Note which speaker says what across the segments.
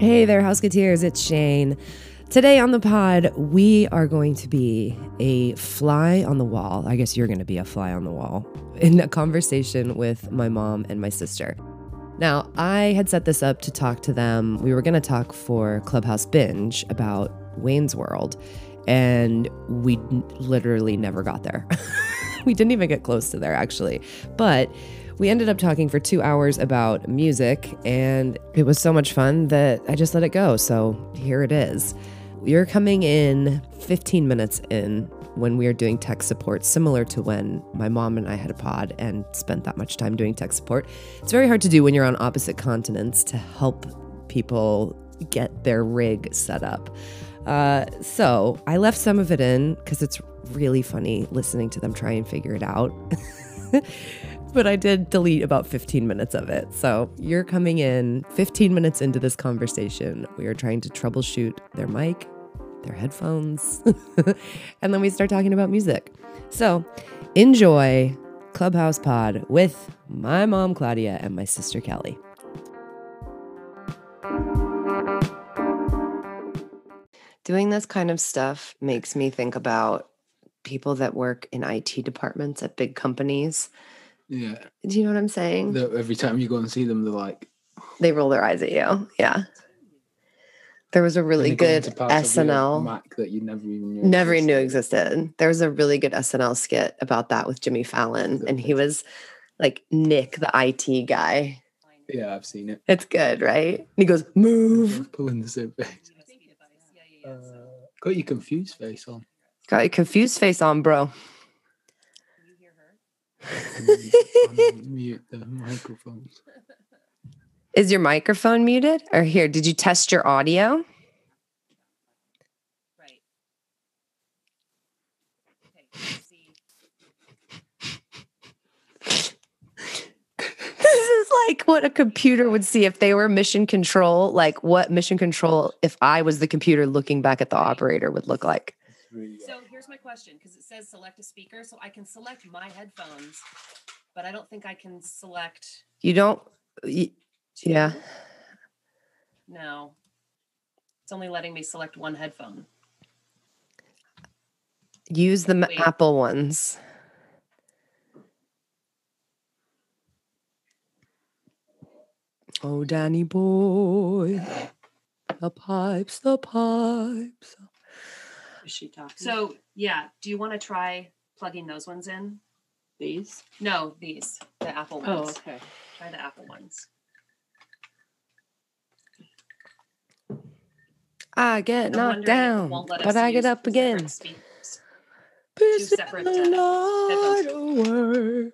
Speaker 1: Hey there, Houseketeers. It's Shane. Today on the pod, we are going to be a fly on the wall. I guess you're going to be a fly on the wall in a conversation with my mom and my sister. Now, I had set this up to talk to them. We were going to talk for Clubhouse Binge about Wayne's World, and we n- literally never got there. we didn't even get close to there, actually. But we ended up talking for two hours about music, and it was so much fun that I just let it go. So here it is. You're coming in 15 minutes in when we are doing tech support, similar to when my mom and I had a pod and spent that much time doing tech support. It's very hard to do when you're on opposite continents to help people get their rig set up. Uh, so I left some of it in because it's really funny listening to them try and figure it out. but I did delete about 15 minutes of it. So you're coming in 15 minutes into this conversation. We are trying to troubleshoot their mic, their headphones, and then we start talking about music. So enjoy Clubhouse Pod with my mom, Claudia, and my sister, Kelly. Doing this kind of stuff makes me think about people that work in IT departments at big companies.
Speaker 2: Yeah.
Speaker 1: Do you know what I'm saying?
Speaker 2: Though Every time you go and see them, they're like,
Speaker 1: they roll their eyes at you. Yeah. There was a really
Speaker 2: and they go
Speaker 1: good
Speaker 2: into parts of your
Speaker 1: SNL.
Speaker 2: Mac that you never even knew.
Speaker 1: Never
Speaker 2: existed.
Speaker 1: knew existed. There was a really good SNL skit about that with Jimmy Fallon, and he was like Nick, the IT guy.
Speaker 2: Yeah, I've seen it.
Speaker 1: It's good, right? And he goes, "Move."
Speaker 2: Pulling the same face. Uh, got your confused face on.
Speaker 1: Got your confused face on, bro.
Speaker 2: Mute the microphones.
Speaker 1: Is your microphone muted? Or here, did you test your audio?
Speaker 3: Right. Okay, let's see.
Speaker 1: This is like what a computer would see if they were mission control. Like what mission control, if I was the computer looking back at the operator, would look like.
Speaker 2: It's really
Speaker 3: So here's my question, because it says select a speaker, so I can select my headphones, but I don't think I can select.
Speaker 1: You don't. y- Yeah.
Speaker 3: two. No. It's only letting me select one headphone.
Speaker 1: Use the m-
Speaker 3: Wait.
Speaker 1: Apple ones. Oh, Danny boy, the pipes, the pipes.
Speaker 4: Is she talking?
Speaker 3: So yeah, do you want to try plugging those ones in?
Speaker 4: these?
Speaker 3: No, these, the Apple
Speaker 4: Oh,
Speaker 3: ones.
Speaker 4: okay.
Speaker 3: Try the Apple ones.
Speaker 1: I get
Speaker 3: I'm wondering
Speaker 1: knocked
Speaker 3: if it
Speaker 1: down,
Speaker 3: won't let
Speaker 1: but
Speaker 3: us
Speaker 1: I get
Speaker 3: use
Speaker 1: up
Speaker 3: two
Speaker 1: again.
Speaker 3: separate speakers.
Speaker 1: Pissing
Speaker 3: separate,
Speaker 1: the
Speaker 3: uh,
Speaker 1: night oh away.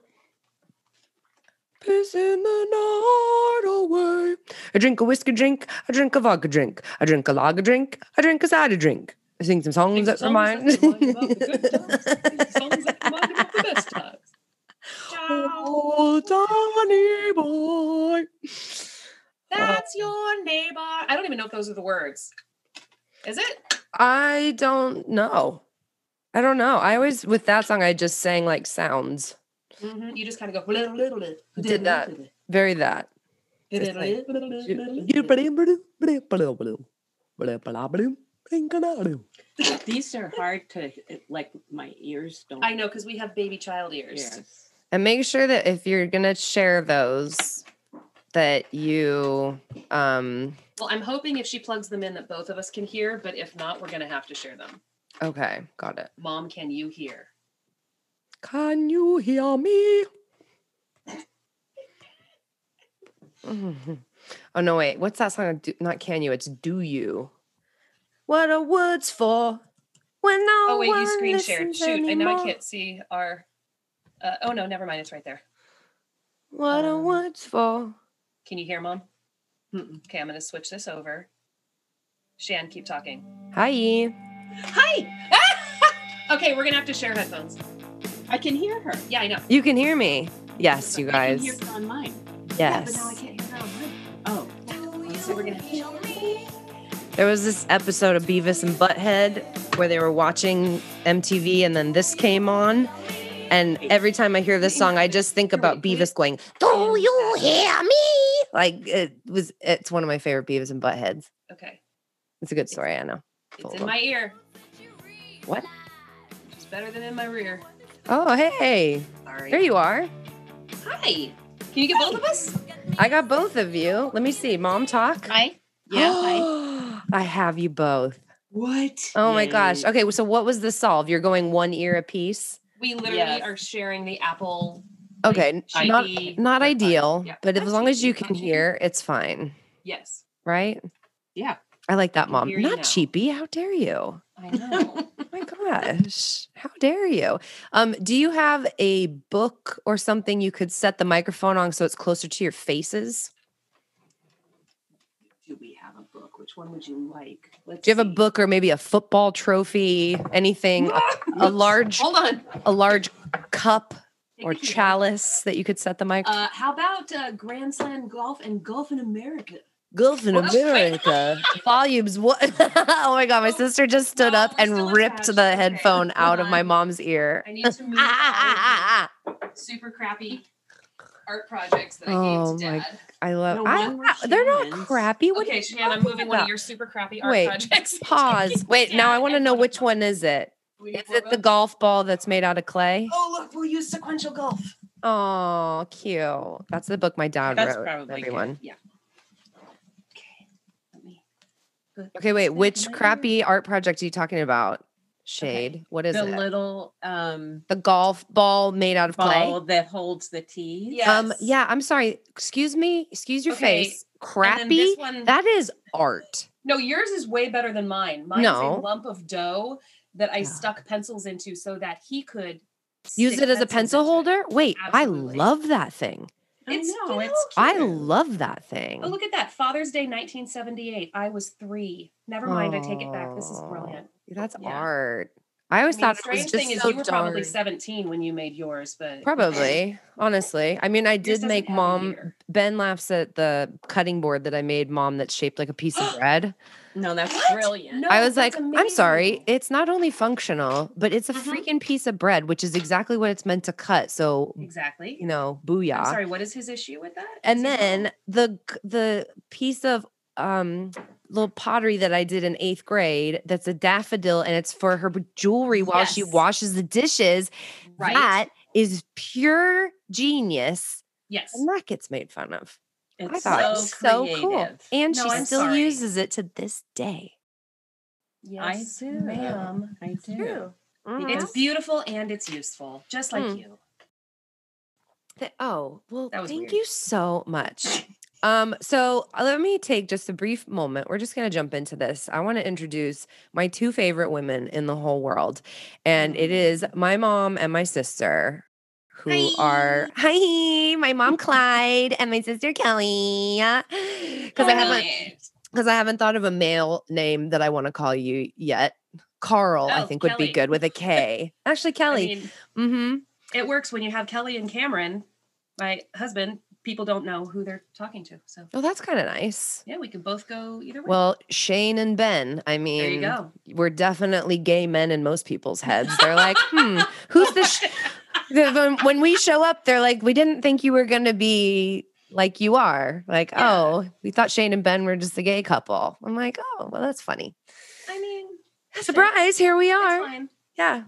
Speaker 1: Pissing the night away. I drink a whiskey drink. I drink a vodka drink. I drink a lager drink. I drink a cider drink. I sing some songs
Speaker 4: Sing
Speaker 1: that
Speaker 4: songs
Speaker 1: remind.
Speaker 4: that remind about the good times. Sing songs that remind about the best times.
Speaker 3: Ciao,
Speaker 1: Oh, Donny boy. Uh-huh.
Speaker 3: that's your neighbor. I don't even know if those are the words. Is it?
Speaker 1: I don't know. I don't know. I always with that song I just sang like sounds.
Speaker 4: Mm-hmm.
Speaker 3: Mhm, You just kind of go. "Little, little, little,
Speaker 1: Did that.
Speaker 3: little,
Speaker 1: Very that.
Speaker 3: little,
Speaker 1: like-
Speaker 3: little, little, little, little."
Speaker 1: Yes.
Speaker 4: These are hard to it- like. My ears don't.
Speaker 3: I know because we have baby child ears.
Speaker 4: Yes.
Speaker 1: And make sure that if you're gonna share those, that you um
Speaker 3: Well, I'm hoping if she plugs them in that both of us can hear, but if not, we're gonna have to share them.
Speaker 1: okay, got it.
Speaker 3: Mom, can you hear?
Speaker 1: Can you hear me? oh no, wait. What's that song? Do, not can you? It's do you. What are words for? When no
Speaker 3: Oh wait,
Speaker 1: one
Speaker 3: you screen shared.
Speaker 1: listens
Speaker 3: Shoot, I know I
Speaker 1: anymore?
Speaker 3: can't see our. Uh, oh no, never mind. It's right there.
Speaker 1: What are
Speaker 3: Um,
Speaker 1: words for?
Speaker 3: Can you hear, Mom?
Speaker 4: Mm-mm.
Speaker 3: Okay, I'm gonna switch this over. Shan, keep talking.
Speaker 1: Hi.
Speaker 3: Hi. okay, we're gonna have to share headphones.
Speaker 4: I can hear her.
Speaker 3: Yeah, I know.
Speaker 1: You can hear me. Yes, you
Speaker 4: I can
Speaker 1: guys.
Speaker 4: hear her on mine.
Speaker 3: Yeah, but
Speaker 1: Yes.
Speaker 3: now I can't hear her online.
Speaker 4: Oh,
Speaker 3: So we're gonna have to share.
Speaker 1: There was this episode of Beavis and Butthead where they were watching MTV and then this came on. And every time I hear this song, I just think about Beavis going, Do you hear me? Like it was. It's one of my favorite Beavis and Buttheads.
Speaker 3: Okay.
Speaker 1: It's a good story. I know.
Speaker 3: It's
Speaker 1: Hold
Speaker 3: in
Speaker 1: on.
Speaker 3: my ear.
Speaker 1: What?
Speaker 3: It's better than in my rear.
Speaker 1: Oh hey,
Speaker 3: Sorry.
Speaker 1: there you are.
Speaker 3: Hi. Can you get both of us?
Speaker 1: I got both of you. Let me see. Mom talk.
Speaker 3: Hi.
Speaker 1: I have you both.
Speaker 4: What?
Speaker 1: Oh my gosh. Okay, so what was the solve? You're going one ear a piece.
Speaker 3: We literally
Speaker 4: Yes.
Speaker 3: are sharing the apple. like,
Speaker 1: Okay, n-
Speaker 3: shitty
Speaker 1: not not
Speaker 3: AirPods.
Speaker 1: ideal,
Speaker 3: Yeah.
Speaker 1: but
Speaker 3: Not
Speaker 1: as long as
Speaker 3: cheapy,
Speaker 1: you
Speaker 3: not
Speaker 1: can
Speaker 3: cheapy.
Speaker 1: hear, it's fine,
Speaker 3: Yes.
Speaker 1: right?
Speaker 4: Yeah.
Speaker 1: I like that,
Speaker 3: can
Speaker 1: mom.
Speaker 3: hear you
Speaker 1: Not
Speaker 3: now.
Speaker 1: cheapy. How dare you?
Speaker 3: I know.
Speaker 1: Oh my gosh. How dare you? Um, do you have a book or something you could set the microphone on so it's closer to your faces?
Speaker 3: Do we have a book? Which one would you like? Let's
Speaker 1: Do you have a
Speaker 3: see.
Speaker 1: book or maybe a football trophy, anything, a, a large
Speaker 3: Hold on.
Speaker 1: a large cup
Speaker 3: Take
Speaker 1: or
Speaker 3: a few.
Speaker 1: chalice that you could set the mic?
Speaker 3: Uh, how about uh, Grand Slam Golf and Golf in America?
Speaker 1: Gulf in
Speaker 3: Well, that's right.
Speaker 1: America. Volumes what? oh my god, my
Speaker 3: Oh,
Speaker 1: sister just stood
Speaker 3: no,
Speaker 1: up
Speaker 3: we're still
Speaker 1: and ripped
Speaker 3: attached.
Speaker 1: the
Speaker 3: Okay,
Speaker 1: headphone out of
Speaker 3: hold
Speaker 1: my
Speaker 3: on.
Speaker 1: mom's ear.
Speaker 3: I need to move
Speaker 1: Ah, ah,
Speaker 3: all
Speaker 1: ah,
Speaker 3: of these super crappy art projects that I
Speaker 1: Oh
Speaker 3: gave to
Speaker 1: my
Speaker 3: dad.
Speaker 1: ah. I love
Speaker 4: No
Speaker 1: I-
Speaker 4: wonder
Speaker 1: I- they're not
Speaker 4: Shannon's-
Speaker 1: crappy. What
Speaker 3: okay,
Speaker 1: okay,
Speaker 3: Shannon, I'm
Speaker 1: talking
Speaker 3: moving one
Speaker 1: about?
Speaker 3: of your super crappy art
Speaker 1: Wait,
Speaker 3: projects.
Speaker 1: pause. Wait, now I
Speaker 3: Dad,
Speaker 1: want to know
Speaker 3: wanna-
Speaker 1: which one is it?
Speaker 3: We
Speaker 1: Is
Speaker 3: were
Speaker 1: it the
Speaker 3: both-
Speaker 1: golf ball that's made out of clay?
Speaker 3: Oh, look, we'll use sequential golf.
Speaker 1: Oh, cute. That's the book my dad
Speaker 4: That's
Speaker 1: wrote.
Speaker 4: probably good.
Speaker 1: Everyone.
Speaker 3: Okay, let me.
Speaker 1: Okay, wait.
Speaker 3: Is it
Speaker 1: Which
Speaker 3: another-
Speaker 1: crappy art project are you talking about? Shade. What is
Speaker 4: the
Speaker 1: it?
Speaker 4: little um
Speaker 1: the golf ball made out of clay.
Speaker 4: ball that holds the teeth.
Speaker 3: Yeah.
Speaker 1: Um,
Speaker 3: Yes.
Speaker 1: yeah, I'm sorry. Excuse me. Excuse your
Speaker 3: Okay,
Speaker 1: face.
Speaker 3: And then
Speaker 1: Crappy.
Speaker 3: this one-
Speaker 1: That is art.
Speaker 3: No, yours is way better than mine. Mine's
Speaker 1: No.
Speaker 3: a lump of dough that I
Speaker 1: Yeah.
Speaker 3: stuck pencils into so that he could
Speaker 1: Use
Speaker 3: stick
Speaker 1: it as a
Speaker 3: pencils
Speaker 1: pencil
Speaker 3: into it.
Speaker 1: holder. Wait,
Speaker 3: Absolutely.
Speaker 1: I love that thing.
Speaker 4: I
Speaker 3: It's,
Speaker 4: know,
Speaker 3: you
Speaker 4: it's
Speaker 1: I
Speaker 4: cute.
Speaker 1: love that thing.
Speaker 3: Oh, look at that. Father's Day 1978. I was three. Never mind. I take it back. This is brilliant.
Speaker 1: That's
Speaker 4: Yeah.
Speaker 1: art. I always
Speaker 3: I mean,
Speaker 1: thought it
Speaker 3: strange
Speaker 1: was
Speaker 3: thing
Speaker 1: just
Speaker 3: is
Speaker 1: so
Speaker 3: you were probably
Speaker 1: darn.
Speaker 3: 17 when you made yours, but
Speaker 1: Probably, honestly. I mean, I
Speaker 3: yours
Speaker 1: did
Speaker 3: doesn't
Speaker 1: make
Speaker 3: have a
Speaker 1: mom.
Speaker 3: year.
Speaker 1: Ben laughs at the cutting board that I made mom that's shaped like a piece of bread.
Speaker 4: No, that's
Speaker 3: What?
Speaker 4: brilliant.
Speaker 3: No,
Speaker 1: I was like,
Speaker 3: Oh, that's
Speaker 1: I'm sorry.
Speaker 3: amazing."
Speaker 1: It's not only functional, but it's a
Speaker 3: Mhm.
Speaker 1: freaking piece of bread, which is exactly what it's meant to cut. So,
Speaker 3: Exactly.
Speaker 1: you know,
Speaker 3: I'm
Speaker 1: booyah.
Speaker 3: sorry. What is his issue with that? Is
Speaker 1: and
Speaker 3: he wrong?
Speaker 1: then the g- the piece of um little pottery that I did in eighth grade that's a daffodil and it's for her b- jewelry while she
Speaker 3: Yes.
Speaker 1: washes the dishes.
Speaker 3: right?
Speaker 1: That is pure genius.
Speaker 3: yes.
Speaker 1: And that gets made fun of.
Speaker 4: It's
Speaker 1: I thought it was so cool.
Speaker 4: creative.
Speaker 1: And
Speaker 3: No,
Speaker 1: she
Speaker 3: I'm
Speaker 1: still
Speaker 3: sorry.
Speaker 1: uses it to this day.
Speaker 3: Yes,
Speaker 4: do.
Speaker 3: ma'am.
Speaker 4: I do.
Speaker 3: True. It's beautiful and it's useful, just like
Speaker 1: Hmm.
Speaker 3: you.
Speaker 1: Th- oh, well,
Speaker 3: That was
Speaker 1: thank
Speaker 3: weird.
Speaker 1: you so much. Um, so uh, let me take just a brief moment. We're just going to jump into this. I want to introduce my two favorite women in the whole world, and it is my mom and my sister, who are hi, my mom Clyde and my sister Kelly. Because I haven't
Speaker 3: Brilliant.
Speaker 1: because I haven't thought of a male name that I want to call you yet. Carl, I
Speaker 3: Oh,
Speaker 1: think would
Speaker 3: Kelly.
Speaker 1: be good with a K. Actually,
Speaker 3: I
Speaker 1: Kelly.
Speaker 3: mean,
Speaker 1: mm-hmm.
Speaker 3: it works when you have Kelly and Cameron, my husband. People don't know who they're talking to, so
Speaker 1: Oh, that's kind of nice.
Speaker 3: yeah, we can both go either way.
Speaker 1: Well, Shane and Ben, I mean,
Speaker 3: there you go.
Speaker 1: we're definitely gay men in most people's heads. They're like, hmm, who's the, sh-? the when, when we show up, they're like, we didn't think you were going to be like you are. Like,
Speaker 3: Yeah.
Speaker 1: oh, we thought Shane and Ben were just a gay couple. I'm like, oh, well, that's funny.
Speaker 3: I mean, it's
Speaker 1: Surprise, here we are.
Speaker 3: fine.
Speaker 1: Yeah.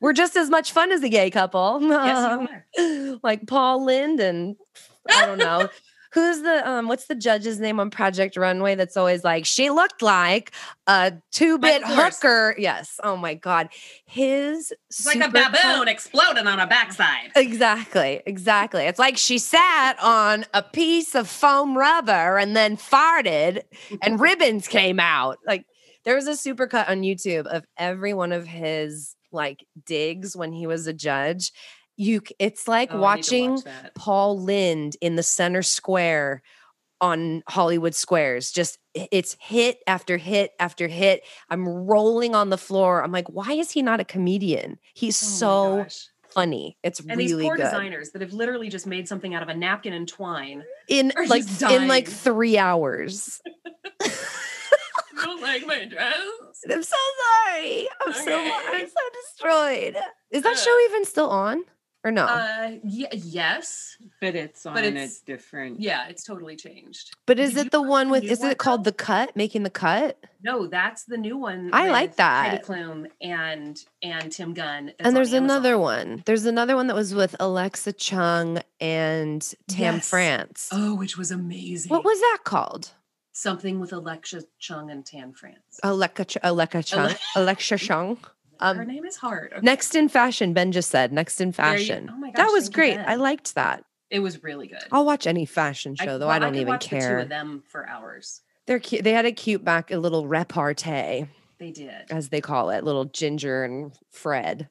Speaker 1: We're just as much fun as a gay couple. Um,
Speaker 3: Yes, you are.
Speaker 1: like Paul Lind and I don't know. Who's the um what's the judge's name on Project Runway that's always like she looked like a two-bit
Speaker 3: Michael Kors.
Speaker 1: hooker. Yes. Oh my god. His
Speaker 3: It's like a
Speaker 1: super co-
Speaker 3: baboon exploding on a backside.
Speaker 1: Exactly. Exactly. It's like she sat on a piece of foam rubber and then farted and ribbons came out. Like there was a supercut on YouTube of every one of his like digs when he was a judge. You c- it's like
Speaker 3: Oh, I need to
Speaker 1: watching
Speaker 3: watch that.
Speaker 1: Paul Lind in the center square on Hollywood Squares. Just it's hit after hit after hit. I'm rolling on the floor. I'm like, why is he not a comedian? He's
Speaker 3: Oh my
Speaker 1: so
Speaker 3: gosh.
Speaker 1: funny. It's
Speaker 3: and these
Speaker 1: really
Speaker 3: poor
Speaker 1: good.
Speaker 3: designers that have literally just made something out of a napkin and twine.
Speaker 1: in
Speaker 3: are
Speaker 1: like
Speaker 3: just
Speaker 1: in like
Speaker 3: dying.
Speaker 1: three hours.
Speaker 3: don't like my dress.
Speaker 1: I'm so sorry. I'm so
Speaker 3: Okay.
Speaker 1: I'm so destroyed. Is that show
Speaker 3: Ugh.
Speaker 1: even still on? or no?
Speaker 3: Uh, yeah, yes.
Speaker 4: But it's on
Speaker 3: it's-
Speaker 4: a different.
Speaker 3: Yeah, it's totally changed.
Speaker 1: but is
Speaker 3: did
Speaker 1: it
Speaker 3: you
Speaker 1: the one with?
Speaker 3: you
Speaker 1: Is
Speaker 3: want
Speaker 1: it called the cut? Making the cut?
Speaker 3: No, that's the new one.
Speaker 1: I like
Speaker 3: with
Speaker 1: that.
Speaker 3: Heidi Klum and and Tim Gunn. that's on
Speaker 1: and there's
Speaker 3: Amazon.
Speaker 1: another one. There's another one that was with Alexa Chung and Tam
Speaker 3: Yes.
Speaker 1: France.
Speaker 3: Oh, which was amazing.
Speaker 1: What was that called?
Speaker 3: something with Alexa Chung and Tan France?
Speaker 1: Alexa Ch- Alexa Chung. Alexa Chung.
Speaker 3: Her
Speaker 1: Um,
Speaker 3: name is hard. Okay.
Speaker 1: next in fashion. Ben just said next in
Speaker 3: There you-
Speaker 1: fashion.
Speaker 3: oh my
Speaker 1: that
Speaker 3: gosh,
Speaker 1: was
Speaker 3: thank you,
Speaker 1: great. I
Speaker 3: Ben.
Speaker 1: liked that.
Speaker 3: it was really good.
Speaker 1: I'll watch any fashion show though.
Speaker 3: well,
Speaker 1: I don't
Speaker 3: could
Speaker 1: even
Speaker 3: watch The two
Speaker 1: care.
Speaker 3: of them for hours.
Speaker 1: They're cute. They had a cute back, a little repartee,
Speaker 3: They did.
Speaker 1: as they call it, little Ginger and Fred.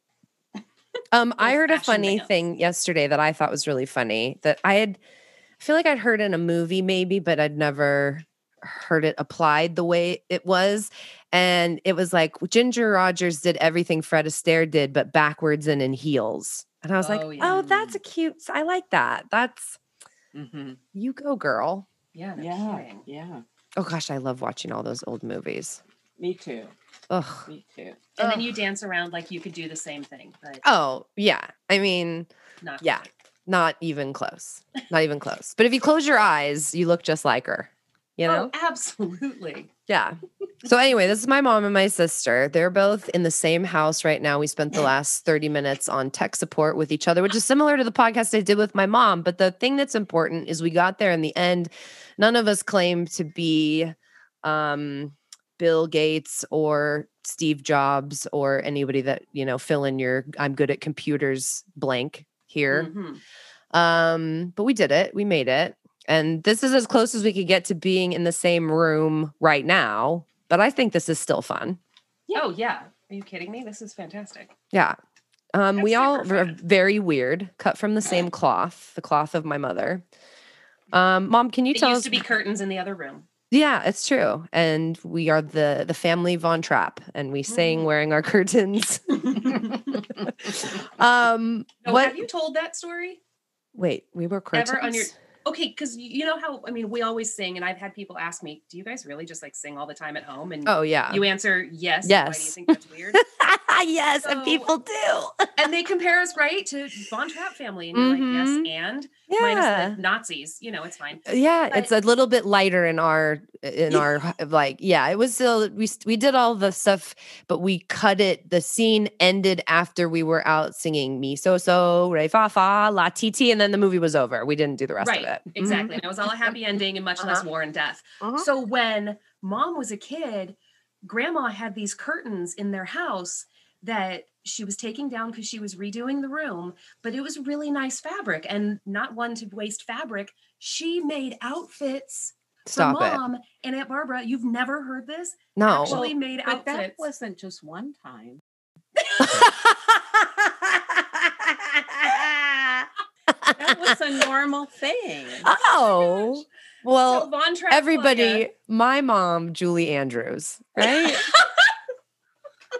Speaker 1: Um, I
Speaker 3: Little
Speaker 1: heard a
Speaker 3: fashion
Speaker 1: funny
Speaker 3: vamp.
Speaker 1: thing yesterday that I thought was really funny that I had, I feel like I'd heard in a movie maybe, but I'd never heard it applied the way it was. And it was like Ginger Rogers did everything Fred Astaire did, but backwards and in heels. And I was
Speaker 3: Oh,
Speaker 1: like,
Speaker 3: yeah.
Speaker 1: oh, that's a cute, I like that. That's
Speaker 4: hmm
Speaker 1: you go, girl.
Speaker 3: Yeah. no
Speaker 4: Yeah.
Speaker 3: kidding.
Speaker 4: Yeah.
Speaker 1: Oh gosh, I love watching all those old movies.
Speaker 4: Me too.
Speaker 1: Ugh.
Speaker 4: Me too.
Speaker 3: And then
Speaker 1: Ugh.
Speaker 3: you dance around like you could do the same thing, but
Speaker 1: Oh, yeah. I mean,
Speaker 3: not
Speaker 1: yeah. Not even close. Not even close. But if you close your eyes, you look just like her. You know?
Speaker 3: Oh, absolutely.
Speaker 1: Yeah. So anyway, this is my mom and my sister. They're both in the same house right now. We spent the last 30 minutes on tech support with each other, which is similar to the podcast I did with my mom, but the thing that's important is we got there in the end. None of us claim to be um Bill Gates or Steve Jobs or anybody that, you know, fill in your I'm good at computers blank here.
Speaker 3: Mhm.
Speaker 1: Um, but we did it. We made it. And this is as close as we could get to being in the same room right now. But I think this is still fun.
Speaker 3: Oh yeah. Are you kidding me? This is fantastic.
Speaker 1: Yeah. Um, we
Speaker 3: That's
Speaker 1: all
Speaker 3: super
Speaker 1: are
Speaker 3: fun.
Speaker 1: very weird, cut from the same cloth, the cloth of my mother. Um, mom, can you
Speaker 3: it
Speaker 1: tell
Speaker 3: used
Speaker 1: us?
Speaker 3: to be curtains in the other room.
Speaker 1: yeah, it's true. And we are the the family Von Trapp, and we
Speaker 3: Mm-hmm.
Speaker 1: sing wearing our curtains.
Speaker 4: Mm-hmm.
Speaker 1: um,
Speaker 3: No,
Speaker 1: what?
Speaker 3: Oh, have you told that story?
Speaker 1: Wait, we were curtains.
Speaker 3: Ever on your- Okay, because you know how I mean, we always sing, and I've had people ask me, "Do you guys really just like sing all the time at home?" And
Speaker 1: Oh yeah.
Speaker 3: you answer yes. Why do you
Speaker 1: Yes.
Speaker 3: think that's weird?
Speaker 1: yes, and
Speaker 3: So-
Speaker 1: people do.
Speaker 3: and they compare us right to Von Trapp family, and you're like,
Speaker 1: Mhm.
Speaker 3: yes, and
Speaker 1: Yeah.
Speaker 3: minus the Nazis. You know, it's fine.
Speaker 1: yeah
Speaker 3: But-
Speaker 1: it's a little bit lighter in our in our like yeah it was still we s- we did all the stuff but we cut it the scene ended after we were out singing me so so re fa fa la ti ti and then the movie was over we didn't do the rest
Speaker 3: right,
Speaker 1: of it Mhm.
Speaker 3: exactly. And it was all a happy ending, and much less
Speaker 1: Uh-huh.
Speaker 3: war and death.
Speaker 1: Uh-huh.
Speaker 3: So when mom was a kid, grandma had these curtains in their house that she was taking down because she was redoing the room, but it was really nice fabric and not one to waste fabric. She made outfits
Speaker 1: stop
Speaker 3: for
Speaker 1: it
Speaker 3: mom and Aunt Barbara. You've never heard this?
Speaker 1: no
Speaker 3: Actually made
Speaker 4: But that
Speaker 3: outfits.
Speaker 4: wasn't just one time. That was a normal thing.
Speaker 1: oh well
Speaker 3: So Von Trapp
Speaker 1: everybody
Speaker 3: Playa-
Speaker 1: my mom julie andrews right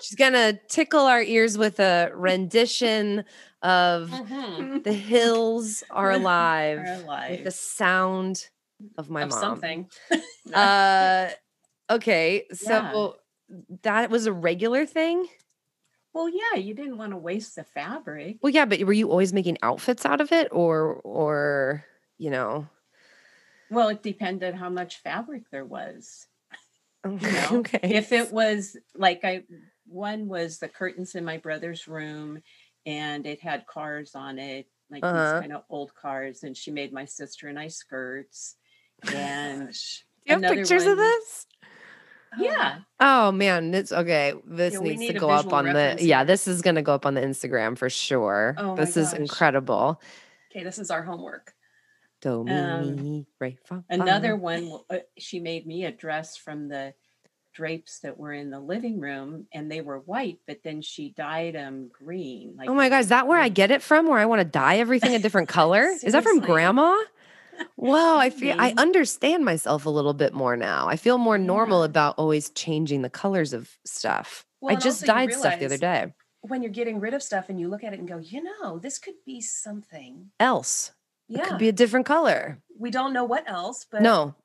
Speaker 1: she's gonna tickle our ears with a rendition of
Speaker 3: Mhm.
Speaker 1: the hills are alive
Speaker 4: Our
Speaker 1: with
Speaker 4: life.
Speaker 1: the sound of my
Speaker 3: of
Speaker 1: mom
Speaker 3: something.
Speaker 1: uh okay so that was a regular thing
Speaker 4: well, yeah, you didn't want to waste the fabric.
Speaker 1: well yeah but were you always making outfits out of it or or you know
Speaker 4: Well, it depended how much fabric there was.
Speaker 1: okay,
Speaker 4: know, if it was like I one was the curtains in my brother's room and it had cars on it, like
Speaker 1: Uh-huh.
Speaker 4: these kind of old cars, and she made my sister and I skirts. And
Speaker 1: do you have
Speaker 4: another
Speaker 1: pictures of
Speaker 4: one-
Speaker 1: this
Speaker 4: yeah,
Speaker 1: Oh man, it's okay. This
Speaker 3: Yeah, we
Speaker 1: needs to
Speaker 3: need a
Speaker 1: go up
Speaker 3: visual
Speaker 1: on the
Speaker 3: reference
Speaker 1: yeah.
Speaker 3: here.
Speaker 1: This is gonna go up on the Instagram for sure.
Speaker 4: Oh, my
Speaker 1: this is
Speaker 4: gosh.
Speaker 1: incredible.
Speaker 3: Okay, this is our homework. Um,
Speaker 1: Dominique Ray Fa-
Speaker 4: another
Speaker 1: Fa.
Speaker 4: one w- uh, she made me a dress from the drapes that were in the living room and they were white, but then she dyed them green. Like
Speaker 1: Oh my god, is that where I get it from? Where I want to dye everything a different color? is that from
Speaker 3: Seriously.
Speaker 1: Grandma? Wow, I feel I
Speaker 4: Maybe.
Speaker 1: understand myself a little bit more now. I feel more normal
Speaker 4: Yeah.
Speaker 1: about always changing the colors of stuff.
Speaker 3: Well,
Speaker 1: I
Speaker 3: and
Speaker 1: just
Speaker 3: also you
Speaker 1: dyed stuff the other
Speaker 3: realize-
Speaker 1: day.
Speaker 3: When you're getting rid of stuff and you look at it and go, you know, this could be something.
Speaker 1: Else,
Speaker 3: Yeah.
Speaker 1: it could be a different color.
Speaker 3: we don't know what else, but
Speaker 1: no.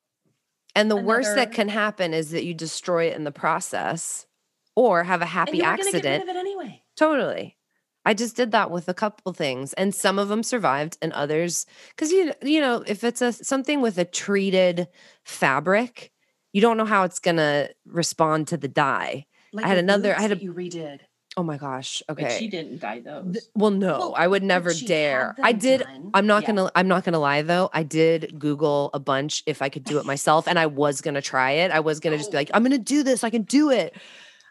Speaker 1: And the worst that
Speaker 3: another-
Speaker 1: can happen is that you destroy it in the process or have a
Speaker 3: and
Speaker 1: happy
Speaker 3: you were gonna Get
Speaker 1: accident.
Speaker 3: rid of it anyway.
Speaker 1: Totally. I just did that with a couple things, and some of them survived, and others because you you know if it's a something with a treated fabric, you don't know how it's gonna respond to the dye.
Speaker 3: Like
Speaker 1: I had
Speaker 3: the
Speaker 1: another-
Speaker 3: boots
Speaker 1: I had
Speaker 3: that
Speaker 1: a-
Speaker 3: you redid.
Speaker 1: Oh my gosh! Okay.
Speaker 4: But she didn't dye those.
Speaker 1: Th- well, no,
Speaker 3: Well,
Speaker 1: I would
Speaker 3: but
Speaker 1: never
Speaker 3: she had
Speaker 1: dare.
Speaker 3: them
Speaker 1: I did.
Speaker 3: done.
Speaker 1: I'm not
Speaker 4: Yeah.
Speaker 1: gonna. I'm not gonna lie though. I did Google a bunch if I could do it myself, and I was gonna try it. I was gonna just
Speaker 4: Oh.
Speaker 1: be like, I'm gonna do this. I can do it.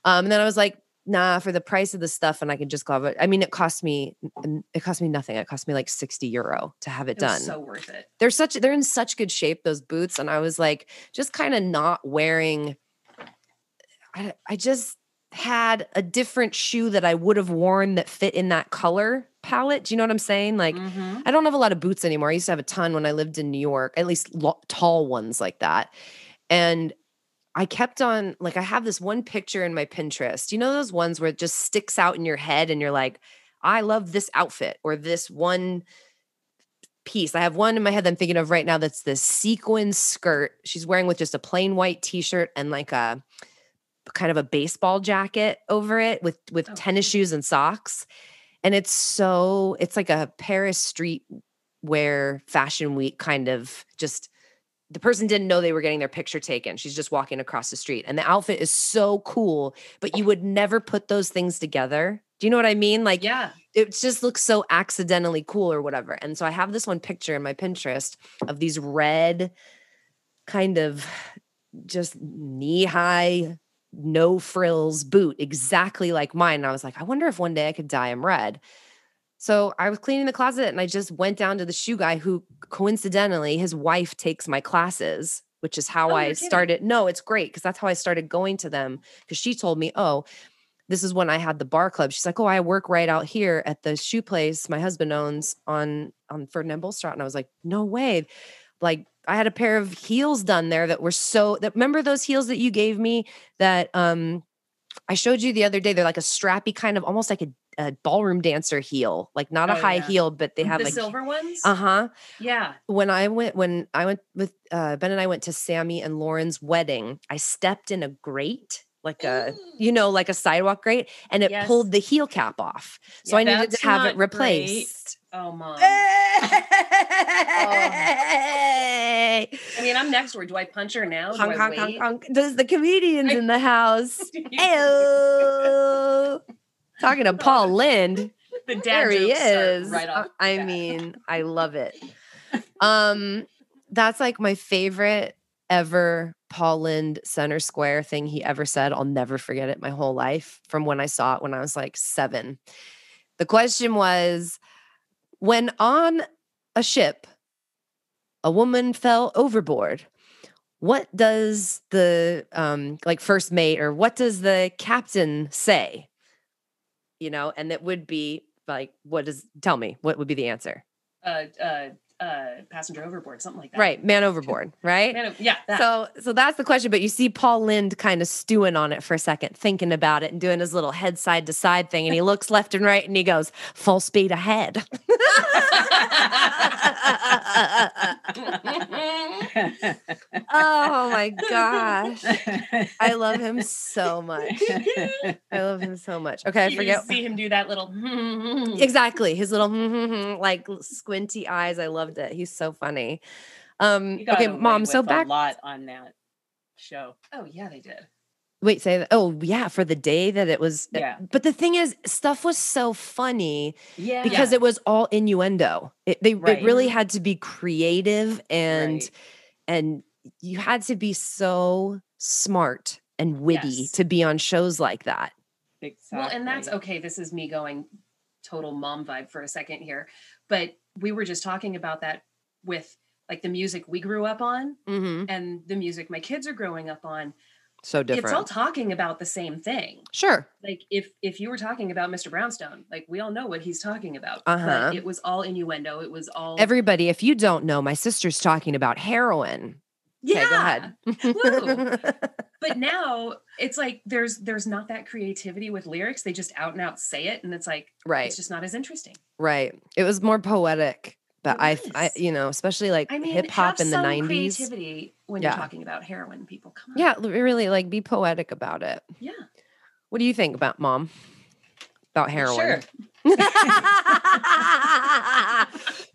Speaker 1: Um, and then I was like, Nah, for the price of the stuff, and I could just glove it. I mean, it cost me. n- It cost me nothing. It cost me like 60 euro to have it,
Speaker 4: It was
Speaker 1: done.
Speaker 4: so worth it.
Speaker 1: they're such. They're in such good shape. Those boots, and I was like, just kind of not wearing. I, I just had a different shoe that I would have worn that fit in that color palette. Do you know what I'm saying? Like,
Speaker 4: Mhm.
Speaker 1: I don't have a lot of boots anymore. I used to have a ton when I lived in New York, at least lo- tall ones like that. And I kept on, like, I have this one picture in my Pinterest. You know, those ones where it just sticks out in your head and you're like, I love this outfit or this one piece. I have one in my head that I'm thinking of right now that's this sequin skirt she's wearing with just a plain white t shirt and like a kind of a baseball jacket over it with with
Speaker 4: Oh,
Speaker 1: tennis
Speaker 4: cute.
Speaker 1: shoes and socks and it's so it's like a paris street wear fashion week kind of just the person didn't know they were getting their picture taken she's just walking across the street and the outfit is so cool but you would never put those things together do you know what i mean like
Speaker 4: Yeah.
Speaker 1: it just looks so accidentally cool or whatever. And so I have this one picture in my Pinterest of these red, kind of just knee high, no frills boot, exactly like mine. And I was like, I wonder if one day I could dye them red. So I was cleaning the closet and I just went down to the shoe guy who coincidentally his wife takes my classes, which is how
Speaker 4: Oh,
Speaker 1: I
Speaker 4: you're kidding.
Speaker 1: started. No, it's great because that's how I started going to them because she told me, oh, this is when I had the bar club. She's like, oh, I work right out here at the shoe place my husband owns on on Ferdinand Bolstraat, and I was like, no way, like. I had a pair of heels done there that were so that remember those heels that you gave me that um I showed you the other day they're like a strappy kind of almost like a, a ballroom dancer heel like not a
Speaker 4: Oh,
Speaker 1: high
Speaker 4: yeah.
Speaker 1: heel but they have
Speaker 3: the
Speaker 1: like
Speaker 3: silver ones.
Speaker 1: uh-huh
Speaker 3: yeah.
Speaker 1: when I went when I went with uh, Ben and I went to Sammy and Lauren's wedding, I stepped in a grate like a you know like a sidewalk grate and it
Speaker 4: Yes.
Speaker 1: pulled the heel cap off. So I
Speaker 4: Yeah,
Speaker 1: needed
Speaker 4: that's
Speaker 1: to have it
Speaker 4: not great.
Speaker 1: replaced.
Speaker 4: Oh, mom.
Speaker 1: Eh. Hey!
Speaker 3: I mean, I'm next door. Do I punch her now? Oh, Do
Speaker 1: Honk,
Speaker 3: I
Speaker 1: honk, honk,
Speaker 3: wait?
Speaker 1: honk. There's the comedians
Speaker 4: I-
Speaker 1: in the house. Ayo. Talking to Paul Lind.
Speaker 4: the dad
Speaker 1: there he
Speaker 4: jokes start
Speaker 1: is. Uh,
Speaker 4: Right off the
Speaker 1: I I
Speaker 4: bat.
Speaker 1: mean, I love it. Um, that's like my favorite ever Paul Lind Center Square thing he ever said. I'll never forget it my whole life from when I saw it when I was like seven. The question was when on a ship, a woman fell overboard. What does the um like first mate or what does the captain say? You know, and it would be like, what does tell me what would be the answer?
Speaker 3: Uh, uh, uh, passenger overboard, something like that.
Speaker 1: Right, man overboard, right?
Speaker 3: Man, yeah. That.
Speaker 1: So so that's the question. But you see Paul Lind kind of stewing on it for a second, thinking about it and doing his little head side to side thing. And he looks left and right and he goes, full speed ahead. oh my gosh. I love him so much. I love him so much. Okay, I
Speaker 3: you
Speaker 1: forget.
Speaker 3: just see him do that little.
Speaker 1: Exactly. His little like squinty eyes. I loved it. He's so funny. Um
Speaker 4: You got
Speaker 1: okay,
Speaker 4: away
Speaker 1: mom, so
Speaker 4: with
Speaker 1: back
Speaker 4: a lot on that show.
Speaker 3: Oh yeah, they did.
Speaker 1: Wait, say that. Oh, yeah, for the day that it was.
Speaker 4: Yeah.
Speaker 1: But the thing is, stuff was so funny
Speaker 4: Yeah.
Speaker 1: because it was all innuendo. It, they
Speaker 4: Right.
Speaker 1: it really had to be creative and
Speaker 4: Right.
Speaker 1: and you had to be so smart and witty
Speaker 4: Yes.
Speaker 1: to be on shows like that.
Speaker 4: Exactly.
Speaker 3: Well, and that's okay. This is me going total mom vibe for a second here, but we were just talking about that with like the music we grew up on
Speaker 1: Mm-hmm.
Speaker 3: and the music my kids are growing up on.
Speaker 1: So
Speaker 3: It's all
Speaker 1: different.
Speaker 3: talking about the same thing.
Speaker 1: sure.
Speaker 3: Like if if you were talking about Mr. Brownstone, like we all know what he's talking about.
Speaker 1: Uh-huh.
Speaker 3: But it was all innuendo. It was
Speaker 4: Oh.
Speaker 3: all
Speaker 1: Everybody, if you don't know, my sister's talking about heroin.
Speaker 3: yeah.
Speaker 1: Okay, go
Speaker 3: Woo.
Speaker 1: ahead.
Speaker 3: but now it's like there's there's not that creativity with lyrics. They just out and out say it, and it's like
Speaker 1: right.
Speaker 3: it's just not as interesting.
Speaker 1: Right. It was more poetic, but
Speaker 3: It
Speaker 1: I, f- I-
Speaker 3: was.
Speaker 1: you know, especially like
Speaker 3: I mean,
Speaker 1: hip hop
Speaker 3: have
Speaker 1: in the
Speaker 3: some
Speaker 1: nineties.
Speaker 3: Creativity when
Speaker 1: Yeah.
Speaker 3: you're talking about heroin, people. Come on.
Speaker 1: Yeah, l- really, like be poetic about it.
Speaker 3: Yeah. Uh,
Speaker 1: What do you think about mom? About heroin?
Speaker 4: Sure.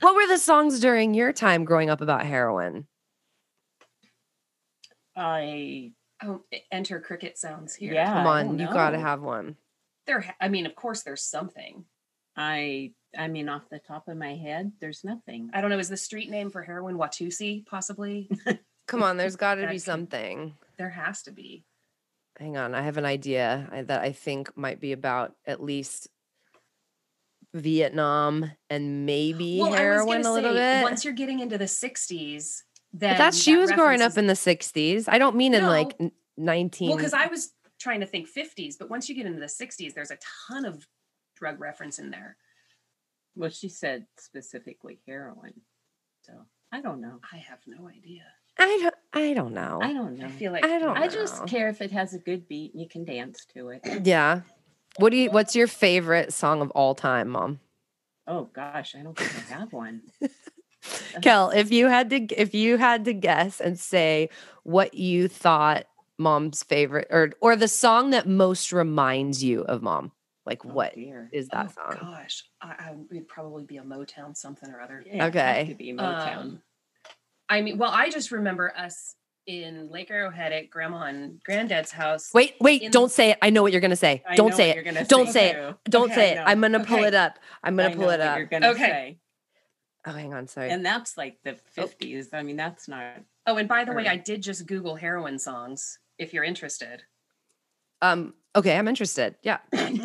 Speaker 1: what were the songs during your time growing up about heroin?
Speaker 4: I
Speaker 3: Oh, enter cricket sounds here.
Speaker 4: yeah.
Speaker 1: Come
Speaker 4: I
Speaker 1: on,
Speaker 4: don't
Speaker 1: you gotta
Speaker 4: know.
Speaker 1: have one.
Speaker 3: There ha- I mean, of course there's something.
Speaker 4: I I mean off the top of my head, there's nothing.
Speaker 3: I don't know, is the street name for heroin Watusi possibly?
Speaker 1: Come on, there's gotta be
Speaker 4: Gotcha.
Speaker 1: something.
Speaker 3: there has to be.
Speaker 1: Hang on, I have an idea I- that I think might be about at least Vietnam and maybe
Speaker 3: Well, I
Speaker 1: heroin
Speaker 3: was
Speaker 1: a
Speaker 3: gonna
Speaker 1: little
Speaker 3: say,
Speaker 1: bit.
Speaker 3: once you're getting into the 60s, then
Speaker 1: But that's she
Speaker 3: that
Speaker 1: was growing up
Speaker 3: references-
Speaker 1: in the 60s. I don't mean in like n- 19.
Speaker 3: Well, because I was trying to think 50s, but once you get into the 60s, there's a ton of drug reference in there.
Speaker 4: Well, she said specifically heroin. So I don't know.
Speaker 3: I have no idea.
Speaker 1: I don't, I don't know.
Speaker 4: I don't know.
Speaker 3: I
Speaker 4: I,
Speaker 3: feel like
Speaker 1: I don't know.
Speaker 4: just care if it has a good beat and you can dance to it.
Speaker 1: yeah. What do you what's your favorite song of all time, mom?
Speaker 4: Oh gosh, I don't think I have one. Uh-huh.
Speaker 1: Kel, if you had to if you had to guess and say what you thought mom's favorite or or the song that most reminds you of mom, like
Speaker 4: Oh,
Speaker 1: what
Speaker 4: dear.
Speaker 1: is that
Speaker 3: oh,
Speaker 1: song?
Speaker 3: Gosh, I, I would probably be a Motown something or other.
Speaker 4: Yeah, it'd have
Speaker 1: Okay.
Speaker 4: to be Motown.
Speaker 3: Um, I mean, well, I just remember us in Lake Arrowhead at Grandma and Granddad's house.
Speaker 1: Wait, wait,
Speaker 3: in-
Speaker 1: don't say it. I know what you're gonna say.
Speaker 4: I know
Speaker 1: don't
Speaker 4: what
Speaker 1: say
Speaker 4: you're
Speaker 1: it.
Speaker 4: gonna
Speaker 1: Don't say it.
Speaker 4: too.
Speaker 1: Don't
Speaker 4: Okay,
Speaker 1: say
Speaker 4: I
Speaker 1: it.
Speaker 4: know.
Speaker 1: I'm gonna pull
Speaker 3: Okay.
Speaker 1: it up. I'm
Speaker 4: I
Speaker 1: gonna pull
Speaker 4: know
Speaker 1: it
Speaker 4: what
Speaker 1: up.
Speaker 4: You're gonna
Speaker 3: Okay.
Speaker 4: say.
Speaker 1: Oh, hang on, sorry.
Speaker 4: And that's like the
Speaker 1: Oh.
Speaker 4: 50s. I mean, that's not.
Speaker 3: Oh, and by the way,
Speaker 4: Sure.
Speaker 3: I did just Google heroin songs. If you're interested,
Speaker 1: um, okay, I'm interested. Yeah.
Speaker 4: Hmm.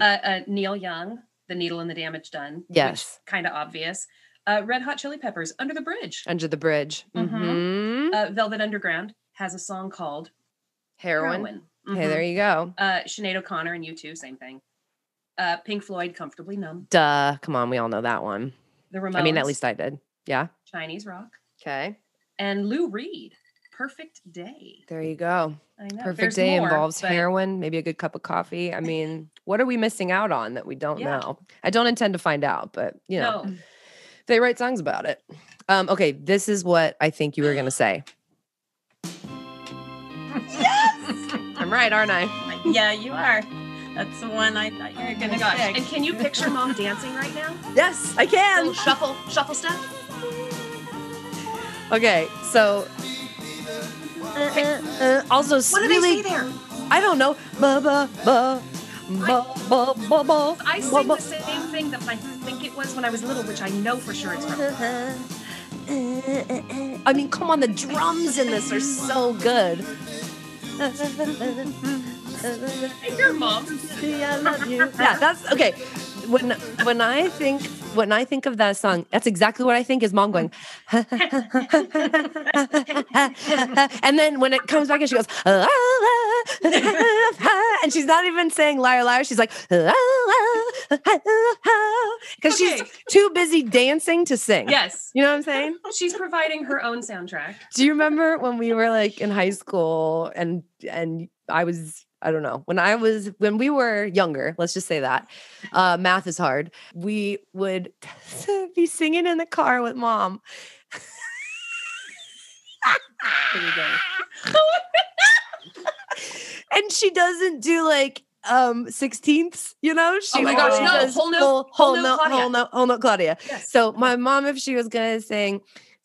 Speaker 3: uh, uh, Neil Young, "The Needle and the Damage Done."
Speaker 1: Yes.
Speaker 3: kind of obvious. Uh, Red Hot Chili Peppers, "Under the Bridge."
Speaker 1: Under the bridge.
Speaker 3: Mhm.
Speaker 1: Mhm.
Speaker 3: Uh, Velvet Underground has a song called
Speaker 1: Heroin.
Speaker 3: "Heroin."
Speaker 1: Hey,
Speaker 3: Mhm.
Speaker 1: there you go.
Speaker 3: Uh, Sinead O'Connor and you two, same thing. Uh, Pink Floyd, "Comfortably Numb."
Speaker 1: Duh. Come on, we all know that one.
Speaker 3: The Ramones.
Speaker 1: I mean, at least I did. Yeah.
Speaker 3: Chinese rock.
Speaker 1: Okay.
Speaker 3: and Lou Reed, Perfect Day.
Speaker 1: There you go.
Speaker 3: I know.
Speaker 1: Perfect
Speaker 3: there's
Speaker 1: day
Speaker 3: more,
Speaker 1: involves
Speaker 3: but
Speaker 1: heroin, maybe a good cup of coffee. I mean, what are we missing out on that we don't
Speaker 3: Yeah.
Speaker 1: know? I don't intend to find out, but you know,
Speaker 3: No,
Speaker 1: they write songs about it. Um, okay, this is what I think you were gonna say. Yes, I'm right, aren't I?
Speaker 4: yeah, you are. That's the one I thought you were
Speaker 3: oh
Speaker 4: going
Speaker 3: my
Speaker 4: to
Speaker 3: gosh.
Speaker 4: pick.
Speaker 3: And can you picture mom dancing right now?
Speaker 1: Yes, I can.
Speaker 3: Little shuffle, shuffle stuff.
Speaker 1: Okay, so. Uh, also,
Speaker 3: What do
Speaker 1: really,
Speaker 3: they say there?
Speaker 1: I don't know. Ba ba ba ba ba ba ba.
Speaker 3: I
Speaker 1: ba,
Speaker 3: sing
Speaker 1: ba.
Speaker 3: the same thing that I think it was when I was little, which I know for sure it's from.
Speaker 1: Uh, I mean, come on, the drums in this are so good.
Speaker 3: And your mom.
Speaker 1: Yeah, I love you. Yeah, that's okay. When when I think when I think of that song, that's exactly what I think is mom going. and then when it comes back and she goes, "La, la," and she's not even saying liar liar, she's like because she's
Speaker 3: Okay.
Speaker 1: too busy dancing to sing.
Speaker 3: Yes.
Speaker 1: You know what I'm saying?
Speaker 3: She's providing her own soundtrack.
Speaker 1: Do you remember when we were like in high school and and I was I don't know when I was when we were younger, let's just say that uh, math is hard. We would be singing in the car with mom.
Speaker 4: Pretty good.
Speaker 1: and she doesn't do like um 16ths, you know? She
Speaker 3: Oh my gosh,
Speaker 1: always
Speaker 3: no,
Speaker 1: does
Speaker 3: whole note-
Speaker 1: full- whole
Speaker 3: whole note
Speaker 1: note,
Speaker 3: Claudia.
Speaker 1: whole note, whole note Claudia.
Speaker 3: Yes.
Speaker 1: So my mom, if she was gonna sing,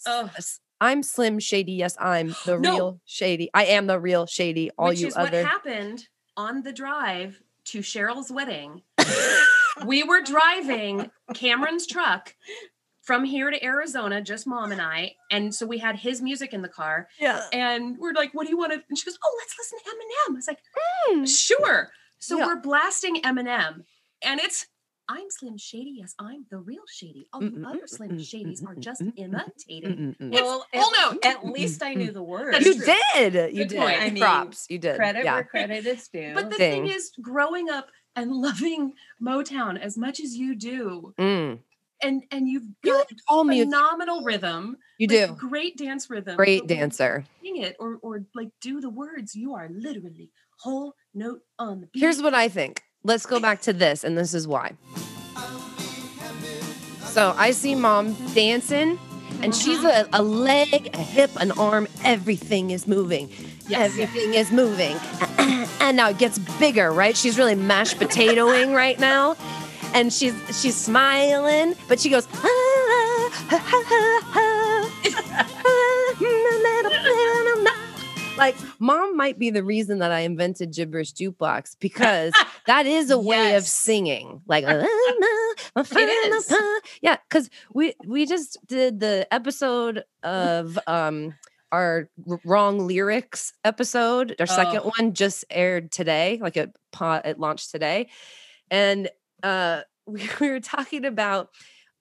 Speaker 3: Oh.
Speaker 1: "S- I'm Slim Shady. Yes, I'm the
Speaker 3: No.
Speaker 1: real Shady. I am the real Shady. All
Speaker 3: which
Speaker 1: you
Speaker 3: is
Speaker 1: other.
Speaker 3: what happened on the drive to Cheryl's wedding. we were driving Cameron's truck from here to Arizona, just mom and I, and so we had his music in the car,
Speaker 1: yeah.
Speaker 3: and we're like, "What do you want to?" And she goes, "Oh, let's listen to Eminem." I was like,
Speaker 1: Mm.
Speaker 3: "Sure." So
Speaker 1: Yeah.
Speaker 3: we're blasting Eminem, and it's. I'm Slim Shady. Yes, I'm the real Shady. All you
Speaker 1: Mm-mm,
Speaker 3: other Slim
Speaker 1: mm-mm,
Speaker 3: Shadys are
Speaker 1: mm-mm,
Speaker 3: just
Speaker 1: mm-mm,
Speaker 3: imitating.
Speaker 1: Mm, mm, mm.
Speaker 4: Well,
Speaker 3: Well, no.
Speaker 4: at, at least I knew the word.
Speaker 3: That's
Speaker 1: you
Speaker 3: true.
Speaker 1: did. You
Speaker 3: Good
Speaker 1: did.
Speaker 3: point.
Speaker 4: I mean,
Speaker 1: Props. You did.
Speaker 4: Credit
Speaker 1: yeah.
Speaker 4: where credit is due.
Speaker 3: But the
Speaker 1: Thing.
Speaker 3: thing is, growing up and loving Motown as much as you do,
Speaker 1: Mm.
Speaker 3: and and you've
Speaker 1: You
Speaker 3: got
Speaker 1: like all music.
Speaker 3: phenomenal rhythm.
Speaker 1: You
Speaker 3: like,
Speaker 1: do.
Speaker 3: great dance rhythm.
Speaker 1: Great
Speaker 3: but when you
Speaker 1: dancer.
Speaker 3: Sing it or or like do the words. You are literally whole note on the beat.
Speaker 1: Here's what I think. Let's go back to this, and this is why. So I see mom dancing, and she's a, a leg, a hip, an arm. Everything is moving. Everything is moving. And now it gets bigger, right? She's really mashed potatoing right now. and she's she's smiling, but she goes. "Ah, ha, ha, ha, ha, ah, na, na, na, na, na." Like, mom might be the reason that I invented gibberish jukebox because that is a way of
Speaker 4: Yes.
Speaker 1: singing. Like, "Ah, na, ah, na,
Speaker 4: is.
Speaker 1: na." yeah, because we we just did the episode
Speaker 4: Mm.
Speaker 1: of um our r- wrong lyrics episode our second
Speaker 4: Oh.
Speaker 1: one just aired today like it pot it launched today and uh we, we were talking about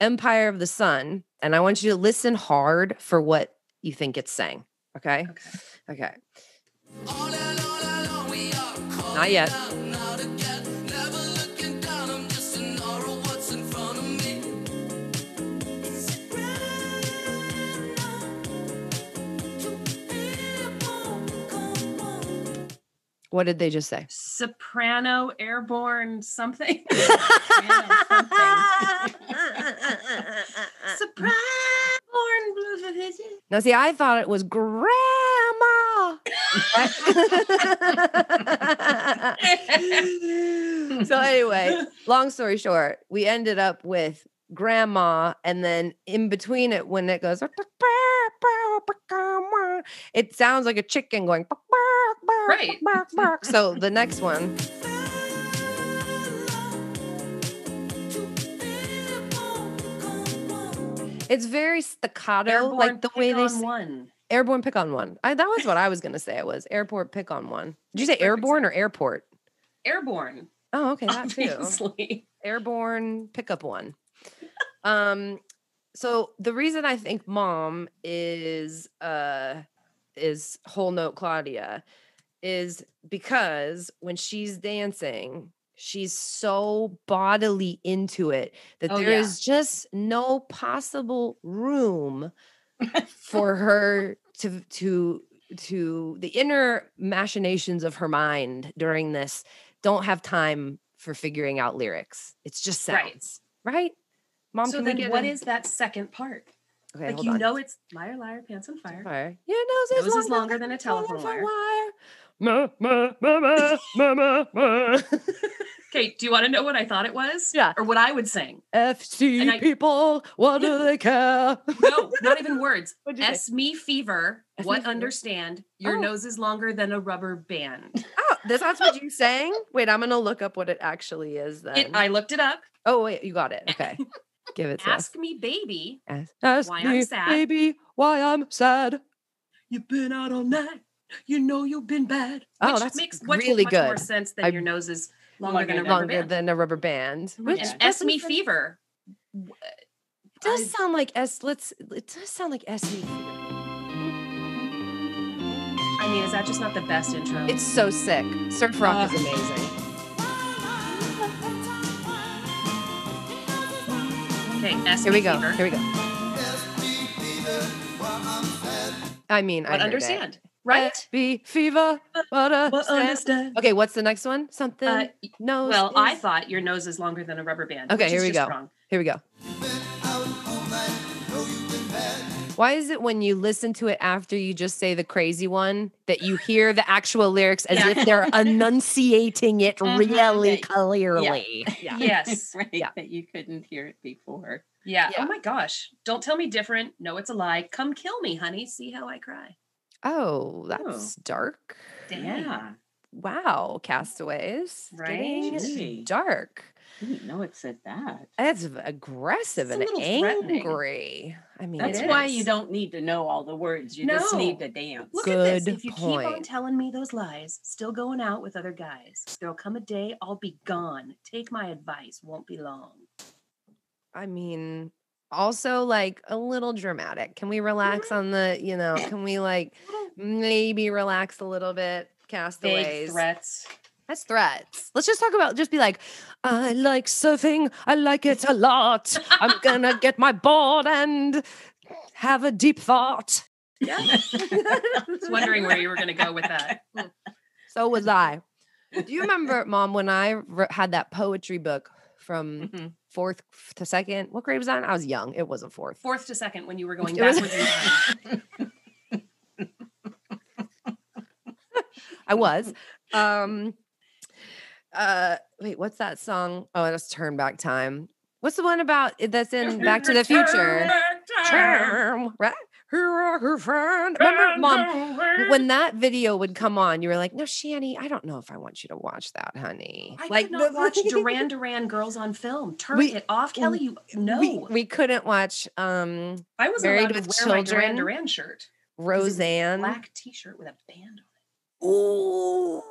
Speaker 1: empire of the sun and i want you to listen hard for what you think it's saying okay
Speaker 4: Okay.
Speaker 1: okay not yet what did they just say
Speaker 3: Soprano, airborne, something. Soprano, born blue.
Speaker 1: Now, see, I thought it was grandma. so, anyway, long story short, we ended up with grandma, and then in between it, when it goes, it sounds like a chicken going.
Speaker 3: Right.
Speaker 1: So, the next one. It's very staccato,
Speaker 3: Airborne,
Speaker 1: like the way
Speaker 3: pick
Speaker 1: they
Speaker 3: on
Speaker 1: say
Speaker 3: one.
Speaker 1: Airborne pick on one. I, that was what I was gonna say. It was airport pick on one. Did you say
Speaker 3: Makes perfect
Speaker 1: airborne or airport?
Speaker 3: Airborne.
Speaker 1: Oh, okay, that too.
Speaker 4: Obviously.
Speaker 1: Airborne pickup one. Um, so the reason I think mom is uh is whole note Claudia is because when she's dancing, she's so bodily into it that
Speaker 4: Oh,
Speaker 1: there is
Speaker 4: yeah.
Speaker 1: just no possible room for her to to to the inner machinations of her mind during this don't have time for figuring out lyrics. It's just
Speaker 3: Right.
Speaker 1: sounds, right? Mom,
Speaker 3: so
Speaker 1: can we
Speaker 3: then,
Speaker 1: get
Speaker 3: what
Speaker 1: a-
Speaker 3: is that second part?
Speaker 1: okay,
Speaker 3: like
Speaker 1: hold
Speaker 3: you
Speaker 1: on.
Speaker 3: know, it's liar, liar, pants on fire.
Speaker 1: Fire. Your nose is
Speaker 3: Nose is
Speaker 1: longer,
Speaker 3: longer than a telephone wire.
Speaker 1: Ma, ma, ma, ma, ma, ma, ma.
Speaker 3: Okay, do you want to know what I thought it was?
Speaker 1: Yeah.
Speaker 3: Or what I would sing?
Speaker 1: FC
Speaker 3: And I-
Speaker 1: people, what do they care?
Speaker 3: No, not even words.
Speaker 1: What'd you say?
Speaker 3: S me fever.
Speaker 1: S me
Speaker 3: What
Speaker 1: fever.
Speaker 3: understand? Your
Speaker 1: Oh.
Speaker 3: nose is longer than a rubber band.
Speaker 1: Oh, this, that's what you sang? Wait, I'm going to look up what it actually is then.
Speaker 3: It, I looked it up.
Speaker 1: oh, wait, you got it. Okay. Give it to us.
Speaker 3: Ask me, baby.
Speaker 1: Ask, ask
Speaker 3: why I'm
Speaker 1: me,
Speaker 3: sad.
Speaker 1: baby, why I'm sad.
Speaker 3: You've been out all night. You know you've been bad.
Speaker 1: Oh,
Speaker 3: Which
Speaker 1: that's
Speaker 3: makes much,
Speaker 1: really
Speaker 3: much more
Speaker 1: good.
Speaker 3: sense than
Speaker 1: I-
Speaker 3: your nose is longer,
Speaker 4: Longer
Speaker 3: than a
Speaker 4: than-
Speaker 3: rubber
Speaker 1: Longer
Speaker 3: band.
Speaker 1: than a rubber band. Which
Speaker 3: and
Speaker 1: doesn't
Speaker 3: S me
Speaker 1: even-
Speaker 3: fever.
Speaker 1: does
Speaker 3: I-
Speaker 1: sound like S. Let's. It does sound like S. E.
Speaker 3: I mean, is that just not the best intro?
Speaker 1: It's so sick. Surf rock is amazing.
Speaker 3: okay. S
Speaker 1: Here
Speaker 3: me
Speaker 1: we go.
Speaker 3: fever.
Speaker 1: Here we go. I mean,
Speaker 3: But
Speaker 1: I
Speaker 3: understand, right?
Speaker 1: Be fever. What
Speaker 3: But
Speaker 1: a
Speaker 3: understand.
Speaker 1: Okay, what's the next one? Something.
Speaker 3: Uh,
Speaker 1: no.
Speaker 3: well, I thought your nose is longer than a rubber band.
Speaker 1: Okay,
Speaker 3: which
Speaker 1: here
Speaker 3: is
Speaker 1: we
Speaker 3: just
Speaker 1: go.
Speaker 3: Wrong.
Speaker 1: Here we go. Why is it when you listen to it after you just say the crazy one that you hear the actual lyrics as
Speaker 3: Yeah.
Speaker 1: if they're enunciating it
Speaker 4: Mhm,
Speaker 1: really
Speaker 4: that-
Speaker 1: clearly? Yeah.
Speaker 3: Yes.
Speaker 4: Right.
Speaker 1: Yeah.
Speaker 4: That you couldn't hear it before.
Speaker 3: Yeah.
Speaker 1: Yeah.
Speaker 3: Oh my gosh. Don't tell me different. No, it's a lie. Come kill me, honey. See how I cry.
Speaker 1: Oh, that's dark.
Speaker 3: Damn.
Speaker 1: Wow, castaways.
Speaker 3: Right?
Speaker 1: Getting
Speaker 4: Gee.
Speaker 1: dark.
Speaker 4: Didn't know it said that.
Speaker 1: That's v- aggressive
Speaker 3: It's
Speaker 1: and
Speaker 3: a little threatening.
Speaker 1: angry. I mean,
Speaker 4: That's
Speaker 3: It
Speaker 4: why
Speaker 3: is.
Speaker 4: you don't need to know all the words. You just need
Speaker 3: No.
Speaker 4: to dance.
Speaker 3: Look at
Speaker 1: Good
Speaker 3: this. If you keep on
Speaker 1: point.
Speaker 3: telling me those lies, still going out with other guys, there'll come a day I'll be gone. Take my advice. Won't be long.
Speaker 1: I mean, also like a little dramatic. Can we relax on the, you know, can we like maybe relax a little bit?
Speaker 4: Big
Speaker 1: Castaways.
Speaker 4: threats.
Speaker 1: That's threats. Let's just talk about just be like, I like surfing. I like it a lot. I'm gonna get my board and have a deep thought.
Speaker 3: Yeah. I was wondering where you were going to go with that.
Speaker 1: So was I. Do you remember, Mom, when I wr- had that poetry book from
Speaker 4: Mhm.
Speaker 1: fourth to second? What grade was I in? I was young. It wasn't fourth.
Speaker 3: Fourth to second when you were going
Speaker 1: It was-
Speaker 3: backwards in time.
Speaker 1: I was. Um, uh wait, what's that song? Oh, that's Turn Back Time. What's the one about that's in Back to the Future? Turn back, Remember, mom, when that video would come on, you were like, "No, Shanny, I don't know if I want you to watch that, honey."
Speaker 4: Oh,
Speaker 3: I
Speaker 1: like,
Speaker 3: could not
Speaker 1: the-
Speaker 3: watch Duran Duran Girls on Film. Turn
Speaker 1: We-
Speaker 3: it off, Kelly. You
Speaker 1: We,
Speaker 3: no.
Speaker 1: we couldn't watch um
Speaker 3: I was
Speaker 1: Married
Speaker 3: allowed to wear
Speaker 1: with
Speaker 3: my Duran
Speaker 1: Children.
Speaker 3: Duran shirt,
Speaker 1: Roseanne.
Speaker 3: black T-shirt with a band.
Speaker 1: Ooh.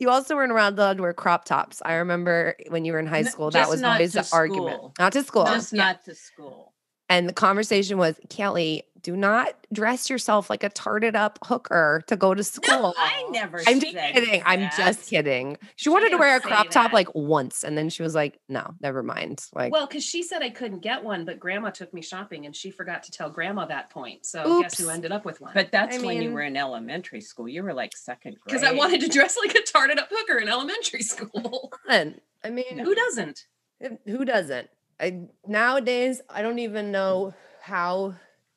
Speaker 1: You also weren't around allowed to wear crop tops. I remember when you were in high
Speaker 4: N-
Speaker 1: school, that
Speaker 4: just
Speaker 1: was
Speaker 4: not
Speaker 1: always
Speaker 4: to
Speaker 1: the argument.
Speaker 4: school.
Speaker 1: Not to school.
Speaker 4: Just
Speaker 1: Yeah.
Speaker 4: not to school.
Speaker 1: And the conversation was, Kelly, do not dress yourself like a tarted up hooker to go to school.
Speaker 4: No, I never.
Speaker 1: I'm just
Speaker 4: said
Speaker 1: kidding. I'm
Speaker 4: that.
Speaker 1: just kidding. She wanted to
Speaker 4: didn't
Speaker 1: wear a
Speaker 4: say
Speaker 1: crop top
Speaker 4: that.
Speaker 1: like once, and then she was like, "No, never mind." Like,
Speaker 3: Well, because she said I couldn't get one, but Grandma took me shopping, and she forgot to tell Grandma that point. So guess who
Speaker 1: Oops.
Speaker 3: ended up with one?
Speaker 4: But that's
Speaker 1: I
Speaker 4: when you
Speaker 1: mean-
Speaker 4: were in elementary school. You were like second grade.
Speaker 3: Because I wanted to dress like a tarted up hooker in elementary school.
Speaker 1: and, I mean,
Speaker 3: Who doesn't?
Speaker 1: who, who doesn't? I, nowadays, I don't
Speaker 3: Mm.
Speaker 1: even know how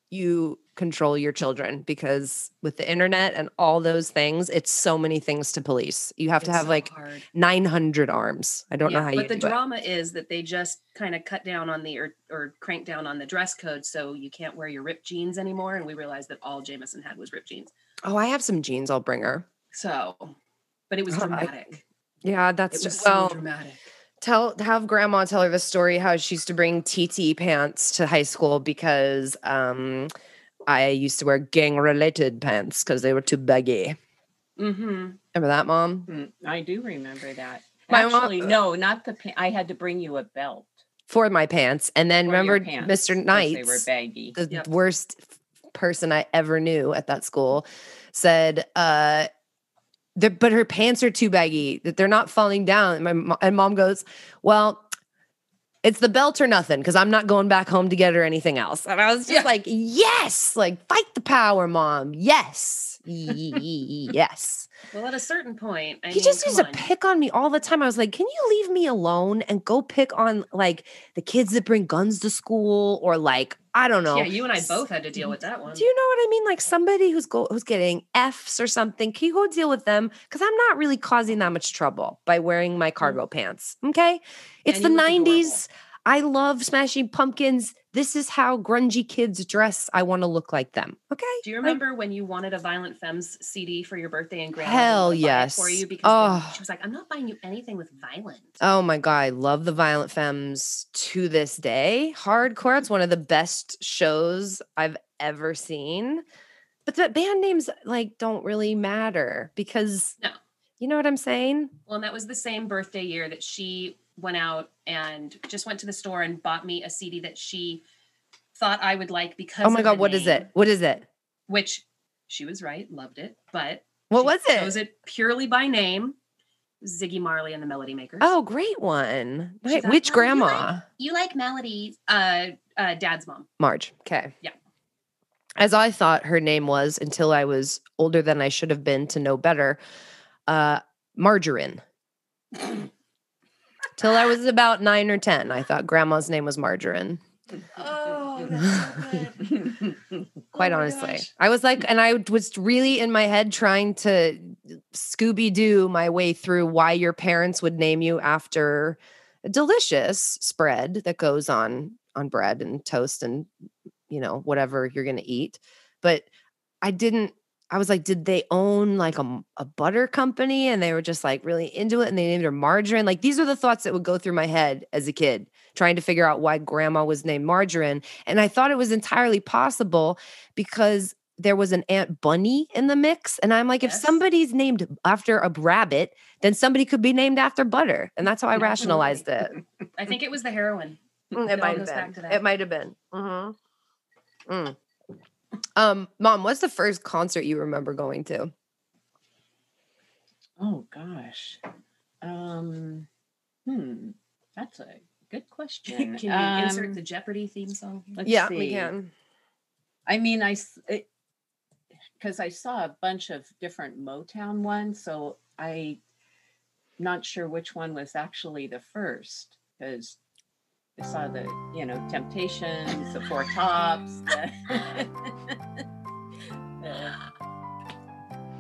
Speaker 1: you control your children because with the internet and all those things, it's so many things to police. You have to
Speaker 3: It's
Speaker 1: have
Speaker 3: so
Speaker 1: like
Speaker 3: hard.
Speaker 1: 900 arms. I don't know
Speaker 3: Yeah,
Speaker 1: how
Speaker 3: but
Speaker 1: you
Speaker 3: the
Speaker 1: do it.
Speaker 3: drama is that they just kind of cut down on the or, or crank down on the dress code, so you can't wear your ripped jeans anymore. And we realized that all Jameson had was ripped jeans.
Speaker 1: Oh, I have some jeans. I'll bring her.
Speaker 3: So, but it was
Speaker 1: Oh, I-
Speaker 3: dramatic.
Speaker 1: Yeah,
Speaker 3: It
Speaker 1: that's
Speaker 3: was
Speaker 1: just
Speaker 3: so
Speaker 1: well.
Speaker 3: dramatic.
Speaker 1: tell have grandma tell her the story how she used to bring TT pants to high school because um I used to wear gang related pants because they were too baggy.
Speaker 3: Mm-hmm.
Speaker 1: Remember that, mom?
Speaker 4: Mm, I do remember that.
Speaker 1: My mom-
Speaker 4: Actually, no, not the. Pa- I had to bring you a belt.
Speaker 1: For my pants. And then
Speaker 4: for your
Speaker 1: remember
Speaker 4: pants,
Speaker 1: Mr.
Speaker 4: 'cause They
Speaker 1: Knight,
Speaker 4: were baggy.
Speaker 1: the
Speaker 3: Yep.
Speaker 1: worst f- person I ever knew at that school, said, uh "They're- but her pants are too baggy that they're not falling down. And my mo- and mom goes, "Well, it's the belt or nothing because I'm not going back home to get her anything else." And I was just
Speaker 3: Yeah.
Speaker 1: like, "Yes, like fight the power, mom. Yes, yes."
Speaker 3: Well, at a certain point, I
Speaker 1: he
Speaker 3: mean,
Speaker 1: just
Speaker 3: come
Speaker 1: used to
Speaker 3: on.
Speaker 1: pick on me all the time. I was like, "Can you leave me alone and go pick on like the kids that bring guns to school or like I don't know."
Speaker 3: Yeah, you and I
Speaker 1: S-
Speaker 3: both had to deal with that one.
Speaker 1: Do you know what I mean? Like somebody who's go- who's getting Fs or something, can you go deal with them? Because I'm not really causing that much trouble by wearing my cargo pants. Okay, it's
Speaker 3: Mm. And
Speaker 1: the
Speaker 3: you look adorable.
Speaker 1: '90s. I love Smashing Pumpkins. This is how grungy kids dress. I want to look like them. Okay.
Speaker 3: Do you
Speaker 1: Like,
Speaker 3: remember when you wanted a Violent Femmes CD for your birthday and grandma
Speaker 1: Hell
Speaker 3: didn't buy it for
Speaker 1: yes.
Speaker 3: you because they-
Speaker 1: Oh.
Speaker 3: she was like, "I'm not buying you anything with violent."
Speaker 1: Oh my God, I love the Violent Femmes to this day. Hardcore, it's one of the best shows I've ever seen. But the band names like don't really matter because
Speaker 3: No.
Speaker 1: you know what I'm saying?
Speaker 3: Well, and that was the same birthday year that she went out and just went to the store and bought me a CD that she thought I would like because.
Speaker 1: Oh my
Speaker 3: of the
Speaker 1: God, what is
Speaker 3: name,
Speaker 1: it? What is it?
Speaker 3: Which she was right, loved it, but
Speaker 1: What
Speaker 3: she
Speaker 1: was
Speaker 3: Chose
Speaker 1: it?
Speaker 3: it purely by name. Ziggy Marley and the Melody Makers.
Speaker 1: Oh, great one.
Speaker 3: She
Speaker 1: Right,
Speaker 3: thought,
Speaker 1: Which
Speaker 3: "Oh, you like-
Speaker 1: grandma?
Speaker 3: you like melodies? Uh, uh, Dad's mom.
Speaker 1: Marge. Okay.
Speaker 3: Yeah.
Speaker 1: As I thought her name was until I was older than I should have been to know better, uh, Margarine. Till I was about nine or 10, I thought grandma's name was Margarine.
Speaker 3: Oh,
Speaker 1: Quite
Speaker 3: my
Speaker 1: honestly,
Speaker 3: gosh.
Speaker 1: I was like, and I was really in my head trying to Scooby Doo my way through why your parents would name you after a delicious spread that goes on on bread and toast and you know whatever you're gonna eat. But I didn't. I was like, did they own like a, m- a butter company? And they were just like really into it, and they named her margarine. Like these are the thoughts that would go through my head as a kid, trying to figure out why grandma was named margarine. And I thought it was entirely possible because there was an Aunt Bunny in the mix. And I'm like, if
Speaker 3: Yes.
Speaker 1: somebody's named after a rabbit, then somebody could be named after butter. And that's how I rationalized it.
Speaker 3: I think it was the heroin.
Speaker 1: Mm,
Speaker 3: It all
Speaker 1: It might have
Speaker 3: goes back to
Speaker 1: been.
Speaker 3: that.
Speaker 1: It might have been. Mhm. Mm. Um, Mom, what's the first concert you remember going to?
Speaker 4: oh gosh. Um. Hmm. That's a good question.
Speaker 3: Can you
Speaker 4: Um,
Speaker 3: insert the Jeopardy theme song?
Speaker 4: let's
Speaker 1: yeah,
Speaker 4: see.
Speaker 1: we can.
Speaker 4: I mean, I because I saw a bunch of different Motown ones, so I not sure which one was actually the first because I saw the you know Temptations, the Four Tops, the, the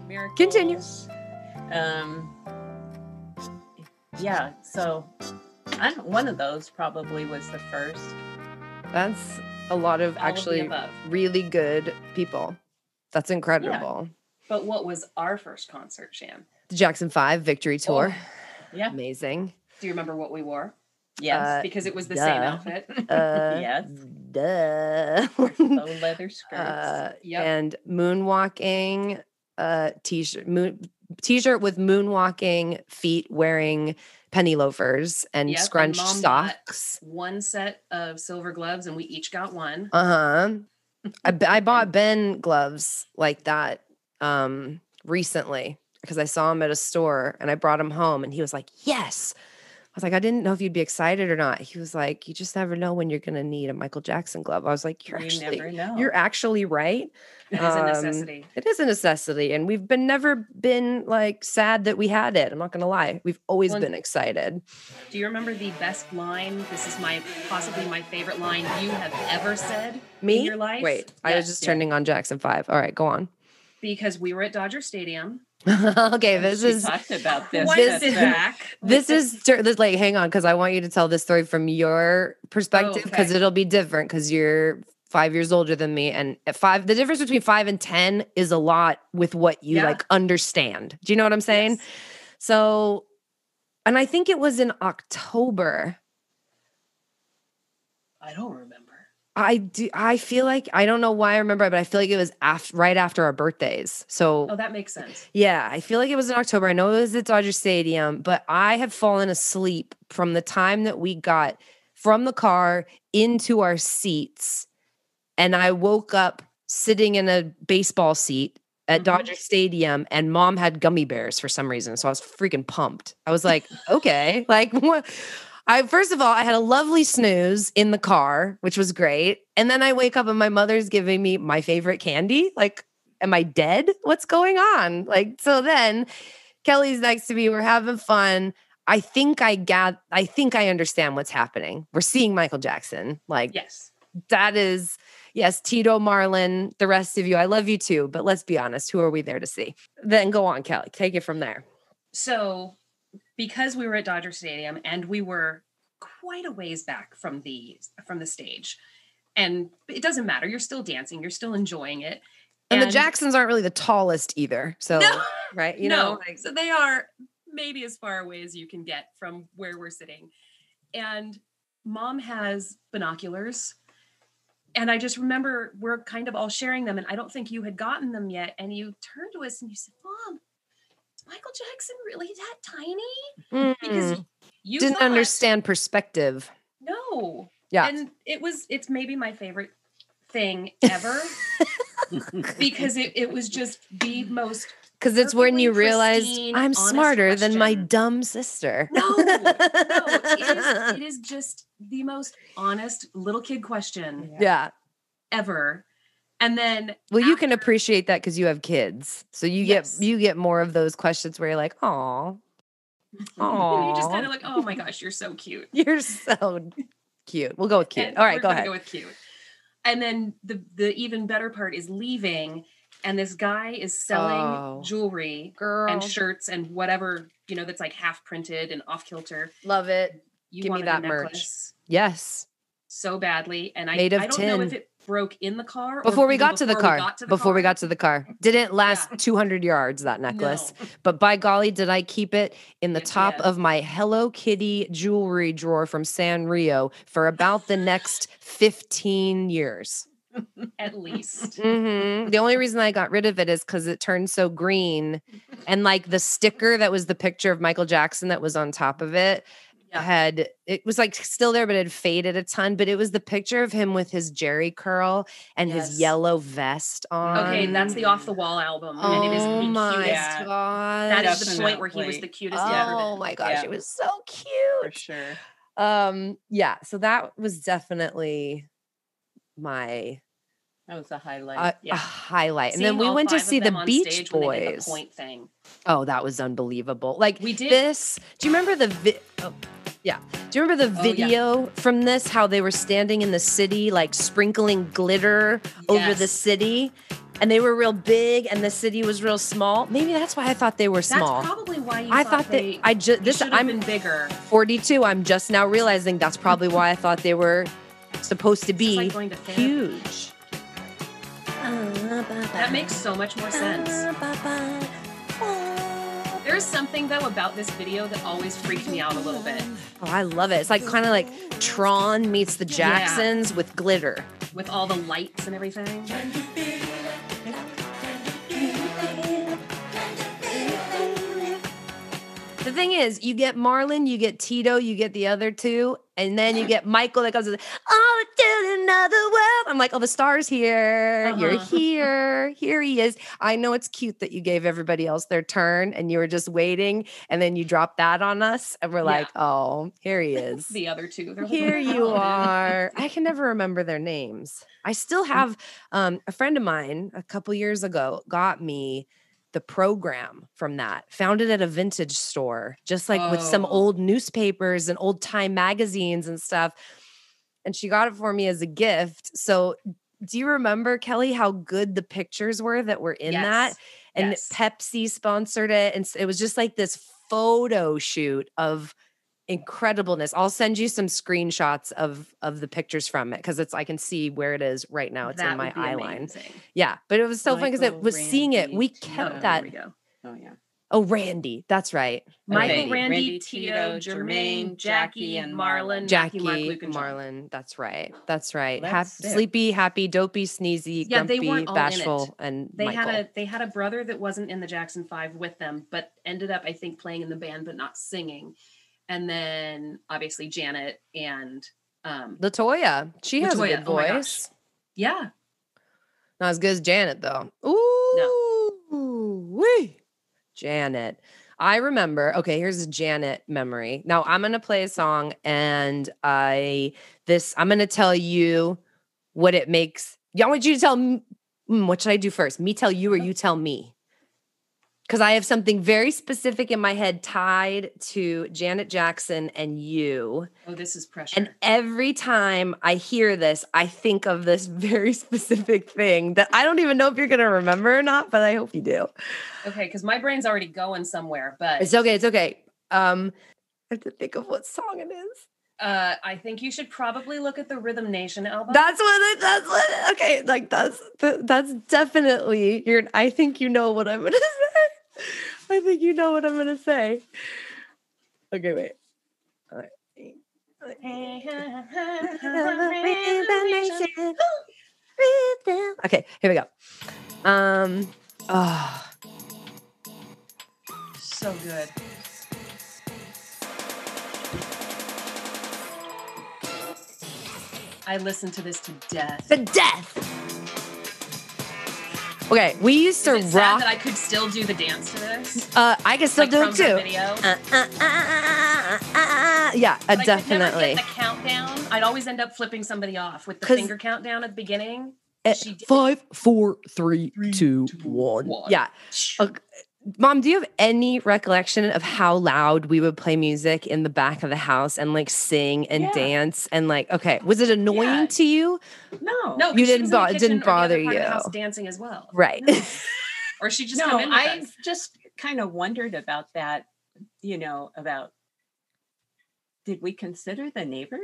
Speaker 4: Miracles.
Speaker 1: Continue.
Speaker 4: Um, yeah, so I don't, one of those probably was the first.
Speaker 1: That's a lot of
Speaker 4: All of the
Speaker 1: actually
Speaker 4: above.
Speaker 1: really good people. That's incredible.
Speaker 3: But what was our first concert, Shan?
Speaker 1: The Jackson 5
Speaker 4: Oh.
Speaker 1: Victory Tour.
Speaker 4: Yeah.
Speaker 1: Amazing.
Speaker 3: Do you remember what we wore?
Speaker 4: Yes.
Speaker 1: Uh,
Speaker 3: because it was the same
Speaker 1: duh.
Speaker 3: outfit.
Speaker 1: Uh,
Speaker 4: Yes.
Speaker 1: Duh.
Speaker 4: Bow Oh, leather skirts.
Speaker 1: uh,
Speaker 3: Yep.
Speaker 1: And moonwalking uh, t-shirt, moon, t-shirt with moonwalking feet wearing penny loafers and
Speaker 3: Yep, and
Speaker 1: scrunched
Speaker 3: mom bought-
Speaker 1: socks.
Speaker 3: One set of silver gloves, and we each got one.
Speaker 1: Uh-huh. I, b- I bought Ben gloves like that um recently because I saw him at a store and I brought him home and he was like, "Yes." I was like, "I didn't know if you'd be excited or not." He was like, "You just never know when you're going to need a Michael Jackson glove." I was like, "You're
Speaker 4: you
Speaker 1: actually
Speaker 4: never know.
Speaker 1: you're actually right.
Speaker 3: It is a
Speaker 1: Um,
Speaker 3: necessity.
Speaker 1: It is a necessity and we've been never been like sad that we had it. I'm not going to lie. We've always
Speaker 3: Well,
Speaker 1: been excited.
Speaker 3: Do you remember the best line? This is my possibly my favorite line you have ever said in
Speaker 1: Me?
Speaker 3: your life.
Speaker 1: Wait, I was
Speaker 3: Yes.
Speaker 1: just turning on Jackson 5. All right, go on.
Speaker 3: because we were at Dodger Stadium. Oh,
Speaker 1: okay,
Speaker 4: And
Speaker 1: this
Speaker 4: she
Speaker 1: is
Speaker 4: talked about this.
Speaker 3: Why
Speaker 1: this-
Speaker 4: This
Speaker 3: is it back?
Speaker 1: this is dur- this, like hang on because i want you to tell this story from your perspective because
Speaker 3: Oh, okay.
Speaker 1: it'll be different because you're five years older than me and at five the difference between five and ten is a lot with what you
Speaker 3: Yeah.
Speaker 1: like understand do you know what i'm saying
Speaker 3: Yes.
Speaker 1: so and i think it was in october
Speaker 3: I don't remember.
Speaker 1: i do i feel like i don't know why i remember it but i feel like it was after right after our birthdays so
Speaker 3: Oh, that makes sense.
Speaker 1: Yeah, I feel like it was in October. I know it was at Dodger Stadium, but I had fallen asleep from the time that we got from the car into our seats. And I woke up sitting in a baseball seat at
Speaker 3: Mhm.
Speaker 1: Dodger Stadium, and mom had gummy bears for some reason. So I was freaking pumped. I was like, okay, like what? I first of all, I had a lovely snooze in the car, which was great. And then I wake up and my mother's giving me my favorite candy. Like, am I dead? What's going on? Like, so then Kelly's next to me. We're having fun. I think I got I think I understand what's happening. We're seeing Michael Jackson. Like
Speaker 3: Yes.
Speaker 1: that is yes, Tito Marlin, the rest of you. I love you too, but let's be honest, who are we there to see? Then go on, Kelly. Take it from there.
Speaker 3: So, because we were at Dodger Stadium and we were quite a ways back from the from the stage, and it doesn't matter. You're still dancing. You're still enjoying it.
Speaker 1: And, the Jacksons aren't really the tallest either. So
Speaker 3: No.
Speaker 1: right, you
Speaker 3: no,
Speaker 1: know, like
Speaker 3: so they are maybe as far away as you can get from where we're sitting. And mom has binoculars. And I just remember we're kind of all sharing them, and I don't think you had gotten them yet. And you turned to us and you said, Mom, is Michael Jackson really that tiny? Because
Speaker 1: mm,
Speaker 3: you
Speaker 1: didn't
Speaker 3: thought-
Speaker 1: understand perspective.
Speaker 3: No.
Speaker 1: Yeah.
Speaker 3: And it was, it's maybe my favorite thing ever because it, it was just the most
Speaker 1: Because it's when you
Speaker 3: perfectly
Speaker 1: realize
Speaker 3: pristine,
Speaker 1: I'm
Speaker 3: honest
Speaker 1: smarter than my
Speaker 3: question.
Speaker 1: dumb sister.
Speaker 3: No, no, it is, it is just the most honest little kid question
Speaker 1: yeah.
Speaker 3: ever. And then,
Speaker 1: Well, you can
Speaker 3: after-
Speaker 1: appreciate that because you have kids, so you
Speaker 3: Yes.
Speaker 1: get you get more of those questions where you're like, "Oh,
Speaker 3: and you just
Speaker 1: Aw.
Speaker 3: kind of like, oh my gosh, you're so cute.
Speaker 1: you're so cute." We'll go with cute.
Speaker 3: And
Speaker 1: All right,
Speaker 3: we're
Speaker 1: go
Speaker 3: gonna
Speaker 1: ahead.
Speaker 3: Go with cute. And then the the even better part is leaving, and this guy is selling
Speaker 1: Oh.
Speaker 3: jewelry
Speaker 1: Girl,
Speaker 3: and shirts and whatever you know that's like half printed and off kilter.
Speaker 1: love it.
Speaker 3: You
Speaker 1: Give me
Speaker 3: wanted a
Speaker 1: that merch.
Speaker 3: necklace
Speaker 1: Yes.
Speaker 3: so badly, and I,
Speaker 1: Made of
Speaker 3: I don't know if
Speaker 1: tin.
Speaker 3: it broke in the car or
Speaker 1: Before we
Speaker 3: even
Speaker 1: got to the
Speaker 3: before
Speaker 1: car,
Speaker 3: we got to the
Speaker 1: before we
Speaker 3: car.
Speaker 1: got to the car, didn't last 200 yards that necklace.
Speaker 3: No.
Speaker 1: But by golly, did I keep it in the
Speaker 3: Yes, you
Speaker 1: top
Speaker 3: did.
Speaker 1: of my Hello Kitty jewelry drawer from Sanrio for about the next 15 years.
Speaker 3: at least. Mm-hmm.
Speaker 1: hmm The only reason I got rid of it is because it turned so green. And like the sticker that was the picture of Michael Jackson that was on top of it
Speaker 3: Yeah.
Speaker 1: had, it was like still there, but it had faded a ton. But it was the picture of him with his jerry curl and
Speaker 3: Yes.
Speaker 1: his yellow vest on.
Speaker 3: Okay, that's the off the wall album,
Speaker 1: Oh
Speaker 3: and it is the
Speaker 1: my
Speaker 3: cutest.
Speaker 4: Yeah.
Speaker 1: god!
Speaker 3: That is the point where he was
Speaker 4: Definitely.
Speaker 3: the cutest. he's ever
Speaker 1: Oh
Speaker 3: been.
Speaker 1: my gosh,
Speaker 4: Yeah.
Speaker 1: it was so
Speaker 4: for
Speaker 1: cute.
Speaker 4: sure.
Speaker 1: Um, yeah, so that was definitely my
Speaker 4: That was a highlight.
Speaker 1: uh, a
Speaker 4: yeah.
Speaker 1: highlight. And
Speaker 3: Seeing
Speaker 1: then we
Speaker 3: all
Speaker 1: went to
Speaker 3: five of
Speaker 1: see
Speaker 3: them
Speaker 1: the
Speaker 3: on
Speaker 1: Beach
Speaker 3: stage when they did the
Speaker 1: Boys.
Speaker 3: point thing.
Speaker 1: oh, that was unbelievable. Like
Speaker 3: We did.
Speaker 1: this. Do you remember the vi- oh, yeah. Do you remember the
Speaker 4: Oh, yeah.
Speaker 1: video from this how they were standing in the city like sprinkling glitter over the
Speaker 3: Yes.
Speaker 1: city? and they were real big and the city was real small. Maybe that's why I thought they were small.
Speaker 3: That's probably why you
Speaker 1: I
Speaker 3: thought,
Speaker 1: thought that I just this
Speaker 3: should have
Speaker 1: I'm
Speaker 3: been bigger.
Speaker 1: 42. I'm just now realizing that's probably why I thought they were supposed to
Speaker 3: This
Speaker 1: be
Speaker 3: is like going to therapy.
Speaker 1: huge.
Speaker 3: That makes so much more sense. There's something though about this video that always freaked me out a little bit
Speaker 1: Oh, I love it. It's like kind of like Tron meets the Jacksons with glitter.
Speaker 3: with all the lights and everything.
Speaker 1: The thing is, you get Marlon, you get Tito, you get the other two, and then you get Michael that comes with "Oh, to another world." I'm like, "Oh, the star's here. You're
Speaker 3: Uh-huh.
Speaker 1: here. Here he is." I know it's cute that you gave everybody else their turn, and you were just waiting, and then you dropped that on us, and we're
Speaker 3: Yeah.
Speaker 1: like, "Oh, here he is."
Speaker 3: The other two. They're like,
Speaker 1: Here
Speaker 3: "Oh my
Speaker 1: you
Speaker 3: God."
Speaker 1: are. I can never remember their names. I
Speaker 3: Mm.
Speaker 1: still have um, a friend of mine a couple years ago got me the program from that, found it at a vintage store, just like with some
Speaker 3: Oh.
Speaker 1: old newspapers and old time magazines and stuff. And she got it for me as a gift. So, do you remember, Kelly, how good the pictures were that were in that?
Speaker 3: Yes.
Speaker 1: and
Speaker 3: Yes.
Speaker 1: Pepsi sponsored it. And s- it was just like this photo shoot of incredibleness. I'll send you some screenshots of of the pictures from it because it's I can see where it is right now. It's
Speaker 3: That
Speaker 1: in my
Speaker 3: would be
Speaker 1: eye line.
Speaker 3: amazing.
Speaker 1: Yeah, but it was so fun because it
Speaker 4: Michael,
Speaker 1: was seeing it.
Speaker 4: Randy,
Speaker 1: We
Speaker 3: Oh,
Speaker 1: kept
Speaker 4: Tito.
Speaker 3: there
Speaker 1: that.
Speaker 3: we go.
Speaker 4: Oh yeah.
Speaker 1: Oh, Randy, that's right.
Speaker 3: Michael,
Speaker 4: Randy.
Speaker 3: Randy,
Speaker 4: Randy,
Speaker 3: Tito,
Speaker 4: Tito,
Speaker 3: Jermaine, Jackie,
Speaker 4: Jermaine, Jackie,
Speaker 3: and
Speaker 4: and
Speaker 3: Marlon, Matthew,
Speaker 1: Jackie,
Speaker 3: Mark, Luke, and John.
Speaker 1: Marlon. That's right. That's right.
Speaker 4: That's
Speaker 1: Hap-
Speaker 4: sick.
Speaker 1: sleepy, happy, dopey, sneezy,
Speaker 3: Yeah, they
Speaker 1: grumpy,
Speaker 3: weren't all in it.
Speaker 1: bashful, and
Speaker 3: They
Speaker 1: Michael.
Speaker 3: had a they had a brother that wasn't in the Jackson Five with them, but ended up I think playing in the band but not singing. And then obviously Janet and um
Speaker 1: Latoya. She has a
Speaker 3: Latoya,
Speaker 1: good
Speaker 3: oh my gosh.
Speaker 1: voice.
Speaker 3: yeah
Speaker 1: Not as good as Janet though. Ooh, wee. Janet. I remember. Okay, here's a Janet memory. Now I'm gonna play a song, and I this I'm gonna tell you what it makes. Y'all want you to tell me. mm, what should I do first? Me tell you, or you tell me? Because I have something very specific in my head tied to Janet Jackson and you.
Speaker 3: oh this is pressure.
Speaker 1: And every time I hear this, I think of this very specific thing that I don't even know if you're going to remember or not, but I hope you do.
Speaker 3: okay, because my brain's already going somewhere, but
Speaker 1: It's okay. It's okay. Um, I have to think of what song it is.
Speaker 3: uh I think you should probably look at the Rhythm Nation album.
Speaker 1: That's what it, that's what, okay. Like that's, that, that's definitely your, I think you know what I'm going to say. I think you know what I'm going to say. Okay, wait. All right. Okay, here we go. Um, oh,
Speaker 3: so good. I listened to this to death.
Speaker 1: the death. Okay, we used to
Speaker 3: Is it sad
Speaker 1: rock.
Speaker 3: that I could still do the dance to this?
Speaker 1: uh, I can still
Speaker 3: Like,
Speaker 1: do
Speaker 3: from
Speaker 1: it
Speaker 3: the
Speaker 1: too.
Speaker 3: video?
Speaker 1: Uh, uh, uh, uh, uh, yeah, uh,
Speaker 3: But I could never
Speaker 1: definitely.
Speaker 3: get the countdown. I'd always end up flipping somebody off with the
Speaker 1: 'Cause-
Speaker 3: finger countdown at the beginning.
Speaker 1: Uh,
Speaker 3: she did-
Speaker 1: Five, four, three,
Speaker 2: Three,
Speaker 1: two,
Speaker 2: two,
Speaker 1: one.
Speaker 2: one.
Speaker 1: Yeah. Okay. Mom, do you have any recollection of how loud we would play music in the back of the house and like sing and
Speaker 4: Yeah.
Speaker 1: dance and like? Okay, was it annoying
Speaker 4: Yeah.
Speaker 1: to you?
Speaker 4: No.
Speaker 3: No, 'cause
Speaker 1: You
Speaker 3: she
Speaker 1: didn't
Speaker 3: was in the
Speaker 1: bo-
Speaker 3: kitchen
Speaker 1: didn't
Speaker 3: or the
Speaker 1: bother
Speaker 3: other part of the
Speaker 1: you.
Speaker 3: house dancing as well,
Speaker 1: Right.
Speaker 4: No.
Speaker 3: Or she just come
Speaker 4: no,
Speaker 3: in with
Speaker 4: I
Speaker 3: us.
Speaker 4: just kind of wondered about that, you know, about did we consider the neighbors?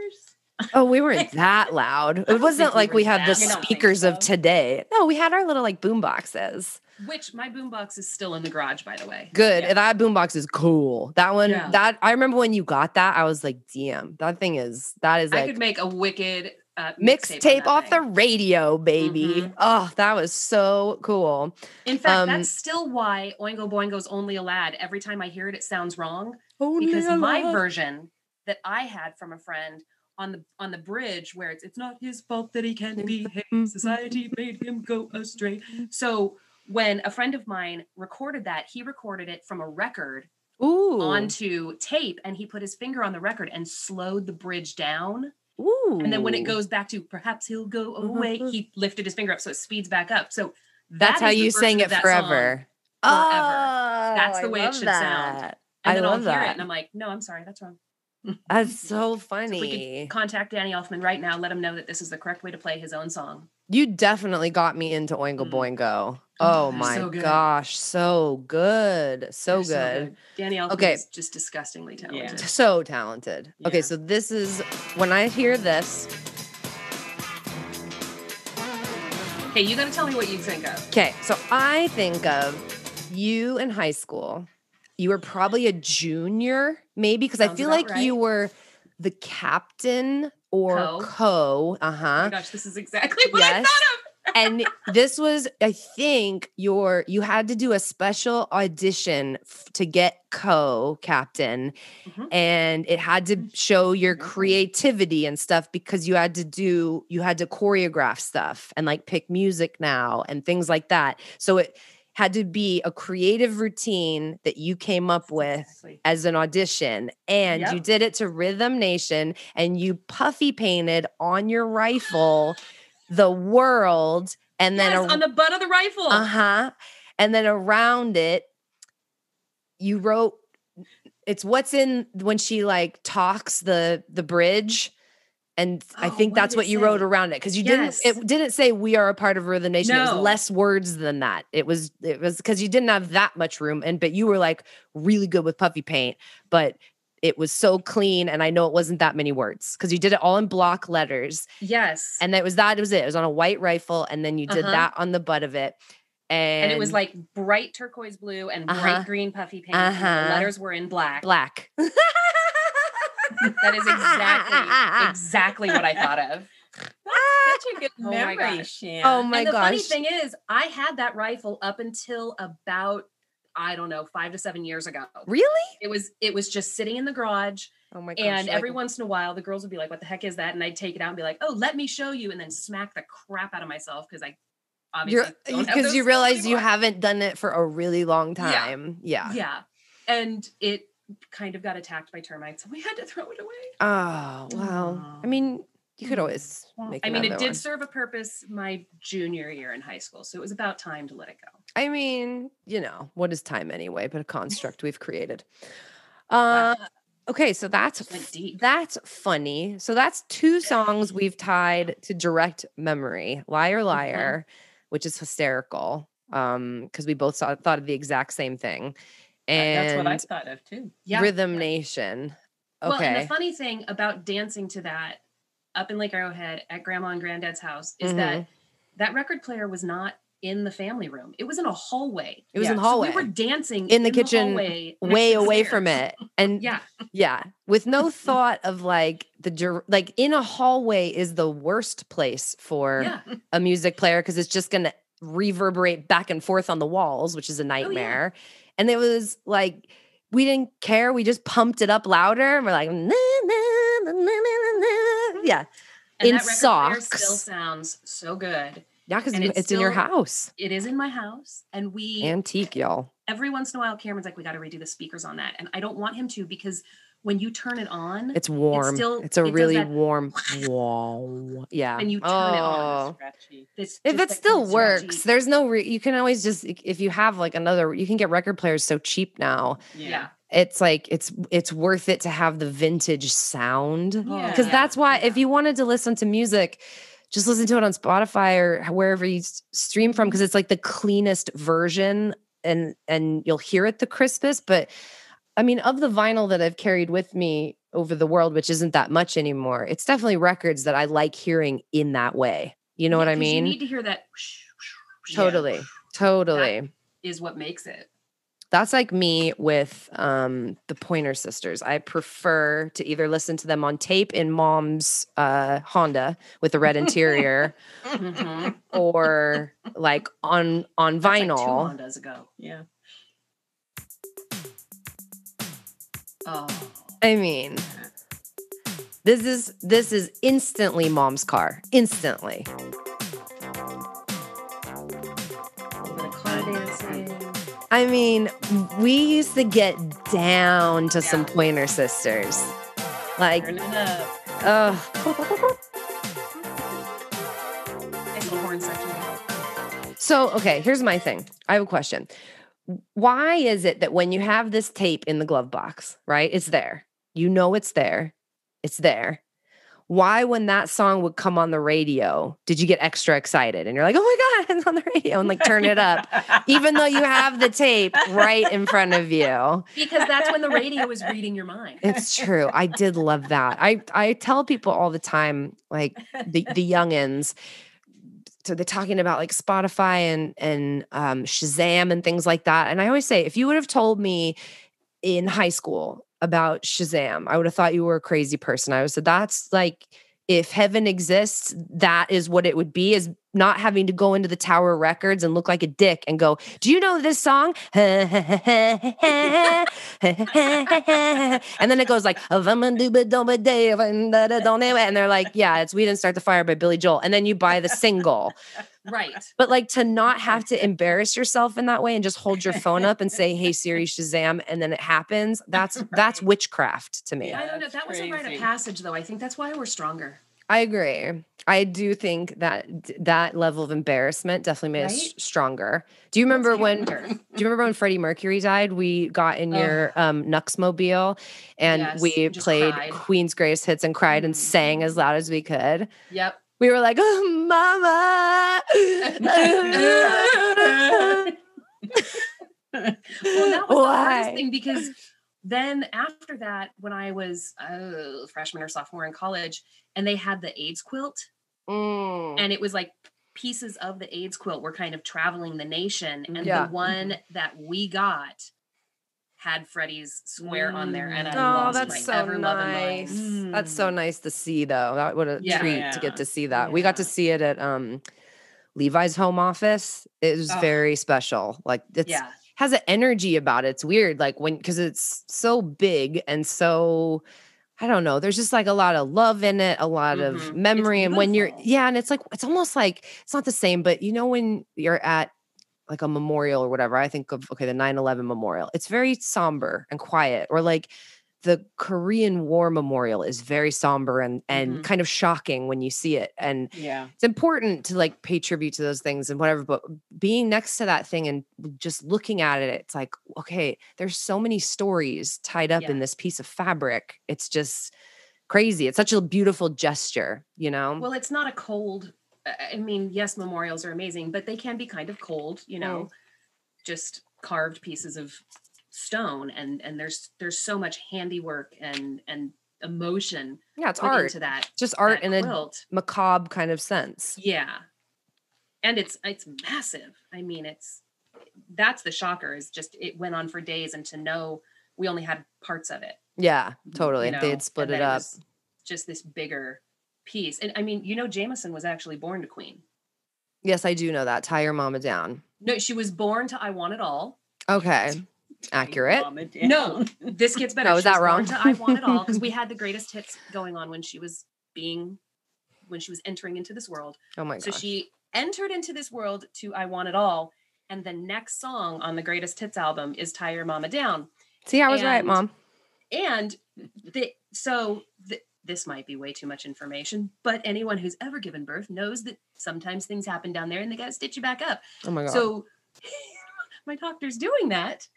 Speaker 1: Oh, we weren't that loud. It
Speaker 4: don't
Speaker 1: wasn't
Speaker 4: think we
Speaker 1: like
Speaker 4: were
Speaker 1: we had the
Speaker 4: that loud. You don't think
Speaker 1: speakers of
Speaker 4: so?
Speaker 1: today. No, we had our little like boom boxes.
Speaker 3: Which my boombox is still in the garage, by the way.
Speaker 1: Good.
Speaker 4: Yeah.
Speaker 1: That boom box is cool. That one
Speaker 4: Yeah.
Speaker 1: that I remember when you got that, I was like, damn, that thing is that is
Speaker 3: I
Speaker 1: like
Speaker 3: could make a wicked uh,
Speaker 1: mixtape
Speaker 3: on
Speaker 1: off
Speaker 3: that
Speaker 1: the
Speaker 3: thing.
Speaker 1: radio, baby.
Speaker 3: Mhm.
Speaker 1: Oh, that was so cool.
Speaker 3: In fact,
Speaker 1: um,
Speaker 3: that's still why Oingo Boingo's Only a Lad. Every time I hear it, it sounds wrong.
Speaker 1: Only
Speaker 3: because
Speaker 1: a
Speaker 3: my
Speaker 1: lad-
Speaker 3: version that I had from a friend on the on the bridge where it's it's not his fault that he can't behave.
Speaker 1: Mm-hmm.
Speaker 3: Society made him go astray. So when a friend of mine recorded that, he recorded it from a record
Speaker 1: Ooh.
Speaker 3: onto tape and he put his finger on the record and slowed the bridge down.
Speaker 1: Ooh. Mm-hmm,
Speaker 3: And then when it goes back to perhaps he'll go away, he lifted his finger up so it speeds back up. So
Speaker 1: that's
Speaker 3: that
Speaker 1: how
Speaker 3: is the
Speaker 1: you sang
Speaker 3: version of
Speaker 1: it
Speaker 3: that song.
Speaker 1: forever.
Speaker 3: That's
Speaker 1: Oh,
Speaker 3: the
Speaker 1: I
Speaker 3: way it
Speaker 1: love
Speaker 3: should sound.
Speaker 1: that.
Speaker 3: And
Speaker 1: I
Speaker 3: then
Speaker 1: love
Speaker 3: I'll hear
Speaker 1: that.
Speaker 3: it and I'm like, no, I'm sorry, that's wrong.
Speaker 1: That's so
Speaker 3: "Hmm, So if we could
Speaker 1: funny.
Speaker 3: Contact Danny Elfman right now. Let him know that this is the correct way to play his own song.
Speaker 1: You definitely got me into Oingo
Speaker 4: Mm.
Speaker 1: Boingo.
Speaker 3: Oh,
Speaker 1: Oh
Speaker 3: they're
Speaker 1: my
Speaker 3: so good.
Speaker 1: gosh, so good. So
Speaker 3: They're
Speaker 1: good.
Speaker 3: Danny Elfman
Speaker 1: Okay.
Speaker 3: is just disgustingly talented.
Speaker 1: So talented.
Speaker 4: Yeah.
Speaker 1: Okay, so this is when I hear this.
Speaker 3: Okay, you got to tell me what you think of. Oh
Speaker 1: Okay, so I think of you in high school. You were probably a junior, maybe, because I
Speaker 3: Sounds
Speaker 1: feel
Speaker 3: about
Speaker 1: like you
Speaker 3: right.
Speaker 1: were the captain or
Speaker 3: Co.
Speaker 1: co. uh
Speaker 3: Oh my
Speaker 1: huh.
Speaker 3: gosh, this is exactly what I
Speaker 1: Yes.
Speaker 3: thought of.
Speaker 1: and this was, I think, your you had to do a special audition f- to get co captain,
Speaker 3: Mhm.
Speaker 1: and it had to show your
Speaker 4: Really?
Speaker 1: creativity and stuff because you had to do you had to choreograph stuff and like pick music now and things like that. So it had to be a creative routine that you came up with
Speaker 4: Exactly.
Speaker 1: as an audition and you
Speaker 4: Yep.
Speaker 1: did it to Rhythm Nation and you puffy painted on your rifle the world and then
Speaker 3: yes,
Speaker 1: a-
Speaker 3: on the butt of the rifle.
Speaker 1: uh-huh and then around it you wrote it's what's in when she like talks the the bridge and I
Speaker 3: Oh,
Speaker 1: think
Speaker 3: what did
Speaker 1: that's
Speaker 3: it
Speaker 1: what you wrote
Speaker 3: say?
Speaker 1: around it because you
Speaker 3: Yes.
Speaker 1: didn't. It didn't say we are a part of Rhythm Nation. It
Speaker 3: No.
Speaker 1: was less words than that. It was it was because you didn't have that much room, and but you were like really good with puffy paint, but it was so clean, and I know it wasn't that many words because you did it all in block letters,
Speaker 3: Yes.
Speaker 1: and that was that was it. It was on a white rifle, and then you did
Speaker 3: Uh-huh.
Speaker 1: that on the butt of it, and,
Speaker 3: and it was like bright turquoise blue and
Speaker 1: Uh-huh.
Speaker 3: bright green puffy paint. and
Speaker 1: Uh-huh.
Speaker 3: the letters were in black.
Speaker 1: black.
Speaker 3: That is exactly exactly what I thought of.
Speaker 4: Such a good
Speaker 3: Oh my
Speaker 4: memory,
Speaker 3: gosh.
Speaker 4: Shan.
Speaker 1: Oh my
Speaker 3: and the funny
Speaker 1: gosh!
Speaker 3: thing is, I had that rifle up until about I don't know five to seven years ago.
Speaker 1: Really?
Speaker 3: It was it was just sitting in the garage,
Speaker 1: Oh my
Speaker 3: and
Speaker 1: like,
Speaker 3: every once in a while, the girls would be like, "What the heck is that?" And I'd take it out and be like, "Oh, let me show you," and then smack the crap out of myself because I obviously don't
Speaker 1: because
Speaker 3: have those
Speaker 1: you
Speaker 3: skills
Speaker 1: realize you
Speaker 3: anymore.
Speaker 1: haven't done it for a really long
Speaker 3: Yeah.
Speaker 1: time. Yeah.
Speaker 3: yeah, and it kind of got attacked by termites, and we had to throw it away.
Speaker 1: Oh wow. I
Speaker 4: Aw.
Speaker 1: mean, you could always make.
Speaker 3: Mm. I mean, it
Speaker 1: another
Speaker 3: did
Speaker 1: one.
Speaker 3: serve a purpose my junior year in high school, so it was about time to let it go.
Speaker 1: I mean, you know, what is time anyway? But a construct we've created. Uh, okay, so that's
Speaker 3: Just went
Speaker 1: f-
Speaker 3: deep.
Speaker 1: that's funny. So that's two songs we've tied to direct memory, "Liar Liar," which is hysterical um because we both saw, thought of the exact same thing,
Speaker 4: That-
Speaker 1: and
Speaker 4: That's what I thought of too.
Speaker 3: Yeah.
Speaker 1: Rhythm Nation. Okay.
Speaker 3: Well, and the funny thing about dancing to that up in Lake Arrowhead at Grandma and Granddad's house is
Speaker 1: Mm-hmm.
Speaker 3: that that record player was not in the family room. It was in a hallway.
Speaker 1: it was in
Speaker 4: yeah,
Speaker 1: the
Speaker 3: So
Speaker 1: hallway.
Speaker 3: we were dancing
Speaker 1: In the kitchen,
Speaker 3: hallway
Speaker 1: way
Speaker 3: next
Speaker 1: away
Speaker 3: stairs.
Speaker 1: from it and yeah.
Speaker 3: Yeah.
Speaker 1: with no thought of like the dir- like in a hallway is the worst place for
Speaker 3: Yeah.
Speaker 1: a music player because it's just gonna reverberate back and forth on the walls which
Speaker 3: Oh,
Speaker 1: is a nightmare and it was like we didn't care we just pumped it up louder and we're like "Na, na, na, na, na, na." yeah
Speaker 3: And
Speaker 1: In
Speaker 3: that record player still
Speaker 1: socks.
Speaker 3: sounds so good.
Speaker 1: yeah because
Speaker 3: And
Speaker 1: it's,
Speaker 3: it's
Speaker 1: in your
Speaker 3: still-
Speaker 1: house
Speaker 3: It is in my house. And we
Speaker 1: antique y'all
Speaker 3: every once in a while Cameron's like, we gotta redo the speakers on that. And I don't want him to because when you turn it on,
Speaker 1: it's warm it's,
Speaker 3: still-
Speaker 1: a
Speaker 3: it does
Speaker 1: really
Speaker 3: that-
Speaker 1: warm wow yeah
Speaker 3: And you turn it on.
Speaker 1: Oh.
Speaker 4: Scratchy.
Speaker 3: it's
Speaker 1: if
Speaker 3: just
Speaker 1: it
Speaker 3: that kind
Speaker 1: still
Speaker 3: of
Speaker 1: works
Speaker 3: scratchy-
Speaker 1: there's no re- you can always just if you have like another you can get record players so cheap now
Speaker 3: yeah.
Speaker 4: Yeah.
Speaker 1: it's like it's it's worth it to have the vintage sound
Speaker 4: Yeah.
Speaker 1: because
Speaker 4: Yeah.
Speaker 1: that's why if
Speaker 3: yeah.
Speaker 1: you wanted to listen to music just listen to it on spotify or wherever you s- stream from because it's like the cleanest version and and you'll hear it the crispest but i mean of the vinyl that i've carried with me over the world which isn't that much anymore it's definitely records that i like hearing in that way you know
Speaker 3: Yeah,
Speaker 1: what i
Speaker 3: 'cause You
Speaker 1: mean
Speaker 3: need to hear that whoosh, whoosh, whoosh
Speaker 1: Totally. Totally.
Speaker 3: is what makes it.
Speaker 1: That's like me with um the Pointer Sisters. I prefer to either listen to them on tape in mom's uh Honda with the red interior
Speaker 3: Mhm.
Speaker 1: or like on on
Speaker 3: That's like two
Speaker 1: vinyl.
Speaker 3: Hondas ago.
Speaker 4: Yeah.
Speaker 3: Oh,
Speaker 1: I mean, this is this is instantly mom's car. Instantly.
Speaker 3: a little bit of car dancing.
Speaker 1: I mean, we used to get down to some
Speaker 3: Yeah.
Speaker 1: Pointer Sisters. Like,
Speaker 4: Turn it up.
Speaker 1: oh,
Speaker 3: Nice little horn section.
Speaker 1: So, okay, here's my thing. I have a question. Why is it that when you have this tape in the glove box, right? It's there. You know it's there. It's there. Why, when that song would come on the radio, did you get extra excited and you're like, oh my God, it's on the radio and like turn it up, even though you have the tape right in front of you?
Speaker 3: because that's when the radio is reading your mind.
Speaker 1: It's true. I did love that. I I tell people all the time, like the the youngins. So they're talking about like Spotify and and um, Shazam and things like that. And I always say, if you would have told me in high school about Shazam, I would have thought you were a crazy person. I would have said that's like if heaven exists, that is what it would be. Is not having to go into the Tower Records and look like a dick and go, do you know this song? and then it goes like and they're like yeah it's we didn't start the fire by billy joel and then you buy the single
Speaker 3: Right.
Speaker 1: but like to not have to embarrass yourself in that way and just hold your phone up and say hey siri shazam and then it happens that's that's witchcraft to me
Speaker 4: Yeah,
Speaker 3: I don't know.
Speaker 4: that's
Speaker 3: That was a rite
Speaker 4: crazy.
Speaker 3: of passage, though. I think that's why we're stronger.
Speaker 1: i agree i do think that d- that level of embarrassment definitely made us
Speaker 3: Right?
Speaker 1: stronger do you remember when do you remember when Freddie Mercury died? We got in
Speaker 4: Ugh.
Speaker 1: your um, Nuxmobile and
Speaker 4: Yes,
Speaker 1: we
Speaker 4: and just
Speaker 1: played
Speaker 4: cried.
Speaker 1: Queen's Greatest Hits and cried
Speaker 3: Mm-hmm.
Speaker 1: and sang as loud as we could.
Speaker 4: Yep.
Speaker 1: We were like, oh, Mama.
Speaker 3: Well, that was the
Speaker 1: Why?
Speaker 3: hardest thing because then after that, when I was uh, freshman or sophomore in college, and they had the AIDS quilt,
Speaker 1: Mm.
Speaker 3: and it was like pieces of the AIDS quilt were kind of traveling the nation, and
Speaker 1: Mm-hmm. Yeah.
Speaker 3: the one that we got had Freddie's square on there, and I
Speaker 1: Oh,
Speaker 3: lost
Speaker 1: that's
Speaker 3: my
Speaker 1: so
Speaker 3: ever loving mind. Mm.
Speaker 1: nice. That's so nice to see, though. That what a
Speaker 3: Yeah.
Speaker 1: treat to
Speaker 4: Hmm. Yeah.
Speaker 1: get to see that. We got to
Speaker 4: Yeah.
Speaker 1: see it at um, Levi's home office. It was
Speaker 4: Oh.
Speaker 1: very special. Like it's
Speaker 3: Yeah,
Speaker 1: has an energy about it. It's weird, like when because it's so big and so I don't know. There's just like a lot of love in it, a lot
Speaker 3: Mhm.
Speaker 1: of memory, and when you're
Speaker 4: beautiful.
Speaker 1: yeah, and it's like it's almost like it's not the same, but you know when you're at like a memorial or whatever. I think of okay, the 9/11 memorial. It's very somber and quiet, or like the Korean War memorial is very somber and and
Speaker 4: Mhm.
Speaker 1: kind of shocking when you see it. And
Speaker 4: Yeah.
Speaker 1: it's important to like pay tribute to those things and whatever but being next to that thing and just looking at it it's like okay there's so many stories tied up in
Speaker 4: Yeah.
Speaker 1: this piece of fabric it's just crazy it's such a beautiful gesture you know
Speaker 3: Well, it's not a cold. uh, I I mean, yes, memorials are amazing, but they can be kind of cold. You know, just carved pieces of stone, and and there's there's so much handiwork and and emotion
Speaker 1: yeah it's
Speaker 3: put
Speaker 1: art
Speaker 3: into that
Speaker 1: just art
Speaker 3: that
Speaker 1: in a
Speaker 3: quilt.
Speaker 1: macabre kind of sense
Speaker 3: Yeah, and it's it's massive. I mean, it's that's the shocker. Is just it went on for days, and to know we only had parts of it.
Speaker 1: yeah totally
Speaker 3: you know,
Speaker 1: they had split
Speaker 3: and
Speaker 1: it
Speaker 3: that
Speaker 1: up
Speaker 3: was Just this bigger piece, and I mean, you know, Jameson was actually born to Queen.
Speaker 1: yes i do know that tie your mama down
Speaker 3: No, she was born to I Want It All.
Speaker 1: okay accurate
Speaker 4: Mama down.
Speaker 3: No, this gets better.
Speaker 1: No, Oh, is
Speaker 3: She was
Speaker 1: that wrong?
Speaker 3: born to I Want It All because we had the greatest hits going on when she was being, when she was entering into this world.
Speaker 1: oh my gosh
Speaker 3: so she entered into this world to I Want It All. And the next song on the greatest hits album is Tie Your Mama Down.
Speaker 1: see i was right
Speaker 3: and-
Speaker 1: mom
Speaker 3: And the, so th- this might be way too much information, but anyone who's ever given birth knows that sometimes things happen down there and they got to stitch you back up.
Speaker 1: oh my god
Speaker 3: So my doctor's doing that.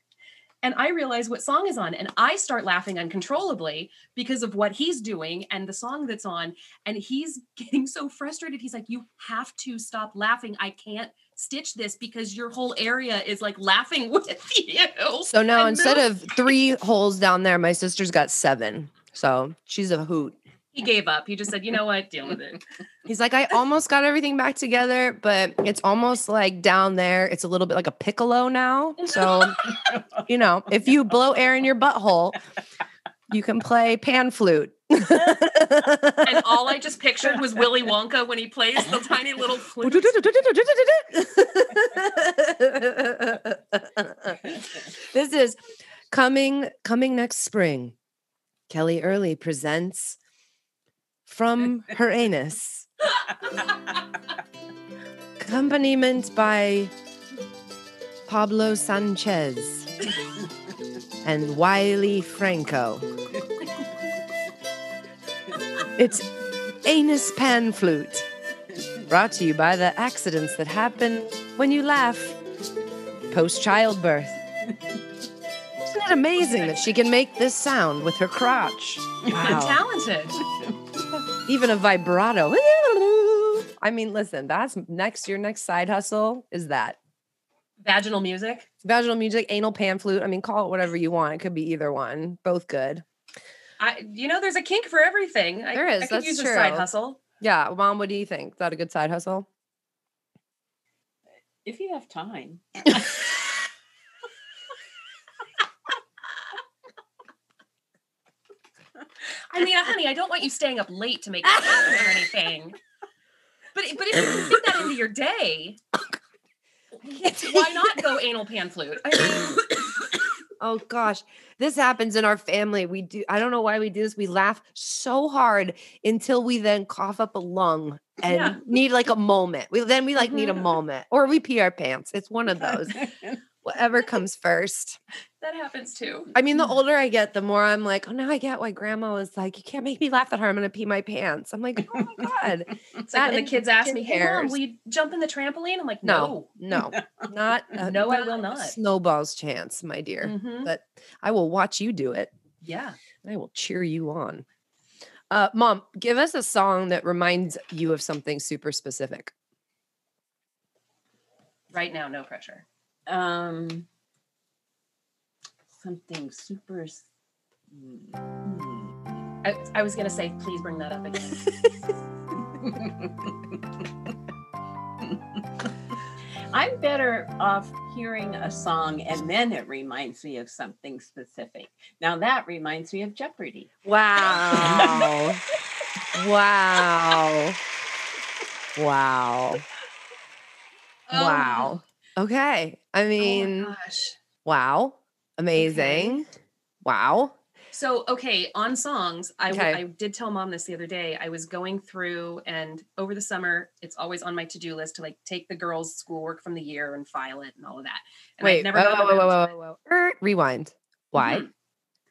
Speaker 3: And I realize what song is on, and I start laughing uncontrollably because of what he's doing and the song that's on. And he's getting so frustrated. He's like, You have to stop laughing. I can't stitch this because your whole area is like laughing with you.
Speaker 1: So now
Speaker 3: and
Speaker 1: instead of three holes down there, my sister's got seven. So she's a hoot.
Speaker 3: He gave up. He just said, You know what? Deal with it.
Speaker 1: He's like, I almost got everything back together, but it's almost like down there, it's a little bit like a piccolo now. So, you know, if you blow air in your butthole, you can play pan flute.
Speaker 3: And all I just pictured was Willy Wonka when he plays the tiny little flute.
Speaker 1: this is coming coming next spring. Kelly Early presents from her anus, accompaniment by Pablo Sanchez and Wiley Franco. It's anus pan flute. Brought to you by the accidents that happen when you laugh post childbirth. Isn't it amazing that she can make this sound with her crotch?
Speaker 3: I'm
Speaker 1: Wow.
Speaker 3: talented.
Speaker 1: Even a vibrato. I mean, listen, that's next your next side hustle is that.
Speaker 3: Vaginal music.
Speaker 1: Vaginal music, anal pan flute. I mean, call it whatever you want. It could be either one. Both good.
Speaker 3: I, you know, there's a kink for everything. I,
Speaker 1: There is,
Speaker 3: I could
Speaker 1: that's
Speaker 3: use
Speaker 1: true.
Speaker 3: a side hustle.
Speaker 1: Yeah. Mom, what do you think? Is that a good side hustle?
Speaker 4: If you have time,
Speaker 3: I mean, uh, honey, I don't want you staying up late to make dinner or anything. But but if you fit that into your day,
Speaker 1: Oh,
Speaker 3: why not go anal pan flute? I mean,
Speaker 1: Oh gosh, this happens in our family. We do. I don't know why we do this. We laugh so hard until we then cough up a lung and
Speaker 3: Yeah.
Speaker 1: need like a moment. We then we like need a
Speaker 4: Mhm.
Speaker 1: moment, or we pee our pants. It's one of those. Whatever comes first.
Speaker 3: that happens too.
Speaker 1: I mean, the older I get, the more I'm like, oh, now I get why grandma was like, you can't make me laugh at her. I'm gonna pee my pants. I'm like, oh my god,
Speaker 3: It's like
Speaker 1: That
Speaker 3: when
Speaker 1: and
Speaker 3: the kids ask me, "Hey, mom,
Speaker 1: hairs.
Speaker 3: will you jump in the trampoline?" I'm like,
Speaker 1: no,
Speaker 3: "No."
Speaker 1: no, not Mm. a-
Speaker 3: No, I will
Speaker 1: a
Speaker 3: not.
Speaker 1: Snowball's chance, my dear.
Speaker 3: Mhm.
Speaker 1: But I will watch you do it.
Speaker 3: Yeah.
Speaker 1: I will cheer you on. Uh, Mom, give us a song that reminds you of something super specific.
Speaker 3: Right now, no pressure.
Speaker 4: um, something super. s- hmm.
Speaker 3: I, I was gonna say, please bring that up again.
Speaker 4: I'm better off hearing a song and then it reminds me of something specific. Now that reminds me of Jeopardy.
Speaker 1: Wow. wow. Wow.
Speaker 4: Um,
Speaker 1: wow. Okay. I mean,
Speaker 3: oh my Oh gosh.
Speaker 1: wow. Amazing. Wow.
Speaker 3: So okay, on songs, I w-
Speaker 1: Okay.
Speaker 3: I did tell mom this the other day. I was going through and over the summer, it's always on my to do list to like take the girls' schoolwork from the year and file it and all of that. And I'd
Speaker 1: Wait. Whoa,
Speaker 3: gotten
Speaker 1: whoa, whoa,
Speaker 3: around to
Speaker 1: whoa,
Speaker 3: it.
Speaker 1: whoa, whoa. Er, Rewind. Why?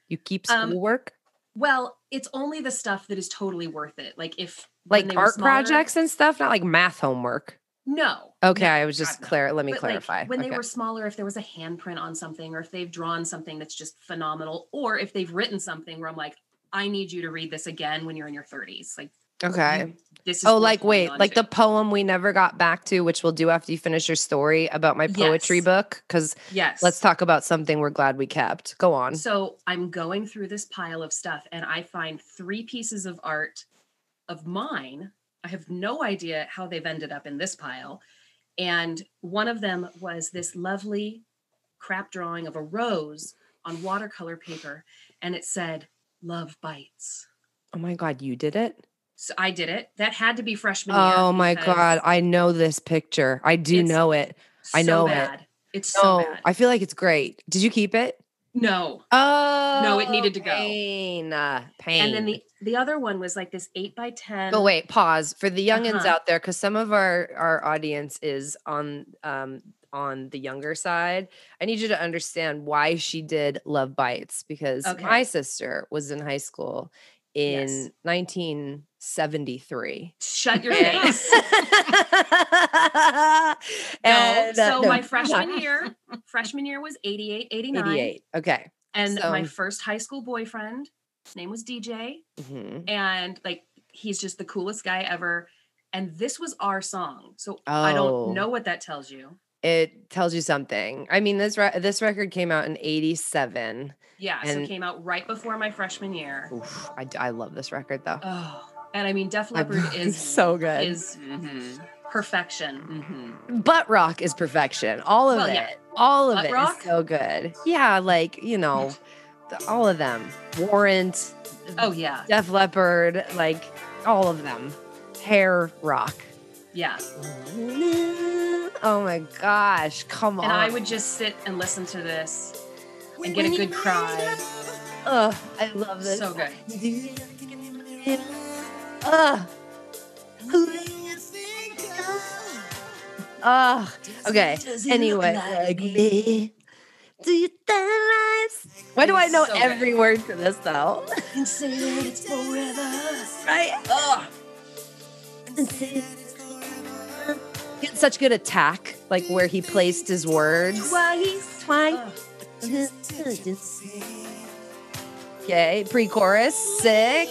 Speaker 1: You keep
Speaker 3: Mm-hmm. Um,
Speaker 1: schoolwork?
Speaker 3: Well, it's only the stuff that is totally worth it. Like if when
Speaker 1: like
Speaker 3: they were
Speaker 1: art
Speaker 3: smaller-
Speaker 1: projects and stuff, not like math homework.
Speaker 3: No.
Speaker 1: Okay,
Speaker 3: no,
Speaker 1: I was just
Speaker 3: God, no.
Speaker 1: clear. Let me
Speaker 3: But, like,
Speaker 1: clarify.
Speaker 3: when
Speaker 1: okay.
Speaker 3: they were smaller, if there was a handprint on something, or if they've drawn something that's just phenomenal, or if they've written something where I'm like, I need you to read this again when you're in your 30s. Like
Speaker 1: okay.
Speaker 3: you- this is
Speaker 1: Oh,
Speaker 3: worth
Speaker 1: like
Speaker 3: holding
Speaker 1: wait,
Speaker 3: on
Speaker 1: like
Speaker 3: to.
Speaker 1: the poem we never got back to, which we'll do after you finish your story about my poetry
Speaker 3: Yes.
Speaker 1: book. Because
Speaker 3: yes.
Speaker 1: let's talk about something we're glad we kept. Go on.
Speaker 3: So I'm going through this pile of stuff and I find three pieces of art of mine. I have no idea how they've ended up in this pile. And one of them was this lovely crap drawing of a rose on watercolor paper. And it said, Love bites.
Speaker 1: Oh my god, you did it.
Speaker 3: So I did it. That had to be freshman year.
Speaker 1: Oh my
Speaker 3: because
Speaker 1: god, I know this picture. I do
Speaker 3: It's
Speaker 1: know it. I
Speaker 3: so
Speaker 1: know it.
Speaker 3: bad. It's
Speaker 1: No,
Speaker 3: so bad.
Speaker 1: I feel like it's great. Did you keep it?
Speaker 3: no.
Speaker 1: Oh
Speaker 3: it needed to go.
Speaker 1: Pain, uh, pain.
Speaker 3: And then the, the other one was like this eight by 10.
Speaker 1: But wait, pause for the youngins
Speaker 3: Uh-huh.
Speaker 1: out there, because some of our our audience is on um on the younger side. I need you to understand why she did Love Bites because my
Speaker 3: Okay.
Speaker 1: sister was in high school in
Speaker 3: Yes.
Speaker 1: 1973.
Speaker 3: Shut your
Speaker 1: And-
Speaker 3: face.
Speaker 1: And,
Speaker 3: no,
Speaker 1: uh,
Speaker 3: so
Speaker 1: no,
Speaker 3: my freshman year, freshman year was 88, 89.
Speaker 1: 88. Okay.
Speaker 3: And my
Speaker 1: so-
Speaker 3: first high school boyfriend, his name was DJ.
Speaker 1: Mhm.
Speaker 3: And like, he's just the coolest guy ever. And this was our song. So I don't
Speaker 1: Oh.
Speaker 3: know what that tells you.
Speaker 1: It tells you something. I mean, this re- this record came out in 87.
Speaker 3: Yeah. so
Speaker 1: And-
Speaker 3: it came out right before my freshman year.
Speaker 1: Oof, I, d- I love this record though.
Speaker 3: Oh, and I mean, Def
Speaker 1: I-
Speaker 3: Leppard is
Speaker 1: so good.
Speaker 3: Is
Speaker 4: mhm,
Speaker 3: perfection.
Speaker 4: mhm.
Speaker 1: butt rock is perfection. All of
Speaker 3: Well,
Speaker 1: it.
Speaker 3: yeah.
Speaker 1: All of it
Speaker 3: Butt
Speaker 1: is
Speaker 3: rock?
Speaker 1: so good. Yeah, like, you know, th- all of them. Warrant,
Speaker 3: Oh yeah,
Speaker 1: Def Leppard, like all of them. Hair rock.
Speaker 3: yeah.
Speaker 1: Oh my gosh, come on.
Speaker 3: And I would just sit and listen to this and get a good cry.
Speaker 1: Ugh, I love this.
Speaker 3: So good.
Speaker 1: Ugh. Ugh. Okay. Anyway. Like me. Do you think life's- Why do I know
Speaker 3: So good.
Speaker 1: every word to this though? Right? Ugh. Get such good attack, like where he placed his words.
Speaker 3: Twice.
Speaker 1: Twice.
Speaker 3: Ugh.
Speaker 1: Okay, pre-chorus, sick.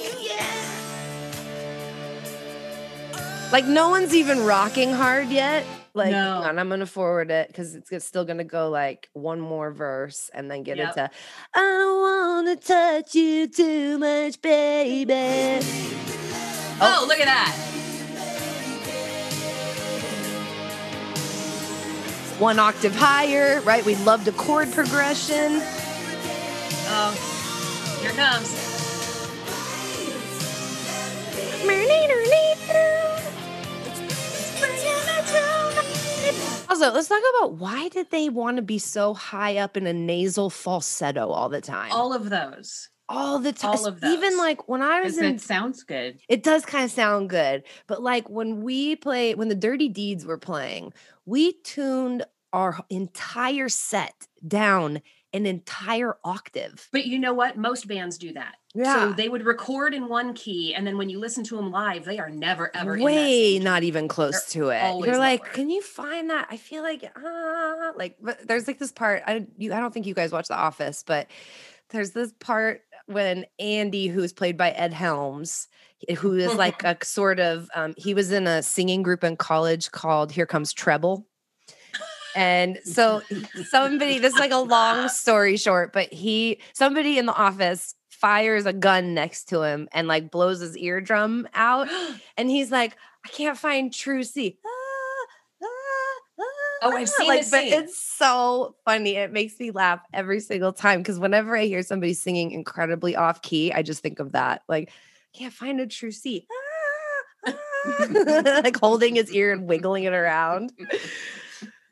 Speaker 1: Like no one's even rocking hard yet. Like, hang
Speaker 4: No.
Speaker 1: on, I'm gonna forward it because it's g- still gonna go like one more verse and then get
Speaker 4: Yep.
Speaker 1: into. I don't wanna touch you too much, baby.
Speaker 3: Oh, look at that.
Speaker 1: One octave higher, right? We love the chord progression.
Speaker 3: Oh, here it comes.
Speaker 1: Also, let's talk about why did they want to be so high up in a nasal falsetto all the time?
Speaker 3: All of those.
Speaker 1: all the time.
Speaker 3: all of
Speaker 1: Even
Speaker 3: those.
Speaker 1: like when I was
Speaker 4: Because
Speaker 1: in
Speaker 4: it sounds good.
Speaker 1: it does kind of sound good. But like when we play, when the Dirty Deeds were playing, we tuned our entire set down an entire octave.
Speaker 3: But you know what? Most bands do that. So they would record in one key, and then when you listen to them live, they are never ever in that
Speaker 1: way
Speaker 3: same
Speaker 1: not even close to it.
Speaker 3: always
Speaker 1: You're like,
Speaker 3: lower.
Speaker 1: can you find that? I feel like, ah, like, but there's like this part. I you, I don't think you guys watch The Office, but there's this part when Andy, who's played by Ed Helms, i- who is like a sort of, um, he was in a singing group in college called Here Comes Treble. And so somebody, this is like a long story short, but he, somebody in the office fires a gun next to him and like blows his eardrum out. And he's like, I can't find True C. Ah, ah, ah,
Speaker 3: Oh, I've
Speaker 1: ah,"
Speaker 3: seen
Speaker 1: like,
Speaker 3: this
Speaker 1: but
Speaker 3: scene.
Speaker 1: it's so funny. It makes me laugh every single time because whenever I hear somebody singing incredibly off key, I just think of that. Like, I can't find a True C. Ah, ah," like holding his ear and wiggling it around.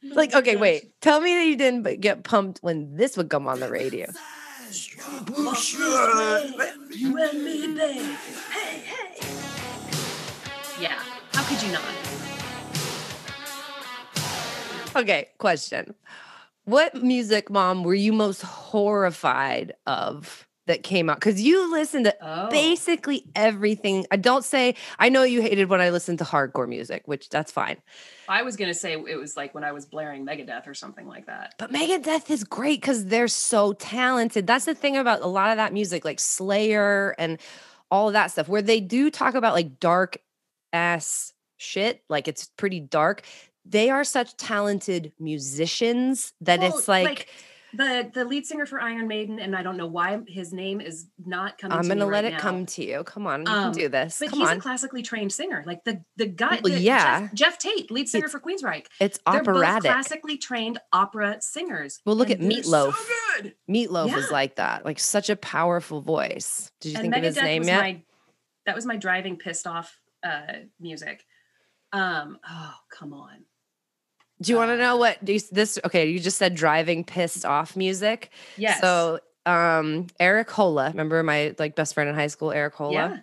Speaker 1: Like, okay, wait. Tell me that you didn't b- get pumped when this would come on the radio.
Speaker 3: Yeah. How could you not?
Speaker 1: Okay, question. What music, mom, were you most horrified of that came out? Because you listened to
Speaker 4: Oh,
Speaker 1: basically everything. I don't say, I know you hated when I listened to hardcore music, which that's fine.
Speaker 3: I was gonna say it was like when I was blaring Megadeth or something like that.
Speaker 1: But Megadeth is great because they're so talented. That's the thing about a lot of that music, like Slayer and all that stuff, where they do talk about like dark ass shit, like it's pretty dark. They are such talented musicians that
Speaker 3: Well,
Speaker 1: it's
Speaker 3: like,
Speaker 1: like
Speaker 3: The the lead singer for Iron Maiden, and I don't know why his name is not coming.
Speaker 1: I'm
Speaker 3: to me
Speaker 1: gonna let
Speaker 3: right
Speaker 1: it
Speaker 3: now,
Speaker 1: come to you. Come on, you
Speaker 3: Um,
Speaker 1: can do this.
Speaker 3: But
Speaker 1: Come
Speaker 3: he's
Speaker 1: on,
Speaker 3: a classically trained singer. Like the the guy,
Speaker 1: Well,
Speaker 3: the-
Speaker 1: yeah.
Speaker 3: Jeff, Jeff Tate, lead singer for Queensryche.
Speaker 1: it's
Speaker 3: They're both
Speaker 1: operatic.
Speaker 3: classically trained opera singers.
Speaker 1: Well, look
Speaker 3: and
Speaker 1: at
Speaker 3: they're so
Speaker 1: Meatloaf.
Speaker 3: good.
Speaker 1: Meatloaf
Speaker 3: Yeah.
Speaker 1: is like that, like such a powerful voice. Did you
Speaker 3: and
Speaker 1: think
Speaker 3: Megadeth
Speaker 1: of his name
Speaker 3: was
Speaker 1: yet?
Speaker 3: My, that was my driving pissed off uh, music. Um, oh come on.
Speaker 1: do you want to
Speaker 3: uh,
Speaker 1: know what do you, this? Okay, you just said driving pissed off music.
Speaker 3: Yes.
Speaker 1: So um Eric Hola, remember my like best friend in high school, Eric Hola?
Speaker 3: yeah.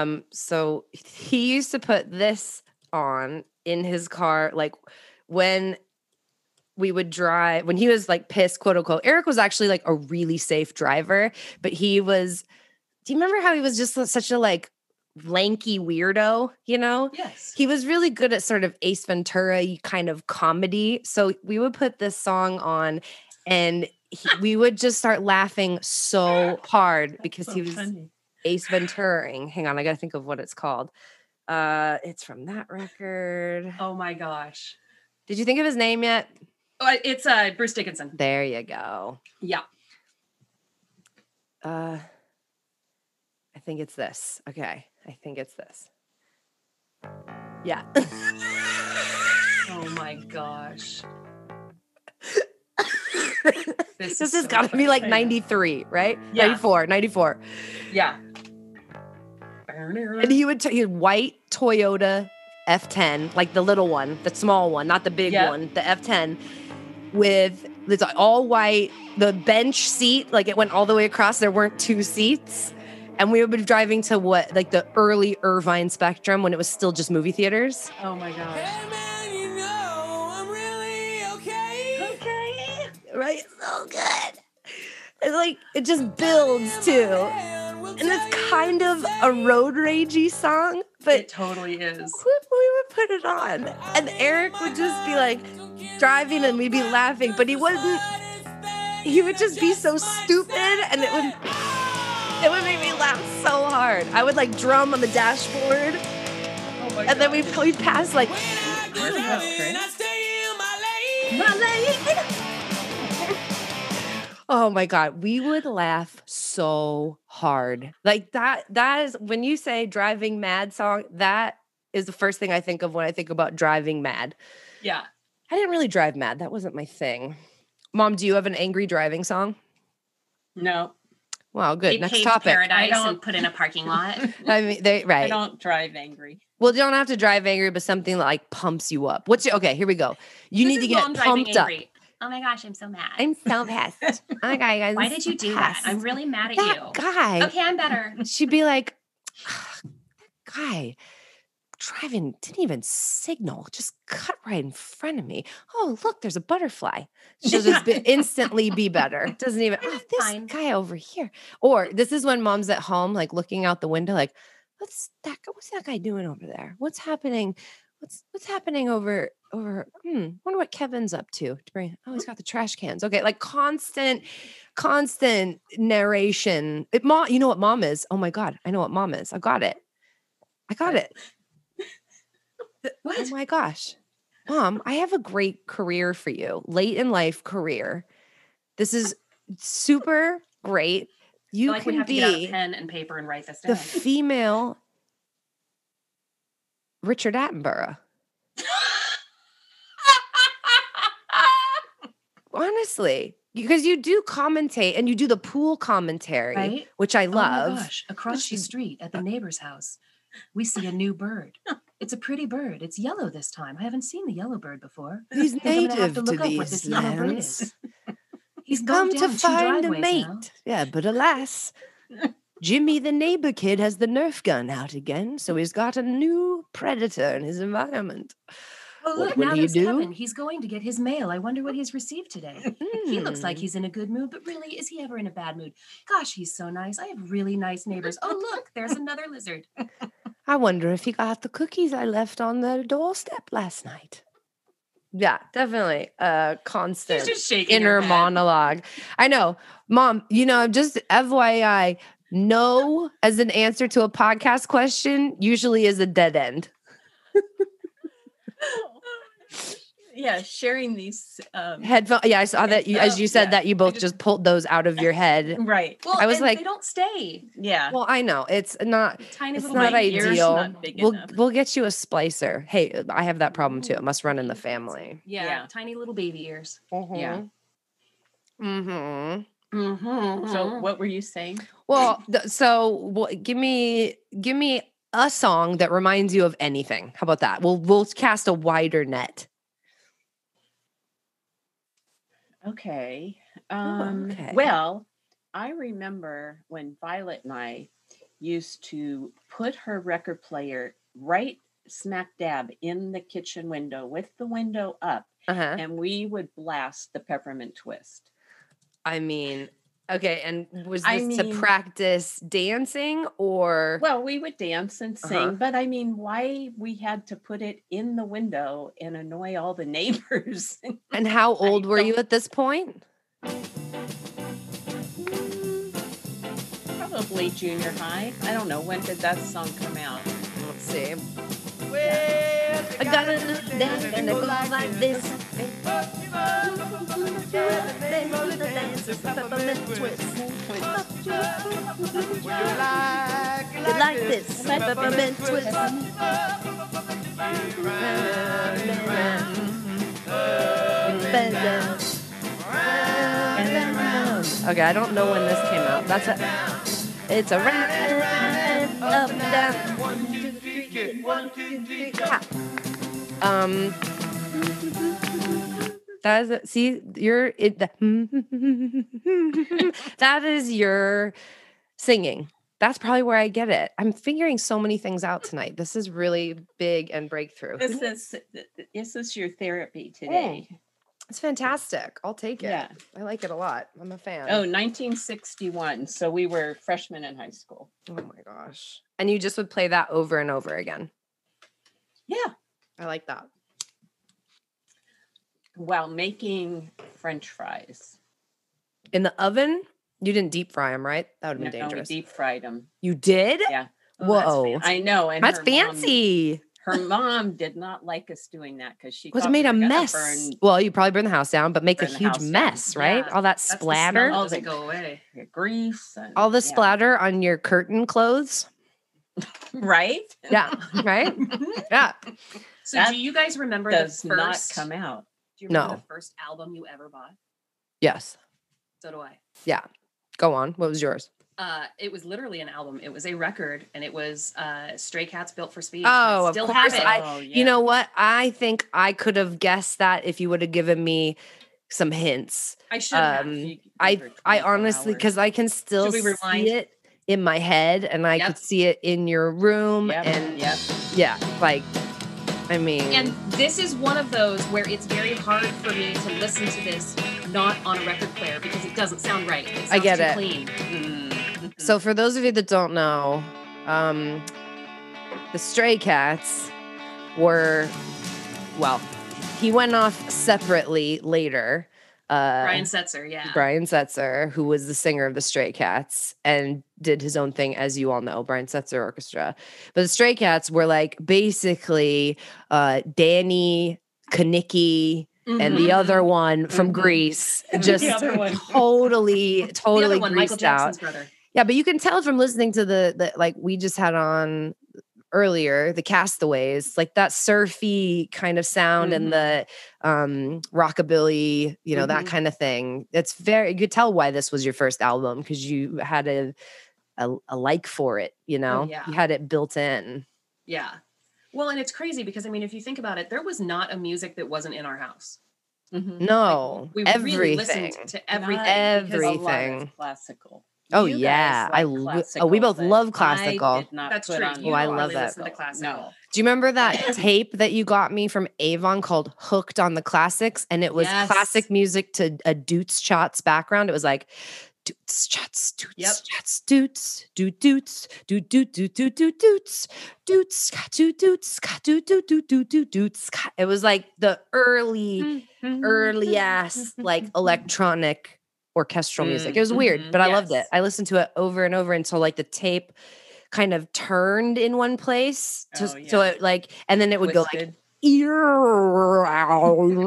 Speaker 1: Um, so he used to put this on in his car, like when we would drive when he was like pissed, quote unquote. Eric was actually like a really safe driver, but he was. Do you remember how he was just such a like lanky weirdo? You know,
Speaker 3: Yes.
Speaker 1: he was really good at sort of Ace Ventura kind of comedy. So we would put this song on and he, we would just start laughing so hard because
Speaker 4: so
Speaker 1: he was
Speaker 4: funny.
Speaker 1: Ace Venturing. Hang on, I gotta think of what it's called. Uh, it's from that record.
Speaker 3: Oh my gosh.
Speaker 1: Did you think of his name yet?
Speaker 3: Oh, I- it's uh, Bruce Dickinson.
Speaker 1: There you go.
Speaker 3: Yeah.
Speaker 1: Uh, I think it's this. Okay, I think it's this. Yeah.
Speaker 3: Oh my gosh.
Speaker 1: this
Speaker 3: This
Speaker 1: has
Speaker 3: is so
Speaker 1: gotta be like
Speaker 3: frustrating.
Speaker 1: 93, right?
Speaker 3: Yeah.
Speaker 1: 94, 94.
Speaker 3: Yeah.
Speaker 1: And he would t- he had white Toyota F10, like the little one, the small one, not the big
Speaker 4: Yeah.
Speaker 1: one, the F10 with it's all white, the bench seat, like it went all the way across. There weren't two seats. And we would be driving to what, like the early Irvine Spectrum when it was still just movie theaters.
Speaker 4: Oh my gosh.
Speaker 1: Okay. Right? So good. It's like, it just builds too. And it's kind of a road ragey song, but
Speaker 3: it totally is.
Speaker 1: we we would put it on and eric would just be like driving and we'd be laughing but he wasn't he would just be so stupid and it would it would make me laugh so hard. I would like drum on the dashboard
Speaker 4: Oh my
Speaker 1: and then we we'd pass like
Speaker 4: Where was Chris?
Speaker 1: Oh my god, we would laugh so hard. Like that that is when you say driving mad song, that is the first thing I think of when I think about driving mad.
Speaker 4: Yeah.
Speaker 1: I didn't really drive mad. That wasn't my thing. Mom, do you have an angry driving song?
Speaker 4: No,
Speaker 1: Wow, good.
Speaker 3: They
Speaker 1: Next
Speaker 3: paved
Speaker 1: topic.
Speaker 4: I
Speaker 3: Paradise
Speaker 4: don't-
Speaker 3: and put in a parking lot.
Speaker 1: I mean, they
Speaker 4: I
Speaker 1: right.
Speaker 4: don't drive angry.
Speaker 1: Well, you don't have to drive angry, but something that like pumps you up. What's your okay? Here we go. You
Speaker 3: This
Speaker 1: need to
Speaker 3: is
Speaker 1: get
Speaker 3: mom driving
Speaker 1: pumped up.
Speaker 3: angry. Oh my gosh, I'm so mad.
Speaker 1: I'm so pissed. oh my god, you guys!
Speaker 3: Why
Speaker 1: I'm
Speaker 3: did
Speaker 1: so
Speaker 3: you do that?
Speaker 1: pissed.
Speaker 3: I'm really mad at
Speaker 1: that
Speaker 3: you.
Speaker 1: guy.
Speaker 3: Okay, I'm better.
Speaker 1: She'd be like, "Ugh, that guy driving didn't even signal, just cut right in front of me. Oh, look, there's a butterfly. She'll just be, instantly be better. Doesn't even, oh, this
Speaker 3: Fine.
Speaker 1: guy over here. Or this is when mom's at home, like looking out the window, like, what's that guy, what's that guy doing over there? What's happening? What's what's happening over over hmm, wonder what Kevin's up to to bring oh he's got the trash cans. Okay, like constant constant narration. It, mom, you know what mom is? Oh my god, I know what mom is. I got it. I got it. Oh
Speaker 3: What?
Speaker 1: my gosh, mom, I have a great career for you. Late in life career. This is super great.
Speaker 3: I
Speaker 1: You
Speaker 3: feel like we
Speaker 1: can
Speaker 3: have to get out a
Speaker 1: be
Speaker 3: pen and paper and write this
Speaker 1: the
Speaker 3: down.
Speaker 1: female Richard Attenborough. Honestly, because you do commentate and you do the pool commentary,
Speaker 3: right?
Speaker 1: which I
Speaker 3: Oh my
Speaker 1: love.
Speaker 3: gosh, across the
Speaker 1: you-
Speaker 3: street at the neighbor's house, we see a new bird. It's a pretty bird. It's yellow this time. I haven't seen the yellow bird before.
Speaker 1: He's
Speaker 3: I'm gonna have
Speaker 1: native
Speaker 3: to
Speaker 1: to,
Speaker 3: look up what
Speaker 1: these
Speaker 3: this yellow bird
Speaker 1: lands.
Speaker 3: is. He's
Speaker 1: Come
Speaker 3: gone
Speaker 1: to
Speaker 3: down two
Speaker 1: find a
Speaker 3: driveways
Speaker 1: mate.
Speaker 3: now.
Speaker 1: Yeah, but alas, Jimmy the neighbor kid has the Nerf gun out again, so he's got a new predator in his environment. What
Speaker 3: Oh, look,
Speaker 1: will
Speaker 3: now
Speaker 1: he
Speaker 3: there's
Speaker 1: do?
Speaker 3: Kevin. He's going to get his mail. I wonder what he's received today. He looks like
Speaker 1: Hmm.
Speaker 3: he's in a good mood, but really, is he ever in a bad mood? Gosh, he's so nice. I have really nice neighbors. Oh, look, there's another lizard.
Speaker 1: Hmm. I wonder if he got the cookies I left on the doorstep last night. Yeah, definitely. Uh, constant.
Speaker 3: She's just shaking. her
Speaker 1: inner
Speaker 3: head.
Speaker 1: monologue. I know, mom. You know, just FYI, no as an answer to a podcast question usually is a dead end.
Speaker 4: yeah, sharing these. Um,
Speaker 1: Headphone. Yeah, I saw that. You, as
Speaker 4: Oh,
Speaker 1: you said
Speaker 4: yeah.
Speaker 1: that, you both
Speaker 4: just-
Speaker 1: just pulled those out of your head.
Speaker 4: right.
Speaker 3: Well,
Speaker 1: I was
Speaker 3: Oh, and
Speaker 1: like-
Speaker 3: they don't stay.
Speaker 4: Yeah.
Speaker 1: Well, I know it's not.
Speaker 3: Tiny
Speaker 1: It's
Speaker 3: little
Speaker 1: not
Speaker 4: my
Speaker 3: baby
Speaker 4: ear's
Speaker 3: ears.
Speaker 1: ideal.
Speaker 4: not big
Speaker 1: We'll
Speaker 4: enough.
Speaker 1: we'll get you a splicer. Hey, I have that problem too. It must run in the family.
Speaker 3: Yeah,
Speaker 4: Yeah.
Speaker 3: tiny little baby ears.
Speaker 4: Yeah.
Speaker 1: Mm-hmm.
Speaker 3: Mm-hmm.
Speaker 1: uh-huh.
Speaker 4: So, what were you saying?
Speaker 1: Well, th- so wha- give me give me a song that reminds you of anything. How about that? We'll we'll cast a wider net.
Speaker 4: Okay. Um,
Speaker 1: Oh, okay.
Speaker 4: Well, I remember when Violet and I used to put her record player right smack dab in the kitchen window with the window up,
Speaker 1: Uh-huh.
Speaker 4: and we would blast the peppermint twist.
Speaker 1: I mean, okay, and was this
Speaker 4: I
Speaker 1: to
Speaker 4: mean-
Speaker 1: practice dancing or
Speaker 4: Well, we would dance and sing,
Speaker 1: Uh-huh.
Speaker 4: but I mean, why we had to put it in the window and annoy all the neighbors?
Speaker 1: and how old were
Speaker 4: don't-
Speaker 1: you at this point?
Speaker 4: Mm, Probably junior high. I don't know. When did that song come out?
Speaker 1: Let's see.
Speaker 5: I gotta look down and I go like this. You like this peppermint twist.
Speaker 1: Okay, I don't know when this came out. That's a it's a round up down. Um that is a, see your it the, that is your singing. That's probably where I get it. I'm figuring so many things out tonight. This is really big and breakthrough.
Speaker 4: This is this is your therapy today.
Speaker 1: It's fantastic. I'll take it.
Speaker 4: Yeah.
Speaker 1: I like it a lot. I'm a fan.
Speaker 4: Oh, 1961. So we were freshmen in high school.
Speaker 1: Oh my gosh. And you just would play that over and over again.
Speaker 4: Yeah.
Speaker 1: I like that.
Speaker 4: While making French fries.
Speaker 1: in the oven. You didn't deep fry them, right? That would have
Speaker 4: No,
Speaker 1: been dangerous.
Speaker 4: we deep fried them.
Speaker 1: you did?
Speaker 4: Yeah, Oh, that's
Speaker 1: Whoa.
Speaker 4: fan- I know. And
Speaker 1: That's
Speaker 4: her mom-
Speaker 1: fancy.
Speaker 4: her mom did not like us doing that because she
Speaker 1: Because it
Speaker 4: thought
Speaker 1: made
Speaker 4: we
Speaker 1: a
Speaker 4: were gonna
Speaker 1: mess.
Speaker 4: burn-
Speaker 1: well, you probably burn the house down, but make a
Speaker 4: burn the
Speaker 1: huge
Speaker 4: house down.
Speaker 1: mess, right?
Speaker 3: Yeah,
Speaker 1: All that
Speaker 3: That's the
Speaker 1: splatter.
Speaker 3: smell
Speaker 4: All
Speaker 3: doesn't
Speaker 4: the-
Speaker 3: go away.
Speaker 4: your grease. And,
Speaker 1: all the
Speaker 4: yeah.
Speaker 1: splatter on your curtain clothes.
Speaker 4: right?
Speaker 1: Yeah, right? Yeah.
Speaker 3: So
Speaker 4: That
Speaker 3: do you guys remember the
Speaker 4: Does
Speaker 3: first
Speaker 4: not come out.
Speaker 3: Do you remember
Speaker 1: No.
Speaker 3: the first album you ever bought?
Speaker 1: Yes.
Speaker 3: So do I.
Speaker 1: Go on. What was yours?
Speaker 3: Uh, it was literally an album. It was a record, and it was uh, Stray Cats Built for Speed.
Speaker 1: Oh,
Speaker 3: I
Speaker 1: of
Speaker 3: still
Speaker 1: course
Speaker 3: have it.
Speaker 1: I-
Speaker 4: oh,
Speaker 1: You
Speaker 4: yeah.
Speaker 1: know what? I think I could have guessed that if you would have given me some hints.
Speaker 3: I should have.
Speaker 1: um,
Speaker 4: You give
Speaker 1: I
Speaker 4: her
Speaker 1: I
Speaker 4: 24
Speaker 1: honestly
Speaker 4: hours.
Speaker 1: cuz I can still
Speaker 3: we rewind?
Speaker 1: see it in my head and I
Speaker 3: Yep.
Speaker 1: could see it in your room
Speaker 4: Yep,
Speaker 1: and
Speaker 4: yep.
Speaker 1: yeah, like I mean
Speaker 3: And this is one of those where it's very hard for me to listen to this not on a record player because it doesn't sound right. It sounds
Speaker 1: I get
Speaker 3: too
Speaker 1: it. Uh,
Speaker 3: clean.
Speaker 1: Mm-hmm. So for those of you that don't know, um, the Stray Cats were, well, he went off separately later. Uh,
Speaker 3: Brian Setzer, yeah.
Speaker 1: Brian Setzer, who was the singer of the Stray Cats and did his own thing, as you all know, Brian Setzer Orchestra. But the Stray Cats were like basically uh, Danny Kanicki and the
Speaker 3: Mhm.
Speaker 1: other one from
Speaker 3: Mm-hmm.
Speaker 4: Mhm.
Speaker 1: Greece,
Speaker 4: And the
Speaker 1: just
Speaker 4: other one.
Speaker 1: totally,
Speaker 3: The
Speaker 1: totally
Speaker 3: other one, Michael
Speaker 1: greased out.
Speaker 3: Jackson's brother.
Speaker 1: Yeah, but you can tell from listening to the, the like we just had on earlier, the castaways, like that surfy kind of sound and
Speaker 3: Mm-hmm.
Speaker 1: the um rockabilly, you know, that
Speaker 3: Mhm.
Speaker 1: kind of thing. It's very you could tell why this was your first album because you had a, a a like for it, you know.
Speaker 3: Oh, yeah.
Speaker 1: You had it built in.
Speaker 3: Yeah. Well, and it's crazy because I mean, if you think about it, there was not a music that wasn't in our house.
Speaker 4: Mhm.
Speaker 1: No,
Speaker 3: Mm-hmm. We
Speaker 1: Oh, everything.
Speaker 3: really listened to everything.
Speaker 4: Not because a lot of
Speaker 1: everything.
Speaker 4: classical.
Speaker 1: Oh,
Speaker 4: You guys
Speaker 1: yeah. I lo- oh, we
Speaker 4: classical,
Speaker 1: both
Speaker 4: but
Speaker 1: love
Speaker 4: I
Speaker 1: classical.
Speaker 4: did not
Speaker 3: That's
Speaker 4: put
Speaker 3: true.
Speaker 4: on
Speaker 3: You
Speaker 1: Oh, I
Speaker 3: don't
Speaker 1: love
Speaker 3: really
Speaker 1: that.
Speaker 3: listen to classical.
Speaker 4: No.
Speaker 1: Do you remember that tape that you got me from Avon called Hooked on the Classics? And it was
Speaker 3: Yes.
Speaker 1: classic music to a Doots Chots background. It was like Doots Chots, Doots
Speaker 3: Yep.
Speaker 1: Chots, Doots, Doot Doots, Doot Doot Doot Doot Doot Doots, Doots, Ska Doot Doots, Ska Doot Doot Doot Doot Doot Doot Ska. It was like the early, early ass like electronic orchestral music. It was weird,
Speaker 4: Mhm.
Speaker 1: but I loved it.
Speaker 4: Yes.
Speaker 1: I listened to it over and over until like the tape kind of turned in one place to,
Speaker 4: Oh,
Speaker 1: so
Speaker 4: yeah.
Speaker 1: it like and then it would go like
Speaker 4: Twisted.
Speaker 1: ear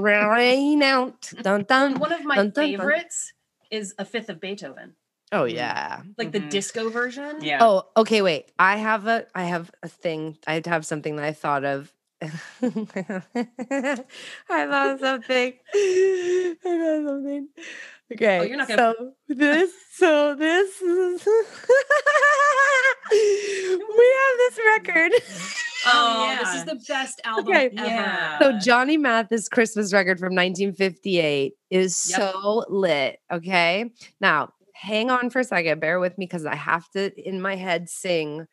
Speaker 1: rain out dun dun
Speaker 3: One of my
Speaker 1: Dun, dun, dun.
Speaker 3: favorites is A Fifth of Beethoven,
Speaker 1: oh yeah
Speaker 3: like the
Speaker 4: Mhm.
Speaker 3: disco version.
Speaker 4: Yeah.
Speaker 1: oh okay wait i have a i have a thing i have something that i thought of i thought of something i thought of something okay
Speaker 3: Oh, you're not gonna-
Speaker 1: so this so this is we have this record
Speaker 3: Oh,
Speaker 4: Oh,
Speaker 3: this is
Speaker 4: yeah.
Speaker 3: the best album
Speaker 1: Okay.
Speaker 3: ever.
Speaker 4: Yeah.
Speaker 1: Oh, So
Speaker 4: Uh,
Speaker 1: Johnny Mathis Christmas record from 1958 is
Speaker 3: Yep.
Speaker 1: so lit. Okay. Now hang on for a second. Bear with me because I have to in my head sing.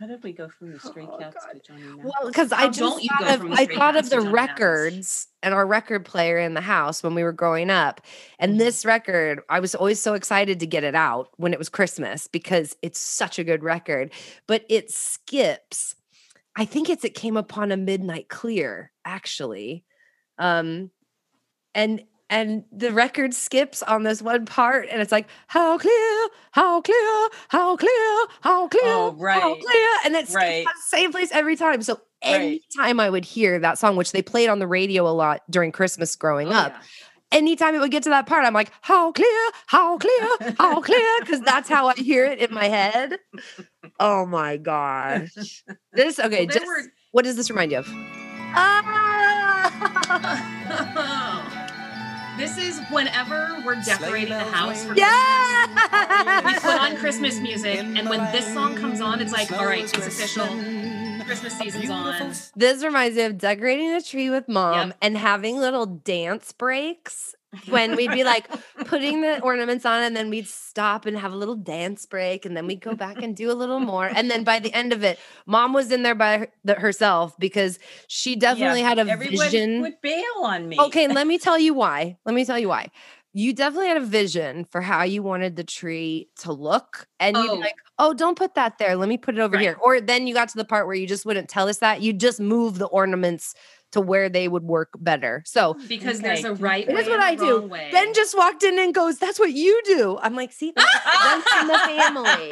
Speaker 4: How did we go from the Stray
Speaker 1: Oh,
Speaker 4: Cats
Speaker 1: God.
Speaker 4: to Johnny Mathis?
Speaker 1: Well, because I
Speaker 3: How
Speaker 1: just
Speaker 3: don't you
Speaker 1: thought
Speaker 3: go
Speaker 1: of,
Speaker 3: from
Speaker 1: I
Speaker 3: Straight
Speaker 1: thought of
Speaker 3: Nuts to
Speaker 1: the
Speaker 3: Johnny Mathis?
Speaker 1: records and our record player in the house when we were growing up.
Speaker 3: Mm-hmm.
Speaker 1: And this record, I was always so excited to get it out when it was Christmas because it's such a good record. But it skips. I think it's it came upon a midnight clear actually. Um and and the record skips on this one part and it's like how clear how clear how clear how clear
Speaker 4: Oh,
Speaker 1: how
Speaker 4: right.
Speaker 1: clear and it's
Speaker 4: Right.
Speaker 1: the same place every time so
Speaker 4: Right.
Speaker 1: anytime i would hear that song which they played on the radio a lot during christmas growing
Speaker 3: Oh,
Speaker 1: up anytime it would get to that part i'm like how clear how clear how clear because that's how i hear it in my head oh my gosh this okay
Speaker 3: Well, there
Speaker 1: just,
Speaker 3: were-
Speaker 1: what does this remind you of
Speaker 3: yeah. this is whenever we're decorating the house for
Speaker 1: yeah
Speaker 3: Christmas. We put on Christmas music, and when this song comes on, it's like, all right, it's official. Christmas season's on.
Speaker 1: This reminds me of decorating the tree with mom
Speaker 3: Yep.
Speaker 1: and having little dance breaks when we'd be like putting the ornaments on and then we'd stop and have a little dance break and then we'd go back and do a little more. And then by the end of it, mom was in there by her, the, herself because she definitely had a
Speaker 4: Everyone
Speaker 1: vision.
Speaker 4: would bail on me.
Speaker 1: Okay, let me tell you why. Let me tell you why. You definitely had a vision for how you wanted the tree to look, and you'd be
Speaker 3: Oh.
Speaker 1: like, "Oh, don't put that there. Let me put it over
Speaker 3: Right.
Speaker 1: here." Or then you got to the part where you just wouldn't tell us that. You just move the ornaments to where they would work better. So
Speaker 3: because
Speaker 4: Okay.
Speaker 3: there's a right
Speaker 1: Here's
Speaker 3: way
Speaker 1: what
Speaker 3: and a
Speaker 1: I do.
Speaker 3: wrong way.
Speaker 1: Ben just walked in and goes, That's what you do. I'm like, See, that's that's in the family.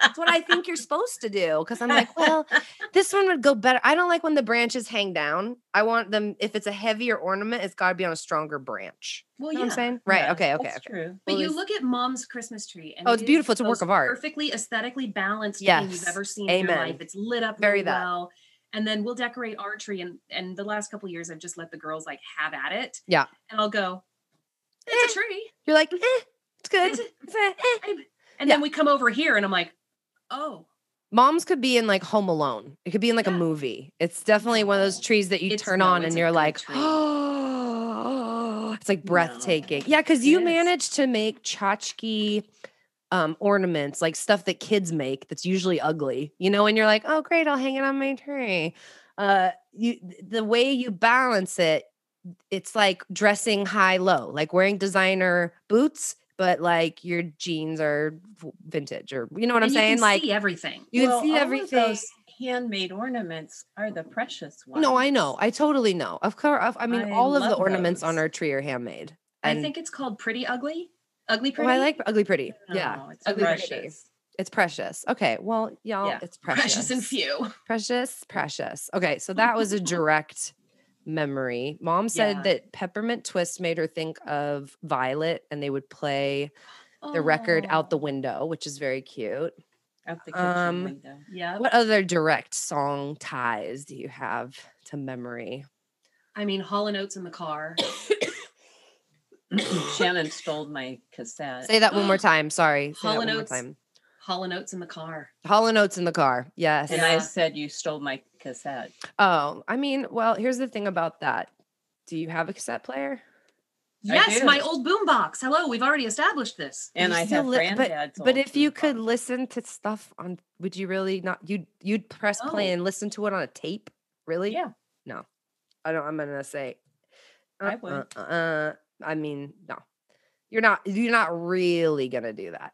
Speaker 1: That's what I think you're supposed to do. Cause I'm like, Well, this one would go better. I don't like when the branches hang down. I want them, if it's a heavier ornament, it's got to be on a stronger branch.
Speaker 3: well,
Speaker 1: You know
Speaker 3: yeah.
Speaker 1: what I'm saying? Right.
Speaker 4: Yeah,
Speaker 1: okay. Okay.
Speaker 4: that's
Speaker 1: okay.
Speaker 4: true.
Speaker 3: But you
Speaker 1: Well,
Speaker 3: look at mom's Christmas tree, and
Speaker 1: Oh, it's
Speaker 3: it is
Speaker 1: beautiful. It's a
Speaker 3: the
Speaker 1: work
Speaker 3: most
Speaker 1: of art.
Speaker 3: perfectly aesthetically balanced thing
Speaker 1: Yes.
Speaker 3: you've ever seen in
Speaker 1: Amen.
Speaker 3: your life. It's lit up
Speaker 1: Very
Speaker 3: really
Speaker 1: that.
Speaker 3: well. And then we'll decorate our tree, and and the last couple years, I've just let the girls like have at it.
Speaker 1: Yeah.
Speaker 3: and I'll go. It's a tree,
Speaker 1: You're like, eh, it's good.
Speaker 3: It's a-
Speaker 1: It's a- eh.
Speaker 3: and
Speaker 1: Yeah.
Speaker 3: then we come over here, and I'm like, oh,
Speaker 1: Moms could be in like Home Alone. It could be in like a
Speaker 3: Yeah.
Speaker 1: movie. It's definitely one of those trees that you
Speaker 3: It's-
Speaker 1: turn
Speaker 3: no,
Speaker 1: on
Speaker 3: it's
Speaker 1: and
Speaker 3: a
Speaker 1: you're
Speaker 3: good
Speaker 1: like,
Speaker 3: tree.
Speaker 1: oh, it's like
Speaker 4: No.
Speaker 1: breathtaking. Yeah, because you
Speaker 4: Yes.
Speaker 1: managed to make tchotchke um, ornaments, like stuff that kids make that's usually ugly, you know, and you're like, oh, great, I'll hang it on my tree. Uh, you, th- the way you balance it, it's like dressing high low, like wearing designer boots, but like your jeans are v- vintage or, you know what
Speaker 3: and
Speaker 1: I'm
Speaker 3: you
Speaker 1: saying?
Speaker 3: can
Speaker 1: like,
Speaker 3: see everything.
Speaker 1: you can
Speaker 4: Well,
Speaker 1: see
Speaker 4: all of
Speaker 1: everything.
Speaker 4: those handmade ornaments are the precious ones.
Speaker 1: No, I know. I totally know. Of course, I mean,
Speaker 4: I
Speaker 1: all of the
Speaker 4: love
Speaker 1: ornaments on
Speaker 4: those.
Speaker 1: our tree are handmade. And
Speaker 3: I think it's called pretty ugly, ugly
Speaker 1: oh,
Speaker 3: pretty. Oh.
Speaker 1: I like ugly pretty. Yeah,
Speaker 4: No, Oh, it's
Speaker 1: ugly pretty.
Speaker 4: precious.
Speaker 1: it's precious. Okay, well, y'all,
Speaker 4: Yeah.
Speaker 1: it's precious.
Speaker 3: precious, and few.
Speaker 1: Precious, precious. Okay, so that was a direct memory. Mom said
Speaker 4: Yeah.
Speaker 1: that peppermint twist made her think of Violet, and they would play the record out the
Speaker 3: Oh,
Speaker 1: window, which is very cute.
Speaker 4: Out the kitchen
Speaker 1: Um,
Speaker 4: window.
Speaker 3: Yeah,
Speaker 1: What other direct song ties do you have to memory?
Speaker 3: I mean, Hall and Oates in the car.
Speaker 4: Shannon stole my cassette.
Speaker 1: Say that one more time. Sorry, say that
Speaker 3: Hall
Speaker 1: one
Speaker 3: and
Speaker 1: more
Speaker 3: Oates.
Speaker 1: time.
Speaker 3: Hall and Oates in the car.
Speaker 1: Hall and Oates in the car. Yes.
Speaker 4: and
Speaker 3: Yeah.
Speaker 4: I said you stole my cassette.
Speaker 1: Oh, I mean, well, here's the thing about that. Do you have a cassette player?
Speaker 4: I
Speaker 3: Yes,
Speaker 4: do.
Speaker 3: my old boombox. Hello, we've already established this.
Speaker 4: And
Speaker 1: You
Speaker 4: I
Speaker 1: still
Speaker 4: have
Speaker 1: li- but-
Speaker 4: granddad's.
Speaker 1: But
Speaker 4: old
Speaker 1: if you could
Speaker 4: boombox.
Speaker 1: listen to stuff on, would you really not? You'd you'd press play
Speaker 3: No.
Speaker 1: and listen to it on a tape, really?
Speaker 4: Yeah.
Speaker 1: No, I don't. I'm gonna say,
Speaker 4: I
Speaker 1: uh,
Speaker 4: would.
Speaker 1: Uh, uh, I mean, no, you're not. You're not really gonna do that.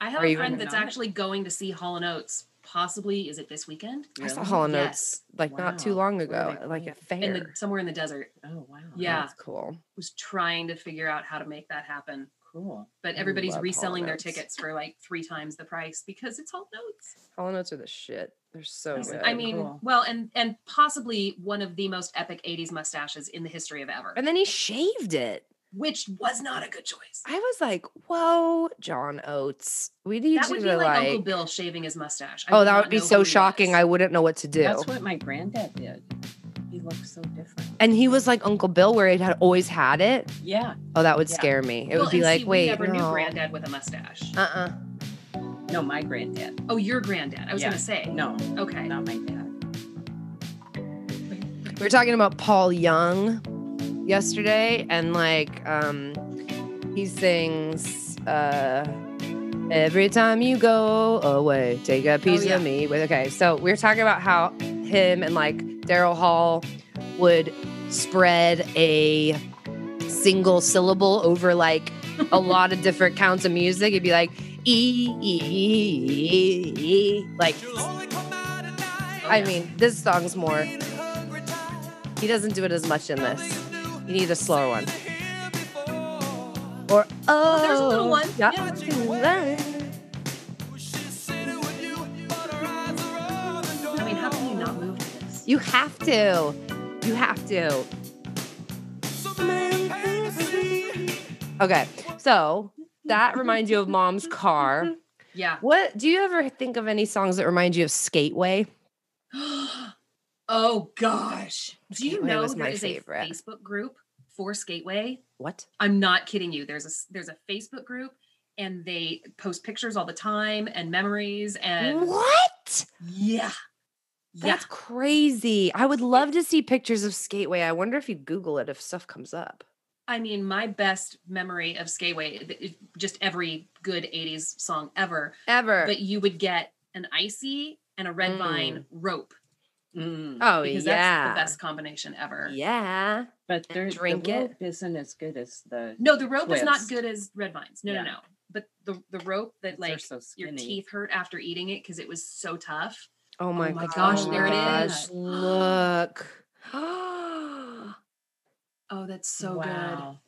Speaker 3: I have
Speaker 1: Are you
Speaker 3: a friend
Speaker 4: gonna
Speaker 3: that's
Speaker 4: not?
Speaker 3: actually going to see Hall and Oates. Possibly, is it this weekend?
Speaker 1: I saw
Speaker 4: Really?
Speaker 1: Hall and
Speaker 3: Yes.
Speaker 1: Oates like not too
Speaker 4: Wow.
Speaker 1: long
Speaker 4: Where are
Speaker 1: ago,
Speaker 4: they
Speaker 1: like a
Speaker 3: In
Speaker 1: fair.
Speaker 3: the, somewhere in the desert.
Speaker 4: Oh wow.
Speaker 3: Yeah.
Speaker 1: That's cool.
Speaker 3: Was trying to figure out how to make that happen,
Speaker 4: Cool.
Speaker 3: but
Speaker 1: I
Speaker 3: everybody's
Speaker 1: love Hall and
Speaker 3: reselling their
Speaker 1: Oates.
Speaker 3: tickets for like three times the price because it's Hall and Oates.
Speaker 1: Hall and Oates are the shit. They're so
Speaker 4: That's
Speaker 1: good.
Speaker 4: what
Speaker 3: I
Speaker 4: Oh,
Speaker 3: mean,
Speaker 4: cool.
Speaker 3: well, and and possibly one of the most epic '80s mustaches in the history of ever,
Speaker 1: and then he shaved it.
Speaker 3: which was not a good choice.
Speaker 1: I was like, "Whoa, John Oates, we need
Speaker 3: That
Speaker 1: you
Speaker 3: would be
Speaker 1: to
Speaker 3: like,
Speaker 1: like."
Speaker 3: Uncle Bill shaving his mustache. I
Speaker 1: oh, that
Speaker 3: not
Speaker 1: would be
Speaker 3: know
Speaker 1: so
Speaker 3: who he
Speaker 1: shocking.
Speaker 3: was.
Speaker 1: I wouldn't know what to do.
Speaker 4: That's what my granddad did. He looked so different.
Speaker 1: and he was like Uncle Bill, where he had always had it.
Speaker 4: Yeah.
Speaker 1: Oh, that would
Speaker 4: Yeah.
Speaker 1: scare me. It
Speaker 3: Well,
Speaker 1: would be
Speaker 3: and
Speaker 1: like,
Speaker 3: see,
Speaker 1: wait,
Speaker 3: we never
Speaker 1: no.
Speaker 3: knew granddad with a mustache.
Speaker 1: Uh-uh.
Speaker 4: No, my granddad.
Speaker 3: oh, your granddad. I was
Speaker 4: Yeah.
Speaker 3: gonna say.
Speaker 4: No,
Speaker 3: Okay.
Speaker 4: not my dad.
Speaker 1: We were talking about Paul Young yesterday, and like, um, he sings, uh, every time you go away, take a piece
Speaker 3: yeah.
Speaker 1: of me. With okay, so we were talking about how him and like Daryl Hall would spread a single syllable over like a lot of different counts of music. It'd be like e e e e e like I mean, this song's more. He doesn't do it as much in this. You need a slower one. Or oh,
Speaker 3: there's a little one.
Speaker 1: Yeah.
Speaker 3: I mean, how can you not move to this?
Speaker 1: You have to. You have to. Okay, so that reminds you of mom's car.
Speaker 3: Yeah.
Speaker 1: What do you ever think of any songs that remind you of Skateway?
Speaker 3: oh gosh. Do you
Speaker 1: Skateway
Speaker 3: know
Speaker 1: was
Speaker 3: there
Speaker 1: my
Speaker 3: is
Speaker 1: favorite.
Speaker 3: a Facebook group for Skateway?
Speaker 1: What?
Speaker 3: I'm not kidding you. There's a s- there's a Facebook group, and they post pictures all the time and memories and
Speaker 1: What?
Speaker 3: yeah, yeah.
Speaker 1: That's crazy. I would love to see pictures of Skateway. I wonder if you Google it if stuff comes up.
Speaker 3: I mean, my best memory of Skateway, th- it- just every good '80s song ever.
Speaker 1: Ever.
Speaker 3: But you would get an icy and a red
Speaker 1: Mm.
Speaker 3: vine rope
Speaker 4: Mm.
Speaker 1: oh,
Speaker 3: because
Speaker 1: yeah.
Speaker 3: that's the best combination ever.
Speaker 1: Yeah.
Speaker 4: But there,
Speaker 1: drink
Speaker 4: the
Speaker 1: it.
Speaker 4: rope isn't as good as the.
Speaker 3: No, the rope is not
Speaker 4: Twist.
Speaker 3: good as red vines. No,
Speaker 4: Yeah.
Speaker 3: no, no. But the the rope that
Speaker 4: they're
Speaker 3: like
Speaker 4: so
Speaker 3: your
Speaker 4: skinny.
Speaker 3: teeth hurt after eating it because it was so tough.
Speaker 1: Oh my,
Speaker 3: my
Speaker 1: god.
Speaker 3: gosh,
Speaker 4: there it
Speaker 1: gosh,
Speaker 3: is.
Speaker 1: Look. oh,
Speaker 3: Oh, that's so good.
Speaker 4: wow.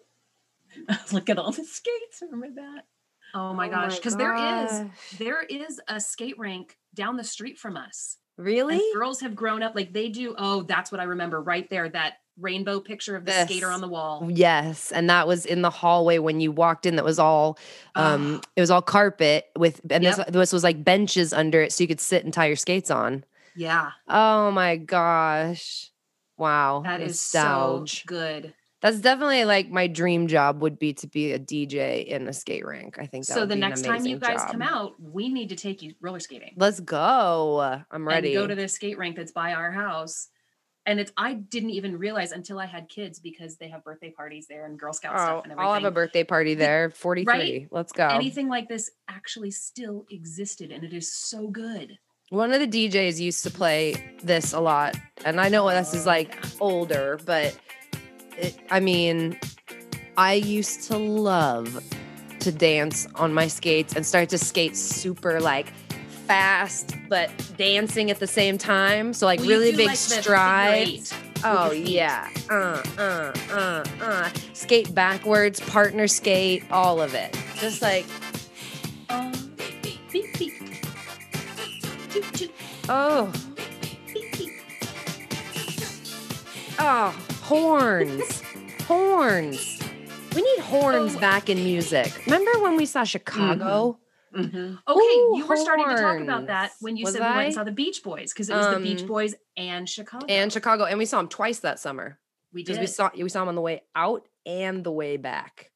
Speaker 4: Look at all the skates. Remember that?
Speaker 3: Oh my gosh. Because there is
Speaker 1: gosh.
Speaker 3: there is a skate rink down the street from us. And
Speaker 1: really
Speaker 3: girls have grown up like they do. Oh, that's what I remember right there. That rainbow picture of the skater
Speaker 1: This.
Speaker 3: on the wall.
Speaker 1: Yes, and that was in the hallway when you walked in. That was all, um, it was all carpet with, and this,
Speaker 3: Yep.
Speaker 1: this was like benches under it, so you could sit and tie your skates on.
Speaker 3: Yeah,
Speaker 1: Oh my gosh! Wow,
Speaker 3: that is
Speaker 1: nostalgia.
Speaker 3: so good.
Speaker 1: That's definitely like my dream job would be to be a DJ in a skate rink. I think that
Speaker 3: So
Speaker 1: would
Speaker 3: the
Speaker 1: be an
Speaker 3: next time you
Speaker 1: amazing
Speaker 3: guys come
Speaker 1: job.
Speaker 3: out, we need to take you roller skating.
Speaker 1: let's go. I'm ready.
Speaker 3: And go to the skate rink that's by our house. And it's I didn't even realize until I had kids because they have birthday parties there and Girl Scout
Speaker 1: oh,
Speaker 3: stuff and everything.
Speaker 1: I'll have a birthday party there. Forty three. Let's go.
Speaker 3: Anything like this actually still existed and it is so good.
Speaker 1: One of the DJs used to play this a lot, and I know this
Speaker 3: Oh,
Speaker 1: is like older, but it, I mean, I used to love to dance on my skates and start to skate super like fast, but dancing at the same time. So like
Speaker 3: Well, you
Speaker 1: really
Speaker 3: do
Speaker 1: big
Speaker 3: like the figure
Speaker 1: strides.
Speaker 3: eight.
Speaker 1: Oh
Speaker 3: your feet.
Speaker 1: yeah, uh, uh, uh, uh. Skate backwards, partner skate, all of it. Just like
Speaker 3: Um, beep, beep. Toot, toot,
Speaker 1: oh.
Speaker 3: beep, beep.
Speaker 1: Oh, horns. horns. We need horns
Speaker 3: Oh.
Speaker 1: back in music. Remember when we saw Chicago?
Speaker 4: Mm-hmm.
Speaker 3: Okay,
Speaker 1: Ooh,
Speaker 3: you were starting to talk about that
Speaker 1: horns.
Speaker 3: when you
Speaker 1: Was
Speaker 3: said we went
Speaker 1: I?
Speaker 3: and saw the Beach Boys because it was the Beach
Speaker 1: Um,
Speaker 3: Boys and Chicago.
Speaker 1: And Chicago. And we saw him twice that summer.
Speaker 3: we
Speaker 1: Because
Speaker 3: did.
Speaker 1: we saw we saw him on the way out and the way back.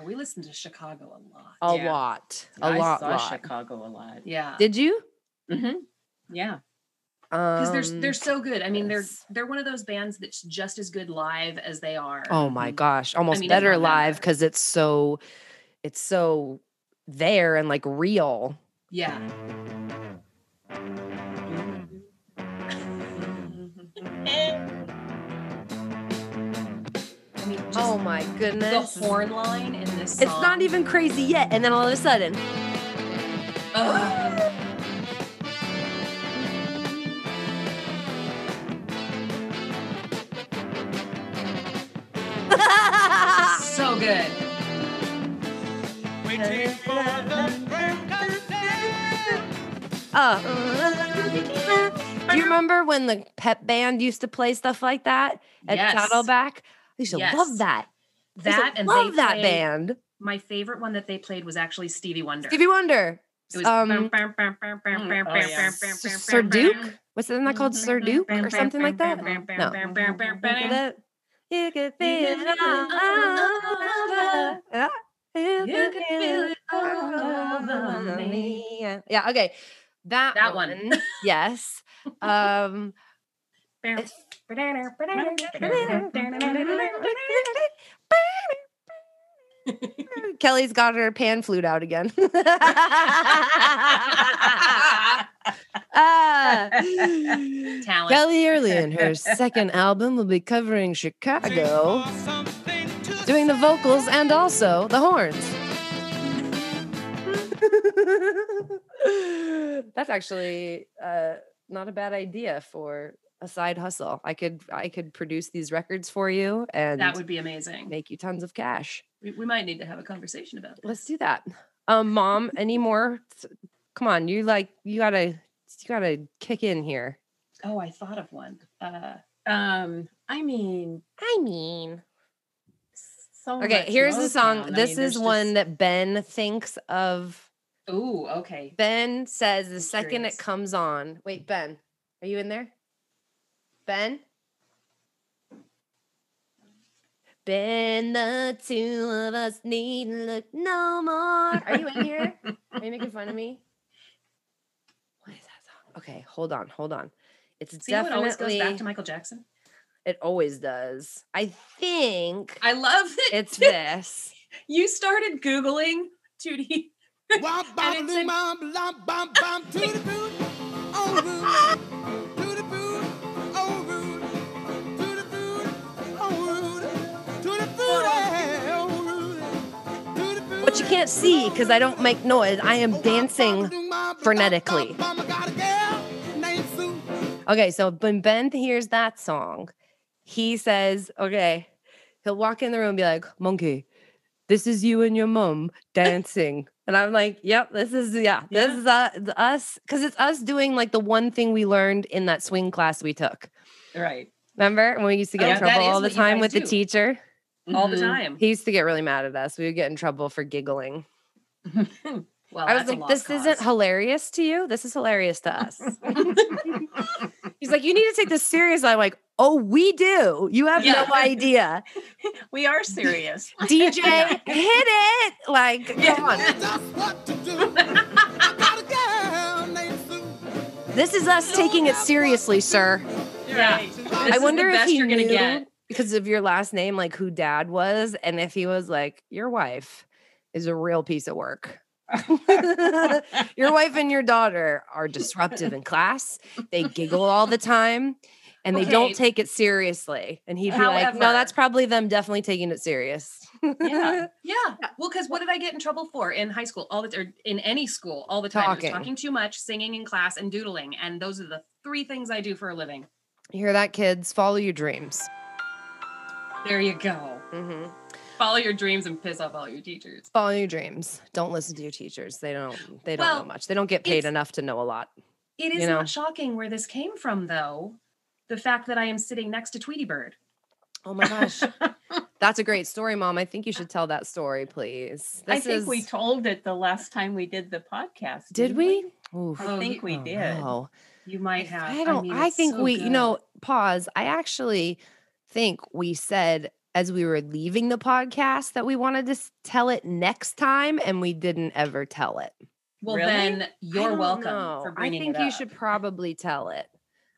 Speaker 3: Oh, we listened to Chicago a lot.
Speaker 1: A
Speaker 4: Yeah.
Speaker 1: lot. A
Speaker 4: I
Speaker 1: lot.
Speaker 4: saw
Speaker 1: lot.
Speaker 4: Chicago a lot.
Speaker 3: yeah,
Speaker 1: Oh, Did you?
Speaker 4: Mm-hmm. Yeah.
Speaker 3: because
Speaker 1: Um,
Speaker 3: they're they're so good. I mean,
Speaker 1: yes.
Speaker 3: they're they're one of those bands that's just as good live as they are.
Speaker 1: Oh my
Speaker 4: Mhm.
Speaker 1: gosh, almost
Speaker 3: Mm-hmm. mean, it's
Speaker 1: better
Speaker 3: not that
Speaker 1: live
Speaker 3: bad.
Speaker 1: because it's so it's so there and like real.
Speaker 3: yeah.
Speaker 4: Oh,
Speaker 3: I mean, just
Speaker 1: oh my goodness.
Speaker 3: the horn line in this. Song.
Speaker 1: It's not even crazy yet. And then all of a sudden,
Speaker 3: Ugh. so good.
Speaker 5: Waiting for the grand curtain.
Speaker 1: Uh, do you remember when the pep band used to play stuff like that at
Speaker 3: Yes.
Speaker 1: Saddleback? I used to love
Speaker 3: Yes.
Speaker 1: that. I used to
Speaker 3: That and they
Speaker 1: love that
Speaker 3: played-
Speaker 1: band.
Speaker 3: My favorite one that they played was actually Stevie Wonder.
Speaker 1: Stevie Wonder.
Speaker 3: It was
Speaker 1: um,
Speaker 4: oh, yeah.
Speaker 1: Sir Duke. What's it that called? Sir Duke or something like that? No. Mm-hmm. That- You could feel it all over. Ah, You
Speaker 3: You
Speaker 1: could
Speaker 3: could
Speaker 1: feel it all over me. Yeah. Okay. That
Speaker 3: That one.
Speaker 1: yes. Um. it's- Kelly's got her pan flute out again. Ah.
Speaker 3: Talent.
Speaker 1: Kelly Early in her second album will be covering Chicago, doing the vocals and also the horns. That's actually uh, not a bad idea for a side hustle. I could I could produce these records for you and
Speaker 3: That would be amazing.
Speaker 1: make you tons of cash.
Speaker 3: We, we might need to have a conversation about that.
Speaker 1: Let's do that. Um, mom, any more? Come on, you like you gotta you gotta kick in here.
Speaker 3: Oh, I thought of one. Uh,
Speaker 4: Um, I mean,
Speaker 1: I mean.
Speaker 4: so
Speaker 1: Okay,
Speaker 4: much
Speaker 1: here's the
Speaker 4: Motown.
Speaker 1: song.
Speaker 4: I mean,
Speaker 1: this
Speaker 4: there's
Speaker 1: is one
Speaker 4: just-
Speaker 1: that Ben thinks of.
Speaker 3: ooh, okay.
Speaker 1: Ben says the second
Speaker 3: curious.
Speaker 1: it comes on. Wait, Ben, are you in there? Ben? Ben, the two of us need look no more. Are you in here? Are you making fun of me? What is that song? Okay, hold on, hold on. It's
Speaker 3: See how it
Speaker 1: definitely
Speaker 3: always goes back to Michael Jackson?
Speaker 1: it always does. I think
Speaker 3: I love that
Speaker 1: it's this.
Speaker 3: you started Googling 2D.
Speaker 5: Wah, bah,
Speaker 3: And it's
Speaker 5: doo,
Speaker 3: in-
Speaker 5: bah, blah, bah, bah, to the boo, oh, rude. To the boo, oh, rude. To the boo, oh, rude. To the boo, eh, oh, rude. To the Oh, boo,
Speaker 1: What you can't see because I don't make noise. I am dancing. frenetically. Okay, so when Ben hears that song, he says, okay, he'll walk in the room and be like, monkey, this is you and your mom dancing. and I'm like, yep, this is, yeah, this
Speaker 4: Yeah.
Speaker 1: is uh, th- us. Cause it's us doing like the one thing we learned in that swing class we took.
Speaker 4: Right.
Speaker 1: Remember when we used to get
Speaker 3: Oh,
Speaker 1: in
Speaker 3: that
Speaker 1: trouble
Speaker 3: is
Speaker 1: all the
Speaker 3: what you
Speaker 1: time
Speaker 3: guys
Speaker 1: with the
Speaker 3: do.
Speaker 1: teacher?
Speaker 3: all the
Speaker 4: Mhm.
Speaker 3: time.
Speaker 1: He used to get really mad at us. We would get in trouble for giggling.
Speaker 3: Well,
Speaker 1: I was
Speaker 3: Oh, that's a
Speaker 1: like,
Speaker 3: lost
Speaker 1: this isn't
Speaker 3: cause.
Speaker 1: hilarious to you. This is hilarious to us. He's like, you need to take this serious. I'm like, oh, we do. You have
Speaker 4: Yeah.
Speaker 1: no idea.
Speaker 4: We are serious.
Speaker 1: DJ, hit it. Like, come on.
Speaker 5: That's what to do. I got a girl named Sue.
Speaker 1: This is us taking it seriously, sir.
Speaker 4: Yeah.
Speaker 1: I
Speaker 3: is the
Speaker 1: wonder if
Speaker 3: best
Speaker 1: he
Speaker 3: you're gonna
Speaker 1: knew
Speaker 3: get.
Speaker 1: because of your last name, like who dad was, and if he was like, your wife is a real piece of work. your wife and your daughter are disruptive in class. They giggle all the time and they
Speaker 3: Okay.
Speaker 1: don't take it seriously. And he'd be like, no,
Speaker 3: However-
Speaker 1: that's probably them definitely taking it serious.
Speaker 4: Yeah.
Speaker 3: Yeah. Well, because what did I get in trouble for in high school? All the or in any school, all the time. It was
Speaker 1: Talking.
Speaker 3: talking too much, singing in class, and doodling. And those are the three things I do for a living.
Speaker 1: You hear that, kids? Follow your dreams.
Speaker 3: There you go.
Speaker 1: hmm
Speaker 3: Follow your dreams and piss off all your teachers.
Speaker 1: Follow your dreams. Don't listen to your teachers. They don't. They don't know
Speaker 3: Well,
Speaker 1: much. They don't get paid
Speaker 3: it's-
Speaker 1: enough to know a lot.
Speaker 3: It
Speaker 1: you
Speaker 3: is
Speaker 1: know?
Speaker 3: not shocking where this came from, though. The fact that I am sitting next to Tweety Bird.
Speaker 1: Oh my gosh, that's a great story, Mom. I think you should tell that story, please. This
Speaker 4: I think we
Speaker 1: is-
Speaker 4: told it the last time we did the podcast.
Speaker 1: did
Speaker 4: didn't
Speaker 1: we? Oof.
Speaker 4: I
Speaker 3: Oh,
Speaker 4: think
Speaker 3: you-
Speaker 4: we
Speaker 1: Oh,
Speaker 4: did.
Speaker 1: no.
Speaker 3: You might have.
Speaker 1: I don't. I,
Speaker 3: mean, it's
Speaker 1: think
Speaker 3: so
Speaker 1: we. You
Speaker 3: good.
Speaker 1: know, pause. I actually think we said as we were leaving the podcast that we wanted to s- tell it next time, and we didn't ever tell it.
Speaker 3: Well,
Speaker 4: Really?
Speaker 3: then
Speaker 1: I
Speaker 3: you're
Speaker 1: don't
Speaker 3: welcome
Speaker 1: know.
Speaker 3: for bringing
Speaker 1: I think
Speaker 3: it
Speaker 1: you
Speaker 3: up.
Speaker 1: should probably tell it.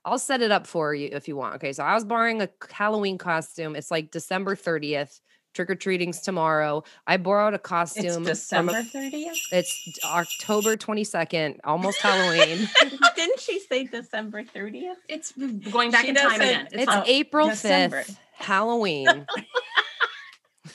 Speaker 1: I'll set it up for you if you want. Okay, so I was borrowing a c- Halloween costume. It's like December thirtieth. Trick or treating's tomorrow. I borrowed a costume.
Speaker 4: It's
Speaker 1: from a-
Speaker 4: December 30th.
Speaker 1: it's d- October twenty second, almost Halloween.
Speaker 4: Didn't she say December 30th?
Speaker 3: It's mm, going back
Speaker 4: She
Speaker 3: in time
Speaker 4: doesn't-
Speaker 3: again. It's,
Speaker 1: It's
Speaker 3: fine.
Speaker 4: Oh,
Speaker 1: April
Speaker 4: December.
Speaker 1: fifth, Halloween.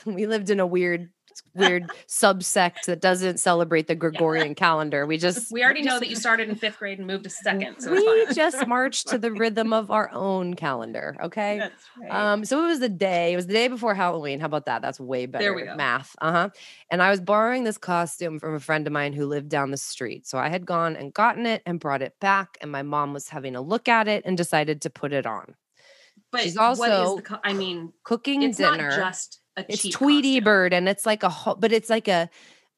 Speaker 1: we lived in a weird, weird subsect that doesn't celebrate the Gregorian calendar. We just
Speaker 3: we already know that you started in fifth grade and moved to second, so it's
Speaker 1: we
Speaker 3: fine.
Speaker 1: just march to the rhythm of our own calendar. Okay.
Speaker 4: That's right.
Speaker 1: Um, so it was the day, it was the day before Halloween. How about that? That's way better
Speaker 3: we go.
Speaker 1: math. Uh-huh. And I was borrowing this costume from a friend of mine who lived down the street. So I had gone and gotten it and brought it back, and my mom was having a look at it and decided to put it on.
Speaker 3: But
Speaker 1: she's
Speaker 3: what is
Speaker 1: also
Speaker 3: the? Co- I mean,
Speaker 1: Cooking
Speaker 3: it's
Speaker 1: dinner.
Speaker 3: not just a
Speaker 1: it's
Speaker 3: cheap
Speaker 1: Tweety
Speaker 3: costume.
Speaker 1: Bird, and it's like a ho- but it's like a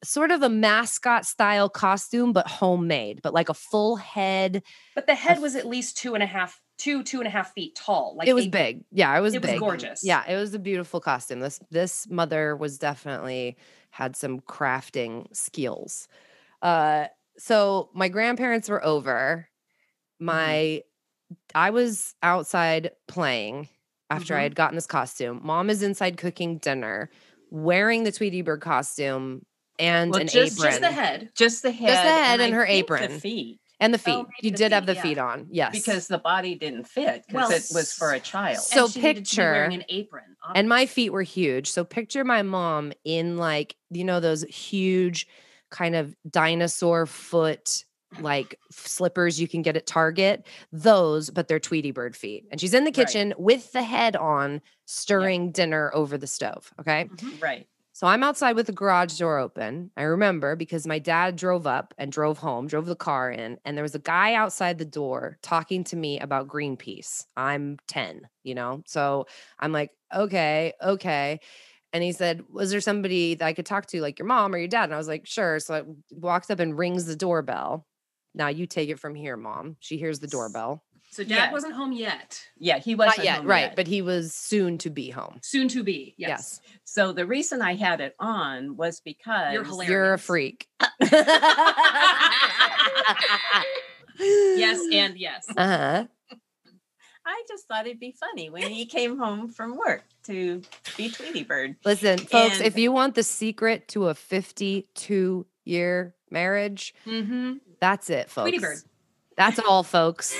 Speaker 1: sort of a mascot style costume, but homemade, but like a full head.
Speaker 3: But the head was at least two and a half, two two and a half feet tall. Like
Speaker 1: it was
Speaker 3: a-
Speaker 1: big, yeah, it was.
Speaker 3: it was
Speaker 1: big.
Speaker 3: gorgeous.
Speaker 1: Yeah, it was a beautiful costume. This this mother was definitely had some crafting skills. Uh, so my grandparents were over.
Speaker 3: Mm-hmm.
Speaker 1: My I was outside playing after I
Speaker 3: Mhm.
Speaker 1: had gotten this costume. Mom is inside cooking dinner, wearing the Tweety Bird costume and
Speaker 4: Well,
Speaker 1: an
Speaker 4: just-
Speaker 1: apron.
Speaker 3: Just the head.
Speaker 4: just the head,
Speaker 1: head and
Speaker 4: I
Speaker 1: her
Speaker 4: think the
Speaker 1: apron.
Speaker 4: feet,
Speaker 1: And the feet.
Speaker 3: Oh, maybe
Speaker 1: you
Speaker 3: the
Speaker 1: did have
Speaker 3: feet,
Speaker 1: the
Speaker 3: yeah.
Speaker 1: feet on. Yes.
Speaker 4: because the body didn't fit because
Speaker 3: Well,
Speaker 4: it was for a child.
Speaker 1: so
Speaker 3: and she needed to be wearing
Speaker 1: picture-
Speaker 3: an apron.
Speaker 1: and my feet were huge. So picture my mom in like, you know, those huge kind of dinosaur foot like slippers you can get at Target, those, but they're Tweety Bird feet. And she's in the
Speaker 4: Right.
Speaker 1: kitchen with the head on, stirring dinner over the stove. Okay.
Speaker 4: right.
Speaker 1: So I'm outside with the garage door open. I remember because my dad drove up and drove home, drove the car in, and there was a guy outside the door talking to me about Greenpeace. I'm 10, you know? So I'm like, okay, okay. And he said, Was there somebody that I could talk to, like your mom or your dad? And I was like, Sure. So I walked up and rings the doorbell. Now you take it from here, mom. She hears the doorbell.
Speaker 3: so dad
Speaker 4: yeah.
Speaker 3: wasn't home yet.
Speaker 4: Yeah, he wasn't
Speaker 1: Not yet,
Speaker 4: home
Speaker 1: right. But he was soon to be home.
Speaker 3: Soon to be. Yes.
Speaker 1: Yes.
Speaker 4: so the reason I had it on was because
Speaker 3: You're hilarious.
Speaker 1: You're a freak.
Speaker 3: Yes
Speaker 1: yes.
Speaker 3: and yes.
Speaker 1: Uh huh.
Speaker 4: I just thought it'd be funny when he came home from work to be Tweety Bird.
Speaker 1: Listen, folks,
Speaker 4: And-
Speaker 1: if you want the secret to a 52 year marriage,
Speaker 3: Mm-hmm.
Speaker 1: that's it, folks.
Speaker 3: Tweety Bird.
Speaker 1: That's all, folks.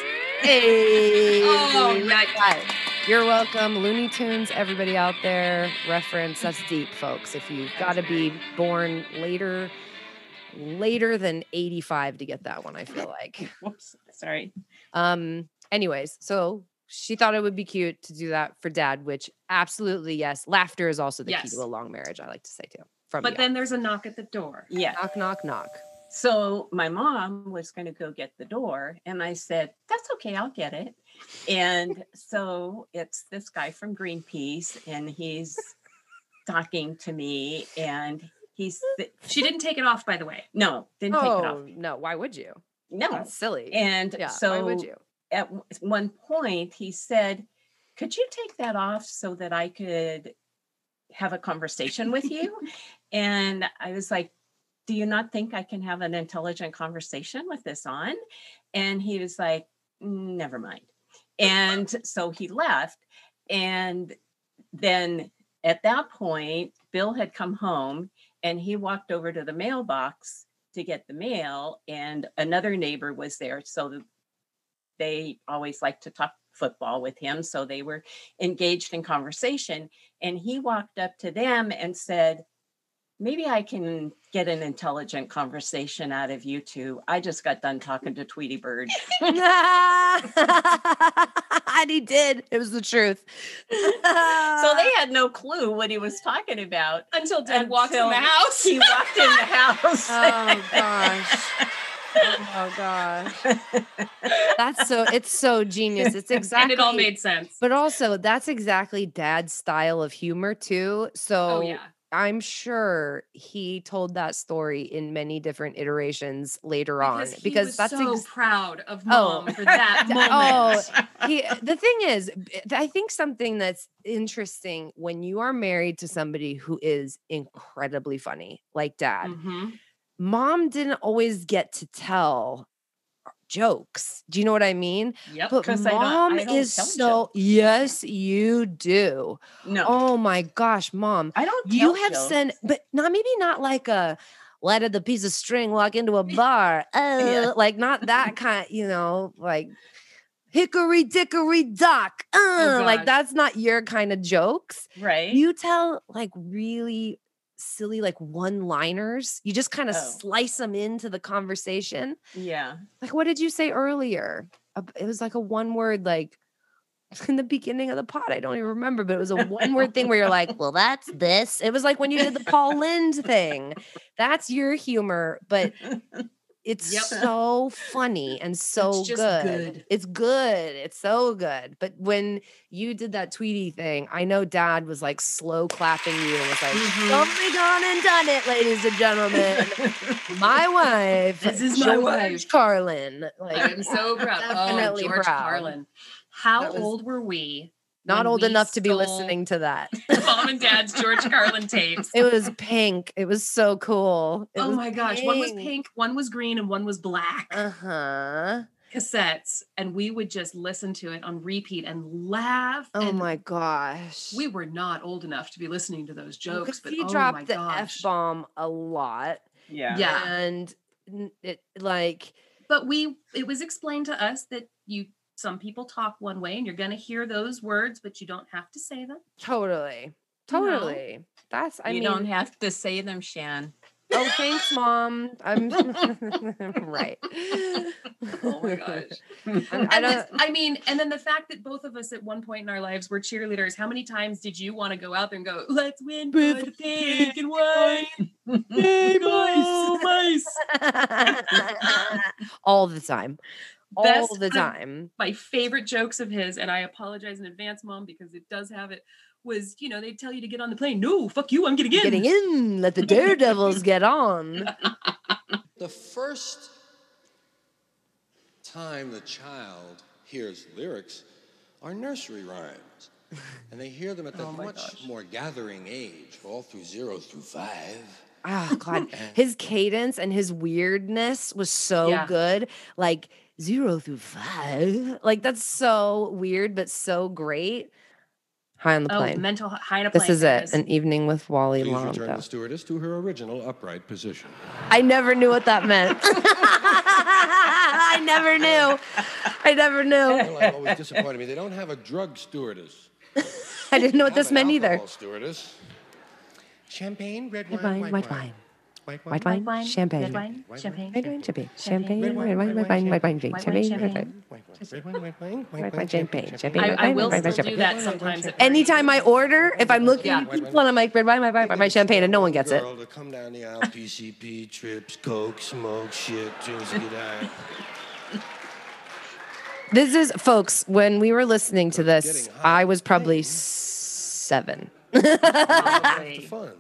Speaker 1: Hey.
Speaker 3: Oh, yeah.
Speaker 1: Right. You're welcome. Looney Tunes, everybody out there, reference. That's deep, folks. If you've got to be born later, later than 85 to get that one, I feel like.
Speaker 4: Whoops, sorry.
Speaker 1: Um, anyways, so she thought it would be cute to do that for dad, which absolutely yes. Laughter is also the key
Speaker 4: Yes.
Speaker 1: to a long marriage, I like to say too. From
Speaker 3: But
Speaker 1: y'all.
Speaker 3: then there's a knock at the door.
Speaker 4: Yeah.
Speaker 1: knock, knock, knock.
Speaker 4: So my mom was going to go get the door, and I said, That's okay, I'll get it. And so it's this guy from Greenpeace, and he's talking to me, and he's
Speaker 3: She didn't take it off, by the way.
Speaker 4: no, didn't take it off.
Speaker 1: Oh no, why would you?
Speaker 4: No.
Speaker 1: That's silly.
Speaker 4: And
Speaker 1: yeah,
Speaker 4: so
Speaker 1: why would you?
Speaker 4: at w- one point he said, "Could you take that off so that I could have a conversation with you?" and I was like, "Do you not think I can have an intelligent conversation with this on?" And he was like, "Mm, "Never mind." And so he left and then at that point, Bill had come home and he walked over to the mailbox to get the mail, and another neighbor was there. So they always like to talk football with him. So they were engaged in conversation. And he walked up to them and said, Maybe I can get an intelligent conversation out of you two. I just got done talking to Tweety Bird.
Speaker 1: and he did. It was the truth.
Speaker 4: so they had no clue what he was talking about.
Speaker 3: Until Dad walks in
Speaker 4: Until
Speaker 3: the house.
Speaker 4: He walked in the house.
Speaker 1: Oh gosh. Oh gosh. That's so it's so genius. It's exactly
Speaker 3: And it all made sense.
Speaker 1: but also that's exactly dad's style of humor too. So
Speaker 3: oh, yeah.
Speaker 1: I'm sure he told that story in many different iterations later on
Speaker 3: Because, he
Speaker 1: because
Speaker 3: was
Speaker 1: that's
Speaker 3: so
Speaker 1: ex-
Speaker 3: proud of
Speaker 1: Oh.
Speaker 3: mom for that
Speaker 1: Oh,
Speaker 3: moment.
Speaker 1: he, eh, the thing is, b- I think something that's interesting when you are married to somebody who is incredibly funny, like dad,
Speaker 3: Mhm.
Speaker 1: mom didn't always get to tell uh, jokes. Do you know what I mean?
Speaker 3: Yep.
Speaker 1: But
Speaker 4: 'Cause I don't-
Speaker 1: mom
Speaker 4: I don't
Speaker 1: is
Speaker 4: tell
Speaker 1: so, yes, you do.
Speaker 4: No,
Speaker 1: Oh my gosh, mom,
Speaker 4: I don't.
Speaker 1: you
Speaker 4: tell
Speaker 1: have
Speaker 4: jokes.
Speaker 1: sent, but not maybe not like a, let a piece of string walk into a bar. Oh, like not that kind, you know, like hickory dickory dock. Uh, like
Speaker 3: gosh.
Speaker 1: that's not your kind of jokes.
Speaker 4: right.
Speaker 1: You tell like really silly, like one liners. You just kind of
Speaker 4: Oh.
Speaker 1: slice them into the conversation.
Speaker 4: yeah.
Speaker 1: Like, what did you say earlier? A- It was like a one word, like in the beginning of the pod. I don't even remember, but it was a one word thing where you're like, well, that's this. It was like when you did the Paul Lind thing. That's your humor, but it's
Speaker 3: Yep.
Speaker 1: so funny and so
Speaker 3: just
Speaker 1: good.
Speaker 3: good.
Speaker 1: It's good. It's so good. But when you did that Tweety thing, I know dad was like slow clapping you and was like,
Speaker 3: Mhm.
Speaker 1: "Don't be gone and done it, ladies and gentlemen. my wife.
Speaker 3: This is my wife.
Speaker 1: Carlin. Like,
Speaker 3: I'm so proud.
Speaker 1: Definitely
Speaker 3: oh, George
Speaker 1: proud.
Speaker 3: Carlin. How
Speaker 1: That was-
Speaker 3: old were we?
Speaker 1: not
Speaker 3: when
Speaker 1: old
Speaker 3: we
Speaker 1: enough to be
Speaker 3: stole
Speaker 1: listening to that.
Speaker 3: Mom and Dad's George Carlin tapes.
Speaker 1: it was pink. It was so cool. It
Speaker 3: oh
Speaker 1: was
Speaker 3: my gosh. One was
Speaker 1: pink.
Speaker 3: pink, one was green, and one was black.
Speaker 1: Uh-huh.
Speaker 3: cassettes. And we would just listen to it on repeat and laugh.
Speaker 1: Oh
Speaker 3: and
Speaker 1: my gosh.
Speaker 3: We were not old enough to be listening to those
Speaker 1: Well, 'cause
Speaker 3: jokes, but
Speaker 1: he
Speaker 3: oh my
Speaker 1: dropped the
Speaker 3: gosh.
Speaker 1: F bomb a lot.
Speaker 4: Yeah.
Speaker 3: Yeah.
Speaker 1: And n- it like
Speaker 3: But we it was explained to us that you some people talk one way and you're gonna hear those words, but you don't have to say them.
Speaker 1: totally. Totally. That's I
Speaker 4: you
Speaker 1: mean
Speaker 4: don't have to say them, Shan.
Speaker 1: oh thanks mom. I'm right.
Speaker 3: Oh my gosh.
Speaker 1: I'm- I
Speaker 3: And this-
Speaker 1: don't
Speaker 3: I, mean, and then the fact that both of us at one point in our lives were cheerleaders, how many times did you want to go out there and go, let's win for the pink and white? Yay, mice, mice.
Speaker 1: all the time. All
Speaker 3: Best
Speaker 1: the
Speaker 3: kind of-
Speaker 1: time.
Speaker 3: My favorite jokes of his, and I apologize in advance, mom, because it does have it, was, you know, they tell you to get on the plane. No, fuck you, I'm getting in.
Speaker 1: Getting in, let the daredevils get on.
Speaker 5: The first time the child hears lyrics are nursery rhymes. And they hear them at the much more gathering age, all through zero through five.
Speaker 1: Oh god, his cadence and his weirdness was so
Speaker 3: Yeah.
Speaker 1: good. Like zero through five, like that's so weird but so great. High on the
Speaker 3: Oh,
Speaker 1: plane.
Speaker 3: mental h- high in a plane.
Speaker 1: this is
Speaker 3: there
Speaker 1: it. An evening with Wally
Speaker 5: Please return the
Speaker 1: Lomdo.
Speaker 5: stewardess to her original upright position.
Speaker 1: I never knew what that meant. I never knew. I never knew.
Speaker 5: Airline always disappointed me. They don't have a drug stewardess.
Speaker 1: I didn't know
Speaker 5: Have
Speaker 1: what this
Speaker 5: an
Speaker 1: meant either.
Speaker 5: alcohol Stewardess. Champagne, red,
Speaker 1: Red wine,
Speaker 5: wine, white,
Speaker 1: white
Speaker 5: wine.
Speaker 1: wine.
Speaker 5: white
Speaker 1: White
Speaker 5: wine.
Speaker 1: wine, champagne.
Speaker 3: red wine,
Speaker 5: White
Speaker 3: champagne,
Speaker 1: Red wine, champagne.
Speaker 3: Champagne.
Speaker 1: Champagne, red wine, red wine, red wine,
Speaker 3: White wine,
Speaker 1: champagne, red
Speaker 3: champagne.
Speaker 1: wine.
Speaker 5: White wine, red wine, white wine,
Speaker 1: White
Speaker 5: white
Speaker 1: wine, champagne,
Speaker 5: wine,
Speaker 1: champagne,
Speaker 5: champagne, champagne.
Speaker 1: red wine,
Speaker 3: I, I will
Speaker 1: red wine,
Speaker 3: still do
Speaker 1: champagne.
Speaker 3: that sometimes. at
Speaker 1: Anytime I order, if I'm looking
Speaker 3: Yeah.
Speaker 1: at people and I'm like, red wine, white wine, white wine, champagne, and no one gets it.
Speaker 5: Girl to come down the aisle, PCP, trips, coke, smoke, shit, drinks, get high.
Speaker 1: This is, folks, when we were listening to this,
Speaker 5: Getting high
Speaker 1: I was probably
Speaker 5: thing.
Speaker 1: seven.
Speaker 5: It's
Speaker 3: Probably.
Speaker 5: fun.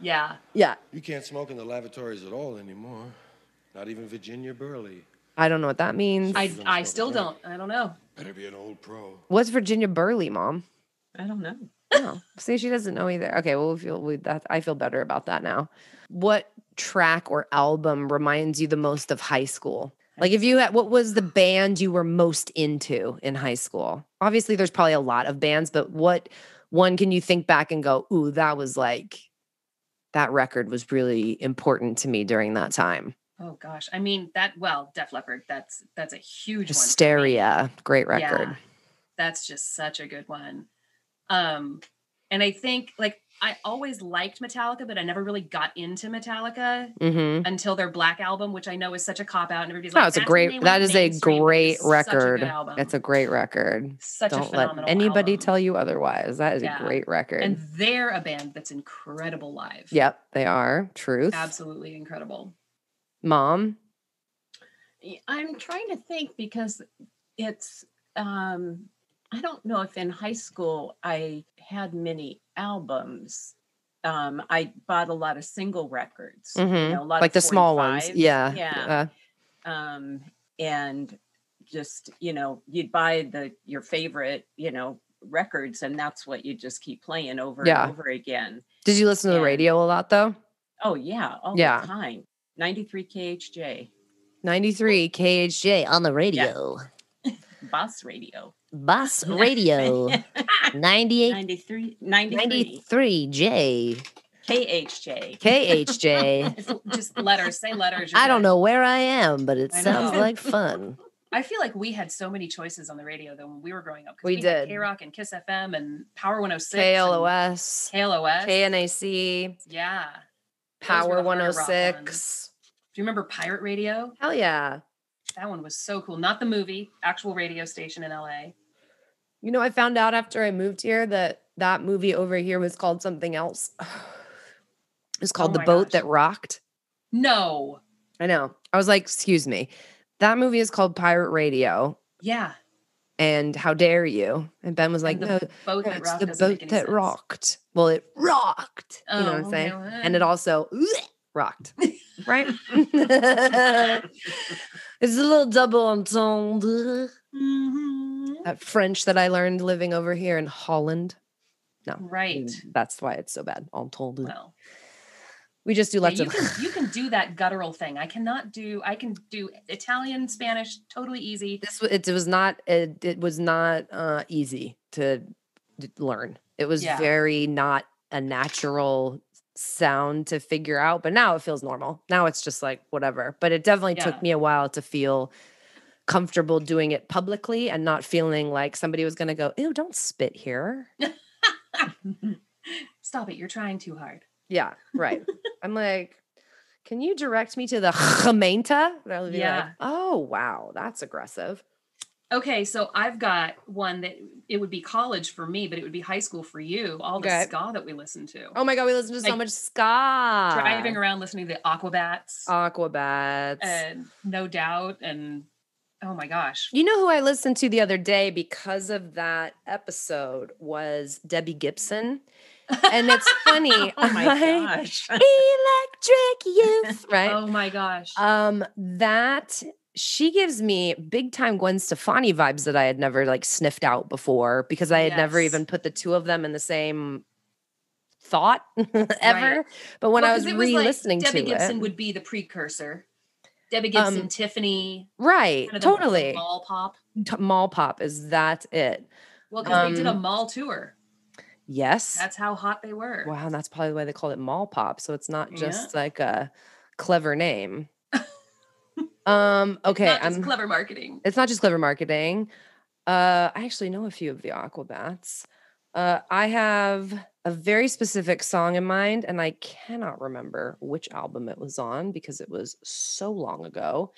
Speaker 3: yeah.
Speaker 1: Yeah.
Speaker 5: You can't smoke in the lavatories at all anymore. Not even Virginia Burley.
Speaker 1: I don't know what that means.
Speaker 3: I, I still don't. I don't know.
Speaker 5: Better be an old pro.
Speaker 1: What's Virginia Burley, mom?
Speaker 4: I don't know.
Speaker 1: No. See, she doesn't know either. Okay, well, we feel we, that, I feel better about that now. What track or album reminds you the most of high school? Like, if you had, what was the band you were most into in high school? Obviously, there's probably a lot of bands, but what one can you think back and go, "Ooh, that was like that record was really important to me during that time."
Speaker 3: Oh gosh. I mean that. Well, Def Leppard. That's that's a huge one. for me.
Speaker 1: Hysteria, great record.
Speaker 3: that's just such a good one. Um, and I think like I always liked Metallica, but I never really got into Metallica
Speaker 1: Mm-hmm.
Speaker 3: until their Black album, which I know is such a cop out. And everybody's like,
Speaker 1: Oh, it's a
Speaker 3: "That's when they
Speaker 1: great.
Speaker 3: went
Speaker 1: That is a
Speaker 3: mainstream," but
Speaker 1: great
Speaker 3: it's
Speaker 1: record.
Speaker 3: Such a good album.
Speaker 1: It's a great record.
Speaker 3: such a
Speaker 1: don't let
Speaker 3: phenomenal
Speaker 1: anybody
Speaker 3: album.
Speaker 1: tell you otherwise. That is
Speaker 3: Yeah.
Speaker 1: a great record.
Speaker 3: And they're a band that's incredible live.
Speaker 1: yep, they are. Truth.
Speaker 3: absolutely incredible.
Speaker 1: Mom.
Speaker 4: Y- I'm trying to think because it's um I don't know if in high school I had many albums. Um I bought a lot of single records.
Speaker 1: Mhm.
Speaker 4: know, a lot
Speaker 1: like
Speaker 4: of
Speaker 1: the small ones.
Speaker 4: 45s.
Speaker 1: Yeah.
Speaker 4: Yeah. Um and just, you know, you'd buy the your favorite, you know, records and that's what you just keep playing over
Speaker 1: Yeah.
Speaker 4: and over again.
Speaker 1: Did you listen to the
Speaker 4: And-
Speaker 1: radio a lot though?
Speaker 4: Oh yeah, all
Speaker 1: Yeah.
Speaker 4: the time. 93 KHJ,
Speaker 1: 93 KHJ on the radio.
Speaker 4: Boss Radio.
Speaker 1: Bus radio. 98
Speaker 4: 93 93
Speaker 1: 93J.
Speaker 4: KHJ.
Speaker 1: KHJ.
Speaker 3: It's l- just letters, say letters. you're
Speaker 1: I don't
Speaker 3: good.
Speaker 1: know where I am, but it
Speaker 3: I
Speaker 1: sounds
Speaker 3: know.
Speaker 1: like fun.
Speaker 3: I feel like we had so many choices on the radio though when we were growing up. 'cause
Speaker 1: We did.
Speaker 3: K Rock and Kiss FM and Power 106. and
Speaker 1: KLOS,
Speaker 3: KLOS.
Speaker 1: KNAC,
Speaker 3: yeah.
Speaker 1: Power
Speaker 3: the harder rock
Speaker 1: 106.
Speaker 3: Do you remember Pirate Radio?
Speaker 1: Hell yeah.
Speaker 3: That one was so cool. Not the movie, actual radio station in LA.
Speaker 1: You know, I found out after I moved here that that movie over here was called something else. It's called
Speaker 3: Oh
Speaker 1: The
Speaker 3: my
Speaker 1: Boat
Speaker 3: gosh.
Speaker 1: That Rocked.
Speaker 3: No.
Speaker 1: I know. I was like, excuse me. That movie is called Pirate Radio.
Speaker 3: Yeah.
Speaker 1: And how dare you? And Ben was like,
Speaker 3: and
Speaker 1: no,
Speaker 3: the boat that
Speaker 1: it's
Speaker 3: rocked.
Speaker 1: the
Speaker 3: doesn't make
Speaker 1: boat
Speaker 3: any
Speaker 1: that
Speaker 3: sense.
Speaker 1: rocked. Well, it rocked. you know what I'm
Speaker 3: Oh,
Speaker 1: saying?
Speaker 3: okay,
Speaker 1: And it
Speaker 3: well.
Speaker 1: also rocked, right? it's a little double entendre.
Speaker 3: Mhm.
Speaker 1: That French that I learned living over here in Holland. Mm,
Speaker 3: Right.
Speaker 1: That's why it's so bad. Entendre.
Speaker 3: Well,
Speaker 1: We just do
Speaker 3: yeah,
Speaker 1: lots
Speaker 3: you,
Speaker 1: of.
Speaker 3: can, you can do that guttural thing. I cannot do, I can do Italian, Spanish, totally easy.
Speaker 1: this wa- it, was not it, it was not uh, easy to d- learn. It was
Speaker 3: Yeah.
Speaker 1: very not a natural sound to figure out, but now it feels normal. Now it's just like whatever. But it definitely
Speaker 3: Yeah.
Speaker 1: took me a while to feel comfortable doing it publicly and not feeling like somebody was going to go, "Ew, don't spit here."
Speaker 3: Stop it. You're trying too hard.
Speaker 1: Yeah, right. I'm like, can you direct me to the gemeente? They'll be like,
Speaker 3: Yeah.
Speaker 1: oh wow, that's aggressive.
Speaker 3: Okay, so I've got one that it would be college for me, but it would be high school for you. All the
Speaker 1: Okay.
Speaker 3: ska that we listened to.
Speaker 1: Oh my god, we listen to so
Speaker 3: Like,
Speaker 1: much ska.
Speaker 3: Driving around listening to the Aquabats
Speaker 1: Aquabats.
Speaker 3: and No Doubt and oh my gosh.
Speaker 1: you know who I listened to the other day because of that episode was Debbie Gibson. And it's funny.
Speaker 4: Oh my
Speaker 1: I-
Speaker 4: gosh.
Speaker 1: Electric youth, right?
Speaker 3: Oh my gosh.
Speaker 1: Um, that she gives me big time Gwen Stefani vibes that I had never like sniffed out before because I had never
Speaker 3: Yes.
Speaker 1: even put the two of them in the same thought ever. But when I
Speaker 3: Well,
Speaker 1: was
Speaker 3: 'cause it like
Speaker 1: re-listening
Speaker 3: Debbie
Speaker 1: to
Speaker 3: Gibson
Speaker 1: it,
Speaker 3: would be the precursor. Debbie Gibson,
Speaker 1: Um,
Speaker 3: Tiffany,
Speaker 1: right?
Speaker 3: kind of the the
Speaker 1: totally.
Speaker 3: mall pop.
Speaker 1: T- mall pop is that it?
Speaker 3: Well, because they
Speaker 1: Um,
Speaker 3: did a mall tour.
Speaker 1: Yes.
Speaker 3: That's how hot they were.
Speaker 1: Wow, and that's probably why they called it mall pop. So it's not
Speaker 3: Yeah.
Speaker 1: just like a clever name. um, okay,
Speaker 3: Not just
Speaker 1: I'm
Speaker 3: clever marketing.
Speaker 1: it's not just clever marketing. Uh, I actually know a few of the Aquabats. Uh, I have a very specific song in mind, and I cannot remember which album it was on because it was so long ago.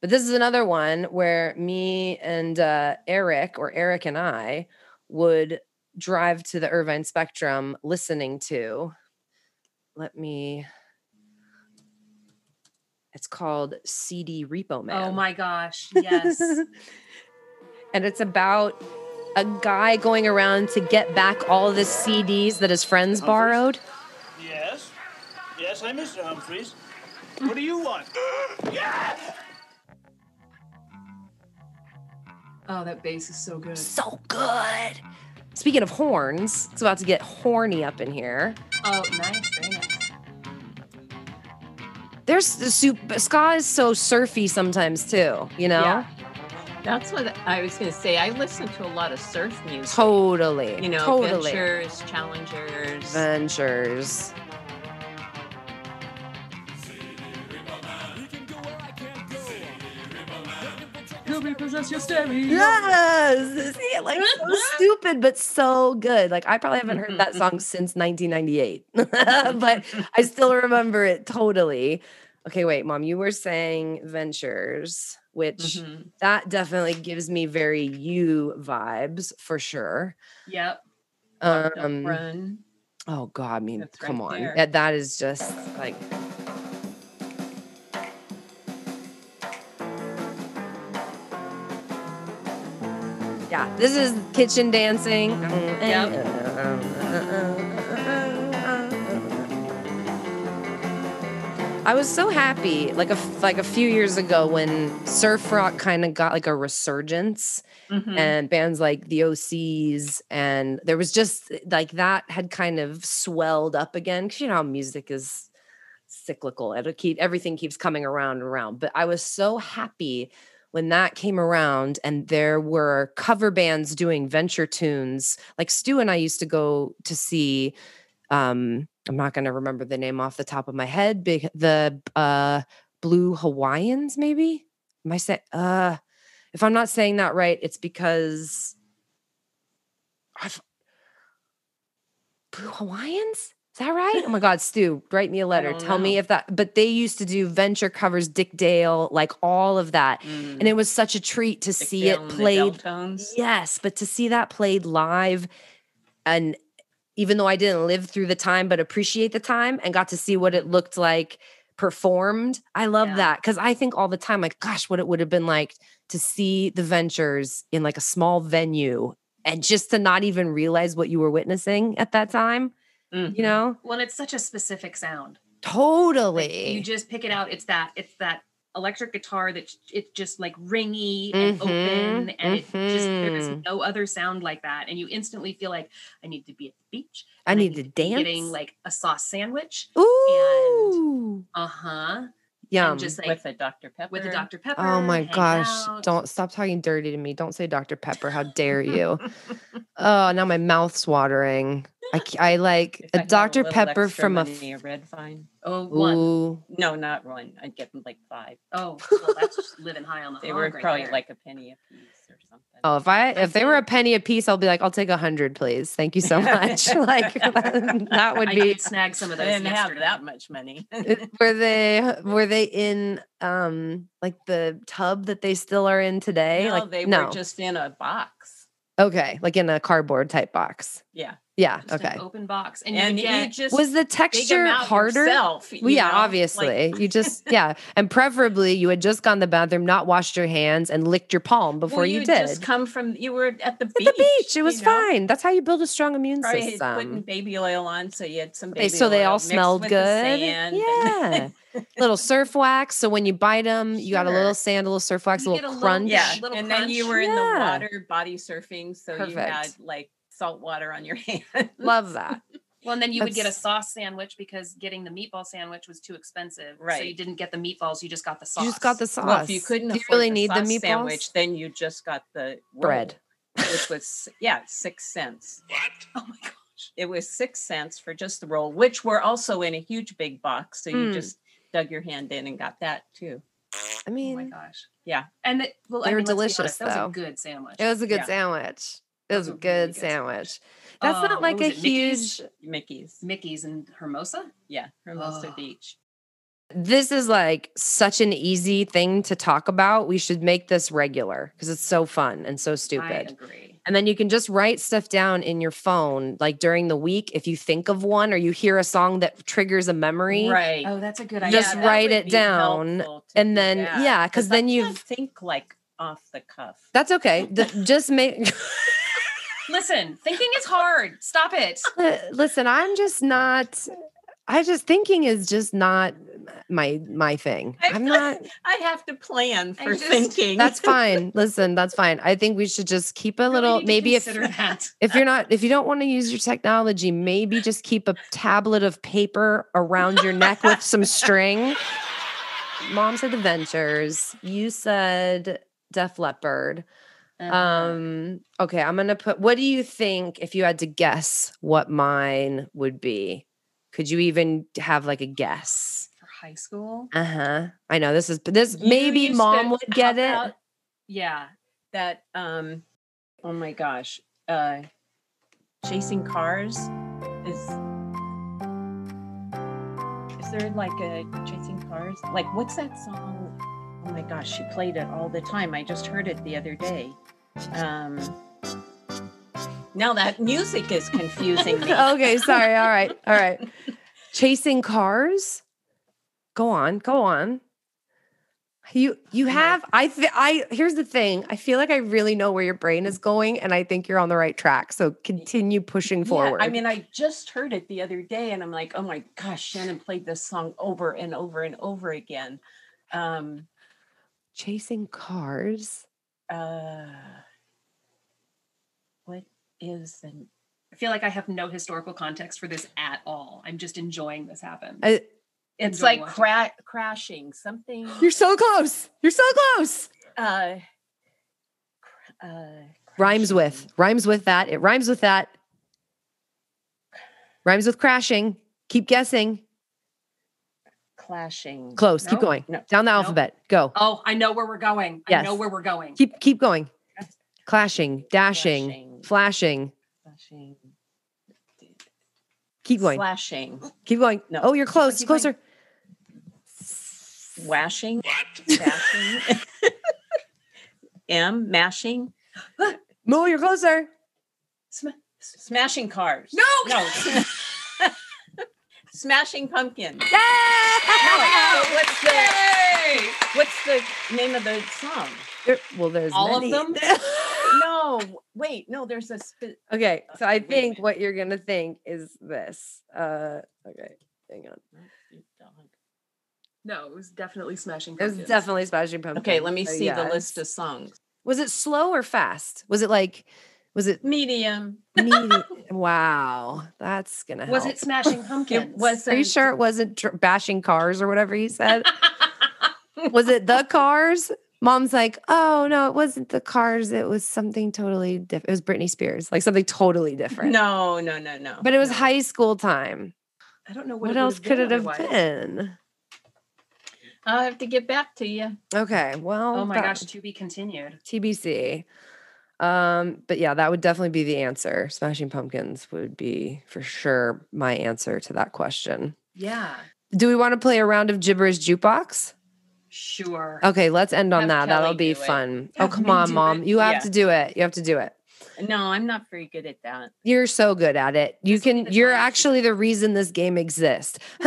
Speaker 1: But this is another one where me and uh, Eric, or Eric and I, would drive to the Irvine Spectrum listening to. Let me. It's called CD Repo Man.
Speaker 3: Oh my gosh. Yes.
Speaker 1: and it's about a guy going around to get back all the CDs that his friends borrowed.
Speaker 6: Yes. Yes, I'm Mr. Humphreys. What do you want?
Speaker 4: Oh, that bass is so good.
Speaker 1: So good. Speaking of horns, it's about to get horny up in here.
Speaker 3: oh, nice. Very nice.
Speaker 1: There's the soup. Ska is so surfy sometimes too. You know,
Speaker 4: Yeah. That's what I was going to say. I listen to a lot of surf music.
Speaker 1: totally.
Speaker 4: You know,
Speaker 1: totally.
Speaker 4: Ventures, Challengers.
Speaker 1: Ventures. Yes, see, it like so stupid, but so good. Like I probably haven't heard that song since 1998, but I still remember it totally. Okay, wait, mom, you were saying Ventures, which
Speaker 4: Mhm.
Speaker 1: that definitely gives me very you vibes for sure.
Speaker 3: Yep.
Speaker 4: Don't
Speaker 1: Um,
Speaker 4: run.
Speaker 1: oh God, I mean,
Speaker 4: That's right
Speaker 1: come on,
Speaker 4: there.
Speaker 1: That- that is just like Yeah, this is kitchen dancing.
Speaker 4: Mm-hmm.
Speaker 1: I was so happy, like a f- like a few years ago, when surf rock kind of got like a resurgence,
Speaker 4: Mm-hmm.
Speaker 3: Mhm.
Speaker 1: and bands like the OCs, and there was just eh, like that had kind of swelled up again. Cause you know how music is cyclical; it'll keep everything keeps coming around and around. But I was so happy when that came around, and there were cover bands doing venture tunes. Like Stu and I used to go to see. Um, I'm not going to remember the name off the top of my head. Big the uh, Blue Hawaiians, maybe. Am I saying? Uh, if I'm not saying that right, it's because I've Blue Hawaiians. Is that right? Oh my God, Stu, write me a letter.
Speaker 4: don't
Speaker 1: Tell me if that. But they used to do venture covers, Dick Dale, like all of that,
Speaker 4: Mm.
Speaker 1: and it was such a treat to
Speaker 4: Dick
Speaker 1: see
Speaker 4: Dale
Speaker 1: it
Speaker 4: and the
Speaker 1: played
Speaker 4: Deltones.
Speaker 1: Yes, but to see that played live and even though I didn't live through the time but appreciate the time and got to see what it looked like performed, I love
Speaker 3: Yeah.
Speaker 1: that cuz I think all the time like gosh what it would have been like to see the Ventures in like a small venue and just to not even realize what you were witnessing at that time,
Speaker 4: Mhm.
Speaker 3: Mm-hmm.
Speaker 1: you know?
Speaker 3: Well, and it's such a specific sound. Like,
Speaker 1: Totally.
Speaker 3: you just pick it out. It's that. It's that electric guitar that it's just like ringy and open
Speaker 1: Mhm,
Speaker 3: and it just there's
Speaker 1: mhm.
Speaker 3: no other sound like that and you instantly feel like i need to be at the beach
Speaker 1: I
Speaker 3: and
Speaker 1: need to
Speaker 3: be
Speaker 1: dance.
Speaker 3: getting like a sauce sandwich
Speaker 1: Ooh.
Speaker 3: uh-huh
Speaker 1: Yum.
Speaker 3: and just like
Speaker 4: With a Dr. Pepper.
Speaker 3: with a Dr. Pepper.
Speaker 1: Um, Oh my
Speaker 3: hang
Speaker 1: gosh.
Speaker 3: out.
Speaker 1: Don't stop talking dirty to me. Don't say Dr. Pepper. How dare you? oh, now my mouth's watering. I, c- I like
Speaker 4: If I
Speaker 1: a
Speaker 4: had
Speaker 1: Dr.
Speaker 4: little
Speaker 1: Pepper
Speaker 4: extra
Speaker 1: from a.
Speaker 4: money, a red vine.
Speaker 3: Oh,
Speaker 1: f-
Speaker 3: one.
Speaker 1: Ooh.
Speaker 4: No, not one. I'd get them like five.
Speaker 3: Oh, well, that's just living high on the
Speaker 4: They
Speaker 3: hog
Speaker 4: were
Speaker 3: right
Speaker 4: probably
Speaker 3: there.
Speaker 4: like a penny a piece or something.
Speaker 1: Oh, if I if they were a penny a piece, I'll be like, I'll take a hundred, please. Thank you so much. like that would
Speaker 3: I
Speaker 1: be.
Speaker 3: did snag some
Speaker 4: I
Speaker 3: of those.
Speaker 4: didn't have
Speaker 3: yesterday.
Speaker 4: that much money.
Speaker 1: Were they were they in um like the tub that they still are in today?
Speaker 4: no,
Speaker 1: like
Speaker 4: they
Speaker 1: no.
Speaker 4: were just in a box.
Speaker 1: okay, like in a cardboard type box.
Speaker 4: Yeah.
Speaker 1: Yeah.
Speaker 3: Just an
Speaker 1: Okay.
Speaker 3: open box, and,
Speaker 4: And
Speaker 3: you would
Speaker 4: you
Speaker 3: get
Speaker 4: just
Speaker 1: Was the
Speaker 4: dig 'em
Speaker 1: texture
Speaker 4: out
Speaker 1: harder?
Speaker 4: yourself, you
Speaker 1: Well, yeah,
Speaker 4: know? Like,
Speaker 1: obviously. you just yeah, and preferably you had just gone to the bathroom, not washed your hands, and licked your palm before
Speaker 4: well,
Speaker 1: you
Speaker 4: had
Speaker 1: did.
Speaker 4: just come from you were at the
Speaker 1: At
Speaker 4: beach.
Speaker 1: the beach, it
Speaker 4: you
Speaker 1: was
Speaker 4: know?
Speaker 1: fine. That's how you build a strong immune
Speaker 4: Probably had putting
Speaker 1: system.
Speaker 4: baby oil on, um, so you had some
Speaker 1: They,
Speaker 4: baby.
Speaker 1: so they
Speaker 4: oil
Speaker 1: all
Speaker 4: mixed
Speaker 1: smelled
Speaker 4: with
Speaker 1: good.
Speaker 4: the sand and-
Speaker 1: yeah, little surf wax. So when you bite them, you got a
Speaker 4: Sure.
Speaker 1: little sand, a little surf wax, a
Speaker 3: You get
Speaker 1: little
Speaker 3: a little-
Speaker 1: crunch.
Speaker 4: yeah,
Speaker 3: little
Speaker 4: and then you
Speaker 3: crunch.
Speaker 4: were in the
Speaker 1: Yeah.
Speaker 4: water body surfing, so you
Speaker 1: Perfect.
Speaker 4: had like salt water on your hand.
Speaker 1: Love that.
Speaker 3: well, and then you would get a
Speaker 1: That's-
Speaker 3: sauce sandwich because getting the meatball sandwich was too expensive. So you
Speaker 4: Right.
Speaker 3: didn't get the meatballs; you just got the sauce.
Speaker 1: You just got the sauce.
Speaker 4: Well, if you couldn't
Speaker 1: Do you
Speaker 4: afford
Speaker 1: really
Speaker 4: the
Speaker 1: need
Speaker 4: sauce
Speaker 1: the meatballs?
Speaker 4: sandwich, then you just got the roll,
Speaker 1: Bread.
Speaker 4: which was yeah six cents.
Speaker 3: Oh my god!
Speaker 4: It was six cents for just the roll, which were also in a huge big box, so you
Speaker 1: Mm.
Speaker 4: just dug your hand in and got that too.
Speaker 1: I
Speaker 3: Oh my
Speaker 1: mean,
Speaker 3: gosh!
Speaker 4: Yeah.
Speaker 3: And it, well,
Speaker 1: They
Speaker 3: I
Speaker 1: were
Speaker 3: mean, let's be
Speaker 1: delicious,
Speaker 3: honest, That was
Speaker 1: though.
Speaker 3: a good sandwich.
Speaker 1: it was a good
Speaker 4: Yeah.
Speaker 1: sandwich. It was a
Speaker 3: Those are really
Speaker 1: good
Speaker 3: good
Speaker 1: sandwich. That's
Speaker 3: Uh,
Speaker 1: not
Speaker 4: Oh,
Speaker 3: what
Speaker 1: like
Speaker 3: was
Speaker 1: a
Speaker 3: it, Mickey's?
Speaker 1: huge.
Speaker 4: Mickey's.
Speaker 3: Mickey's and Hermosa.
Speaker 4: Yeah, Hermosa
Speaker 3: Oh.
Speaker 4: Beach.
Speaker 1: This is like such an easy thing to talk about. We should make this regular because it's so fun and so
Speaker 3: I
Speaker 1: stupid.
Speaker 3: agree.
Speaker 1: And then you can just write stuff down in your phone, like during the week, if you think of one or you hear a song that triggers a memory.
Speaker 4: Right.
Speaker 3: Oh, that's a good
Speaker 1: Yeah,
Speaker 3: idea.
Speaker 1: Just
Speaker 4: that
Speaker 1: write
Speaker 4: would
Speaker 1: it
Speaker 4: be
Speaker 1: down,
Speaker 4: helpful to
Speaker 1: and
Speaker 4: do
Speaker 1: then-
Speaker 4: that,
Speaker 1: yeah, 'cause
Speaker 4: I
Speaker 1: then
Speaker 4: can't
Speaker 1: you've-
Speaker 4: think like off the cuff.
Speaker 1: That's okay. D- just make.
Speaker 3: Listen, thinking is hard. Stop it.
Speaker 1: Listen, I'm just not. I just thinking is just not my my thing.
Speaker 4: I-
Speaker 1: I'm not.
Speaker 4: I have to plan
Speaker 3: I
Speaker 4: for
Speaker 3: just-
Speaker 4: thinking.
Speaker 1: That's fine. Listen, that's fine. I think we should just keep a
Speaker 3: Really
Speaker 1: little.
Speaker 3: need to
Speaker 1: maybe if
Speaker 3: consider that.
Speaker 1: if you're not if you don't want to use your technology, maybe just keep a tablet of paper around your neck with some string. Mom said Adventures. You said Def Leppard.
Speaker 3: uh,
Speaker 1: Um, okay, I'm gonna put what do you think if you had to guess what mine would be? Could you even have like a guess?
Speaker 3: For high school,
Speaker 1: Uh-huh. I know this is this
Speaker 4: You
Speaker 1: maybe
Speaker 4: used to-
Speaker 1: mom would
Speaker 4: how
Speaker 1: get it.
Speaker 4: about- yeah, that. Um, oh my gosh, uh, chasing cars is. Is there like a chasing cars? Like what's that song? Oh my gosh, she played it all the time. I just heard it the other day. Um, now that music is confusing me.
Speaker 1: okay, sorry. All right. All right. Chasing cars? Go on. Go on. You you
Speaker 4: Oh
Speaker 1: have I th- I here's the thing. I feel like I really know where your brain is going and I think you're on the right track. So continue pushing forward.
Speaker 4: Yeah, I mean, I just heard it the other day, and I'm like, oh my gosh, Shannon played this song over and over and over again. Um,
Speaker 1: chasing cars.
Speaker 4: uh, what is the
Speaker 3: I feel like I have no historical context for this at all. I'm just enjoying this happen.
Speaker 1: I-
Speaker 4: It's
Speaker 3: Enjoy
Speaker 4: like
Speaker 3: watching.
Speaker 4: cra- crashing something.
Speaker 1: you're so close. You're so close.
Speaker 4: Uh, cr- uh,
Speaker 1: Rhymes with.
Speaker 4: crashing.
Speaker 1: Rhymes with that. It rhymes with that. Rhymes with crashing. Keep guessing.
Speaker 4: clashing.
Speaker 1: Close. Keep
Speaker 3: No,
Speaker 1: going.
Speaker 4: no,
Speaker 1: Down the
Speaker 3: no.
Speaker 1: alphabet. Go.
Speaker 3: Oh, I know where we're going. I
Speaker 1: Yes.
Speaker 3: know where we're going.
Speaker 1: Keep keep going.
Speaker 4: Yes.
Speaker 1: Clashing, dashing, flashing.
Speaker 4: Flashing. Clashing.
Speaker 1: Keep going.
Speaker 4: Slashing.
Speaker 1: keep going.
Speaker 4: No.
Speaker 1: Oh, you're close.
Speaker 3: keep going.
Speaker 1: Closer.
Speaker 4: Washing.
Speaker 6: What?
Speaker 4: Mashing. M mashing.
Speaker 1: No, you're closer.
Speaker 3: Sm-
Speaker 4: Smashing cars.
Speaker 3: No!
Speaker 4: No. Smashing pumpkin.
Speaker 1: Yeah!
Speaker 4: what's the what's the name of the song?
Speaker 1: There- well, there's
Speaker 4: All of
Speaker 1: many.
Speaker 4: them? No, wait, no, there's a sp-
Speaker 1: okay, so I
Speaker 4: Wait a
Speaker 1: think
Speaker 4: minute.
Speaker 1: what you're gonna think is this. Uh, okay, hang on.
Speaker 3: No, it was definitely smashing.
Speaker 1: It was
Speaker 3: Pumpkins.
Speaker 1: definitely Smashing Pumpkins.
Speaker 4: Okay, let me
Speaker 1: so
Speaker 4: see the
Speaker 1: yes.
Speaker 4: list of songs.
Speaker 1: Was it slow or fast? Was it like? Was it?
Speaker 4: Medium.
Speaker 1: medi- wow, that's gonna.
Speaker 3: Was
Speaker 1: help.
Speaker 3: it smashing pumpkins?
Speaker 4: It was
Speaker 1: Are you sure it wasn't dr- bashing cars or whatever he said? was it the cars? Mom's like, oh no, it wasn't the cars. It was something totally different. It was Britney Spears, like something totally different.
Speaker 4: No, no, no, no.
Speaker 1: but it was
Speaker 4: no.
Speaker 1: high school time.
Speaker 3: I don't know
Speaker 1: What,
Speaker 3: what, it
Speaker 1: else
Speaker 3: would've
Speaker 1: could it
Speaker 3: been
Speaker 1: have
Speaker 3: otherwise.
Speaker 1: been?
Speaker 4: I'll have to get back to you.
Speaker 1: Okay, well,
Speaker 3: Oh my
Speaker 1: that-
Speaker 3: gosh, to be continued.
Speaker 1: TBC. Um, but yeah, that would definitely be the answer. Smashing Pumpkins would be for sure my answer to that question.
Speaker 3: Yeah,
Speaker 1: Do we want to play a round of gibberish jukebox?
Speaker 3: sure.
Speaker 1: Okay, let's end on
Speaker 4: Have
Speaker 1: that. That'll
Speaker 4: Kelly
Speaker 1: be
Speaker 4: do it.
Speaker 1: fun. oh,
Speaker 3: Have
Speaker 1: come
Speaker 3: me
Speaker 1: on,
Speaker 3: do
Speaker 1: mom.
Speaker 3: it.
Speaker 1: You have
Speaker 4: Yeah.
Speaker 1: to do it. You have to do it.
Speaker 4: No, I'm not very good at that.
Speaker 1: You're so good at it. You
Speaker 3: This will be
Speaker 1: can
Speaker 3: the
Speaker 1: you're
Speaker 3: time to-
Speaker 1: actually the reason this game exists.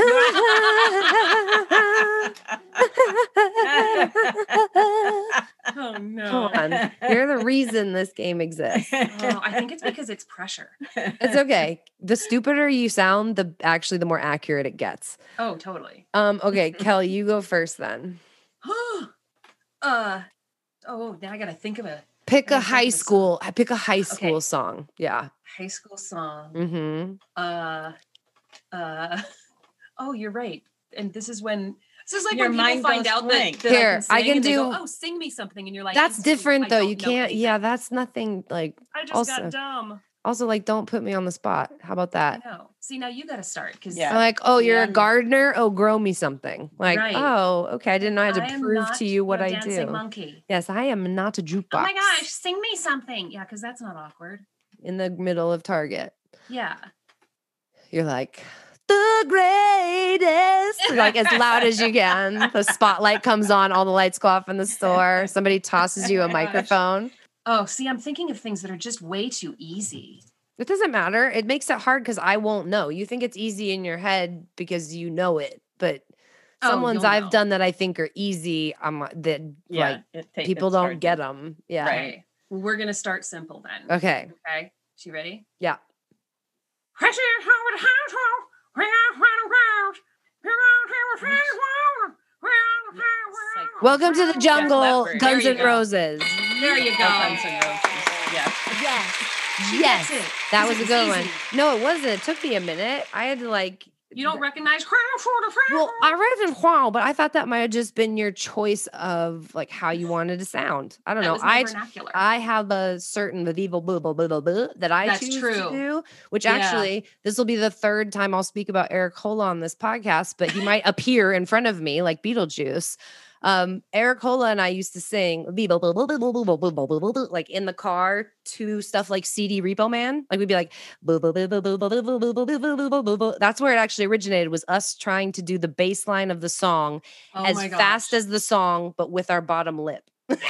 Speaker 3: Oh no.
Speaker 1: Come on. You're the reason this game exists.
Speaker 3: Oh, I think it's because it's pressure.
Speaker 1: It's okay. The stupider you sound, the actually the more accurate it gets.
Speaker 3: Oh, totally.
Speaker 1: Um okay, Kelly, you go first then.
Speaker 3: uh, oh, now I gotta think of a
Speaker 1: Pick
Speaker 3: I
Speaker 1: a
Speaker 3: think
Speaker 1: high
Speaker 3: it's-
Speaker 1: school, pick a high school
Speaker 3: Okay.
Speaker 1: song. Yeah.
Speaker 3: high school song.
Speaker 1: Mhm.
Speaker 3: Uh, uh, oh, you're right. And this is when this is like
Speaker 4: Your
Speaker 3: when people
Speaker 4: mind
Speaker 3: find
Speaker 4: goes
Speaker 3: out
Speaker 4: blank.
Speaker 3: that, that
Speaker 1: Here, I
Speaker 3: I can, sing
Speaker 1: can
Speaker 3: and they go,
Speaker 1: do-
Speaker 3: Oh, sing me something, and you're like,
Speaker 1: That's
Speaker 3: "It's stupid.
Speaker 1: different
Speaker 3: I
Speaker 1: though.
Speaker 3: don't
Speaker 1: You
Speaker 3: know
Speaker 1: can't.
Speaker 3: anything."
Speaker 1: Yeah, that's nothing like
Speaker 3: I just
Speaker 1: also-
Speaker 3: got dumb.
Speaker 1: also like don't put me on the spot. How about
Speaker 3: I
Speaker 1: that?
Speaker 3: know. See, now you gotta start because
Speaker 4: Yeah.
Speaker 1: I'm like, oh, you're
Speaker 4: Yeah,
Speaker 1: a
Speaker 4: I'm-
Speaker 1: gardener. Oh, grow me something. Like,
Speaker 3: Right.
Speaker 1: oh, okay. I didn't know I had to
Speaker 3: am
Speaker 1: prove
Speaker 3: not
Speaker 1: to you what
Speaker 3: your
Speaker 1: I
Speaker 3: dancing
Speaker 1: do.
Speaker 3: Monkey.
Speaker 1: Yes, I am not a jukebox.
Speaker 3: Oh my gosh, sing me something. Yeah, because that's not awkward.
Speaker 1: in the middle of Target.
Speaker 3: Yeah.
Speaker 1: You're like, the greatest, like as loud as you can. The spotlight comes on, all the lights go off in the store. Somebody tosses you a microphone.
Speaker 3: Oh, see, I'm thinking of things that are just way too easy.
Speaker 1: It doesn't matter. It makes it hard because I won't know. You think it's easy in your head because you know it, but
Speaker 3: Oh,
Speaker 1: some ones
Speaker 3: you'll
Speaker 1: I've
Speaker 3: know.
Speaker 1: done that I think are easy, I'm like- that
Speaker 4: Yeah,
Speaker 1: like
Speaker 4: it ta-
Speaker 1: people
Speaker 4: it's
Speaker 1: don't
Speaker 4: hard
Speaker 1: get
Speaker 4: to-
Speaker 1: them. Yeah. Uh,
Speaker 4: Right.
Speaker 3: Well, we're gonna start simple then.
Speaker 1: Okay.
Speaker 3: Okay. She ready?
Speaker 1: Yeah.
Speaker 3: Pressure Howard household. We are running around. You're out here with
Speaker 4: Oops.
Speaker 3: me, Howard. We are
Speaker 4: It's
Speaker 3: running
Speaker 4: like-
Speaker 3: around.
Speaker 1: Welcome to the jungle,
Speaker 4: Leppard.
Speaker 1: Guns
Speaker 3: There
Speaker 1: N'
Speaker 3: you go.
Speaker 1: Roses.
Speaker 3: There you
Speaker 4: Oh,
Speaker 3: go.
Speaker 4: Guns N' Roses. Yes.
Speaker 3: She
Speaker 1: yes.
Speaker 3: gets it.
Speaker 1: That was
Speaker 3: This
Speaker 1: a
Speaker 3: is
Speaker 1: good one.
Speaker 3: easy.
Speaker 1: No, it wasn't. It took me a minute. I had to like
Speaker 3: You don't recognize Howard.
Speaker 1: Well, I read it in Huang, but I thought that might have just been your choice of like how you wanted to sound. I don't
Speaker 3: That
Speaker 1: know.
Speaker 3: was my
Speaker 1: I
Speaker 3: vernacular.
Speaker 1: I have a certain medieval boo boo boo boo boo that I
Speaker 3: That's
Speaker 1: choose to
Speaker 3: true.
Speaker 1: do, which
Speaker 4: Yeah.
Speaker 1: actually this will be the third time I'll speak about Eric Hola on this podcast, but he might appear in front of me like Beetlejuice. Um, Eric Hola and I used to sing bee boo boo boo boo boo boo boo boo boo boo boo boo, like in the car to stuff like CD Repo Man. Like we'd be like boo boo boo boo boo boo boo boo boo boo boo boo boo boo boo boo. That's where it actually originated was us trying to do the bass line of the song
Speaker 3: oh
Speaker 1: as
Speaker 3: my gosh.
Speaker 1: fast as the song, but with our bottom lip.
Speaker 3: See,
Speaker 1: So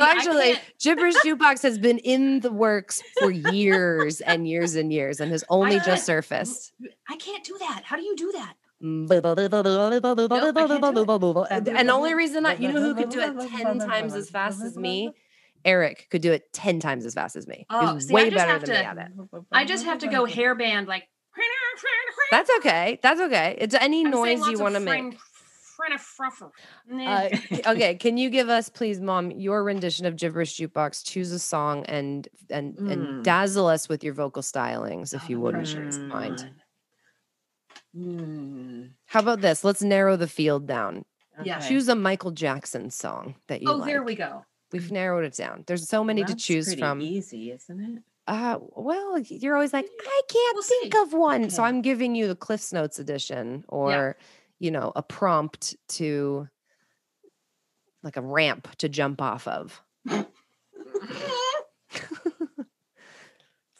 Speaker 3: I
Speaker 1: actually,
Speaker 3: can't-
Speaker 1: Gibberish Jukebox has been in the works for years and years and years and has only
Speaker 3: can't-
Speaker 1: just surfaced.
Speaker 3: I can't do that. How do you do that?
Speaker 1: And and the only reason I, you know who could do it 10 times as fast as me? Eric could do it 10 times as fast as me. He
Speaker 3: Oh,
Speaker 1: was
Speaker 3: see, I
Speaker 1: way
Speaker 3: just
Speaker 1: better
Speaker 3: have
Speaker 1: than me
Speaker 3: to-
Speaker 1: at it.
Speaker 3: I just have to go hairband like.
Speaker 1: That's okay. That's okay. It's any
Speaker 3: I'm saying
Speaker 1: noise
Speaker 3: lots
Speaker 1: you
Speaker 3: of
Speaker 1: want to
Speaker 3: fring-
Speaker 1: make.
Speaker 3: frinifruffle.
Speaker 1: Uh,
Speaker 3: Nah.
Speaker 1: c- okay, can you give us, please, Mom, your rendition of Gibberish Jukebox? Choose a song and and
Speaker 4: Mm.
Speaker 3: Hmm.
Speaker 1: and dazzle us with your vocal stylings, if you
Speaker 3: Oh,
Speaker 1: would.
Speaker 3: pressure is
Speaker 4: Mm.
Speaker 1: Mind.
Speaker 4: Mm,
Speaker 1: How about this? Let's narrow the field down.
Speaker 3: Yeah.
Speaker 4: okay.
Speaker 1: Choose a Michael Jackson song that you
Speaker 3: Oh,
Speaker 1: like.
Speaker 3: there we go. e
Speaker 1: We've narrowed it down. There's so
Speaker 4: Well,
Speaker 1: many to
Speaker 4: that's
Speaker 1: choose
Speaker 4: pretty
Speaker 1: from.
Speaker 4: Easy, isn't it?
Speaker 1: Uh, well, you're always like, I can't
Speaker 3: We'll
Speaker 1: think
Speaker 3: see.
Speaker 1: of one. So
Speaker 4: Yeah.
Speaker 1: I'm giving you the Cliff's Notes edition, or you know, a prompt to like a ramp to jump off of.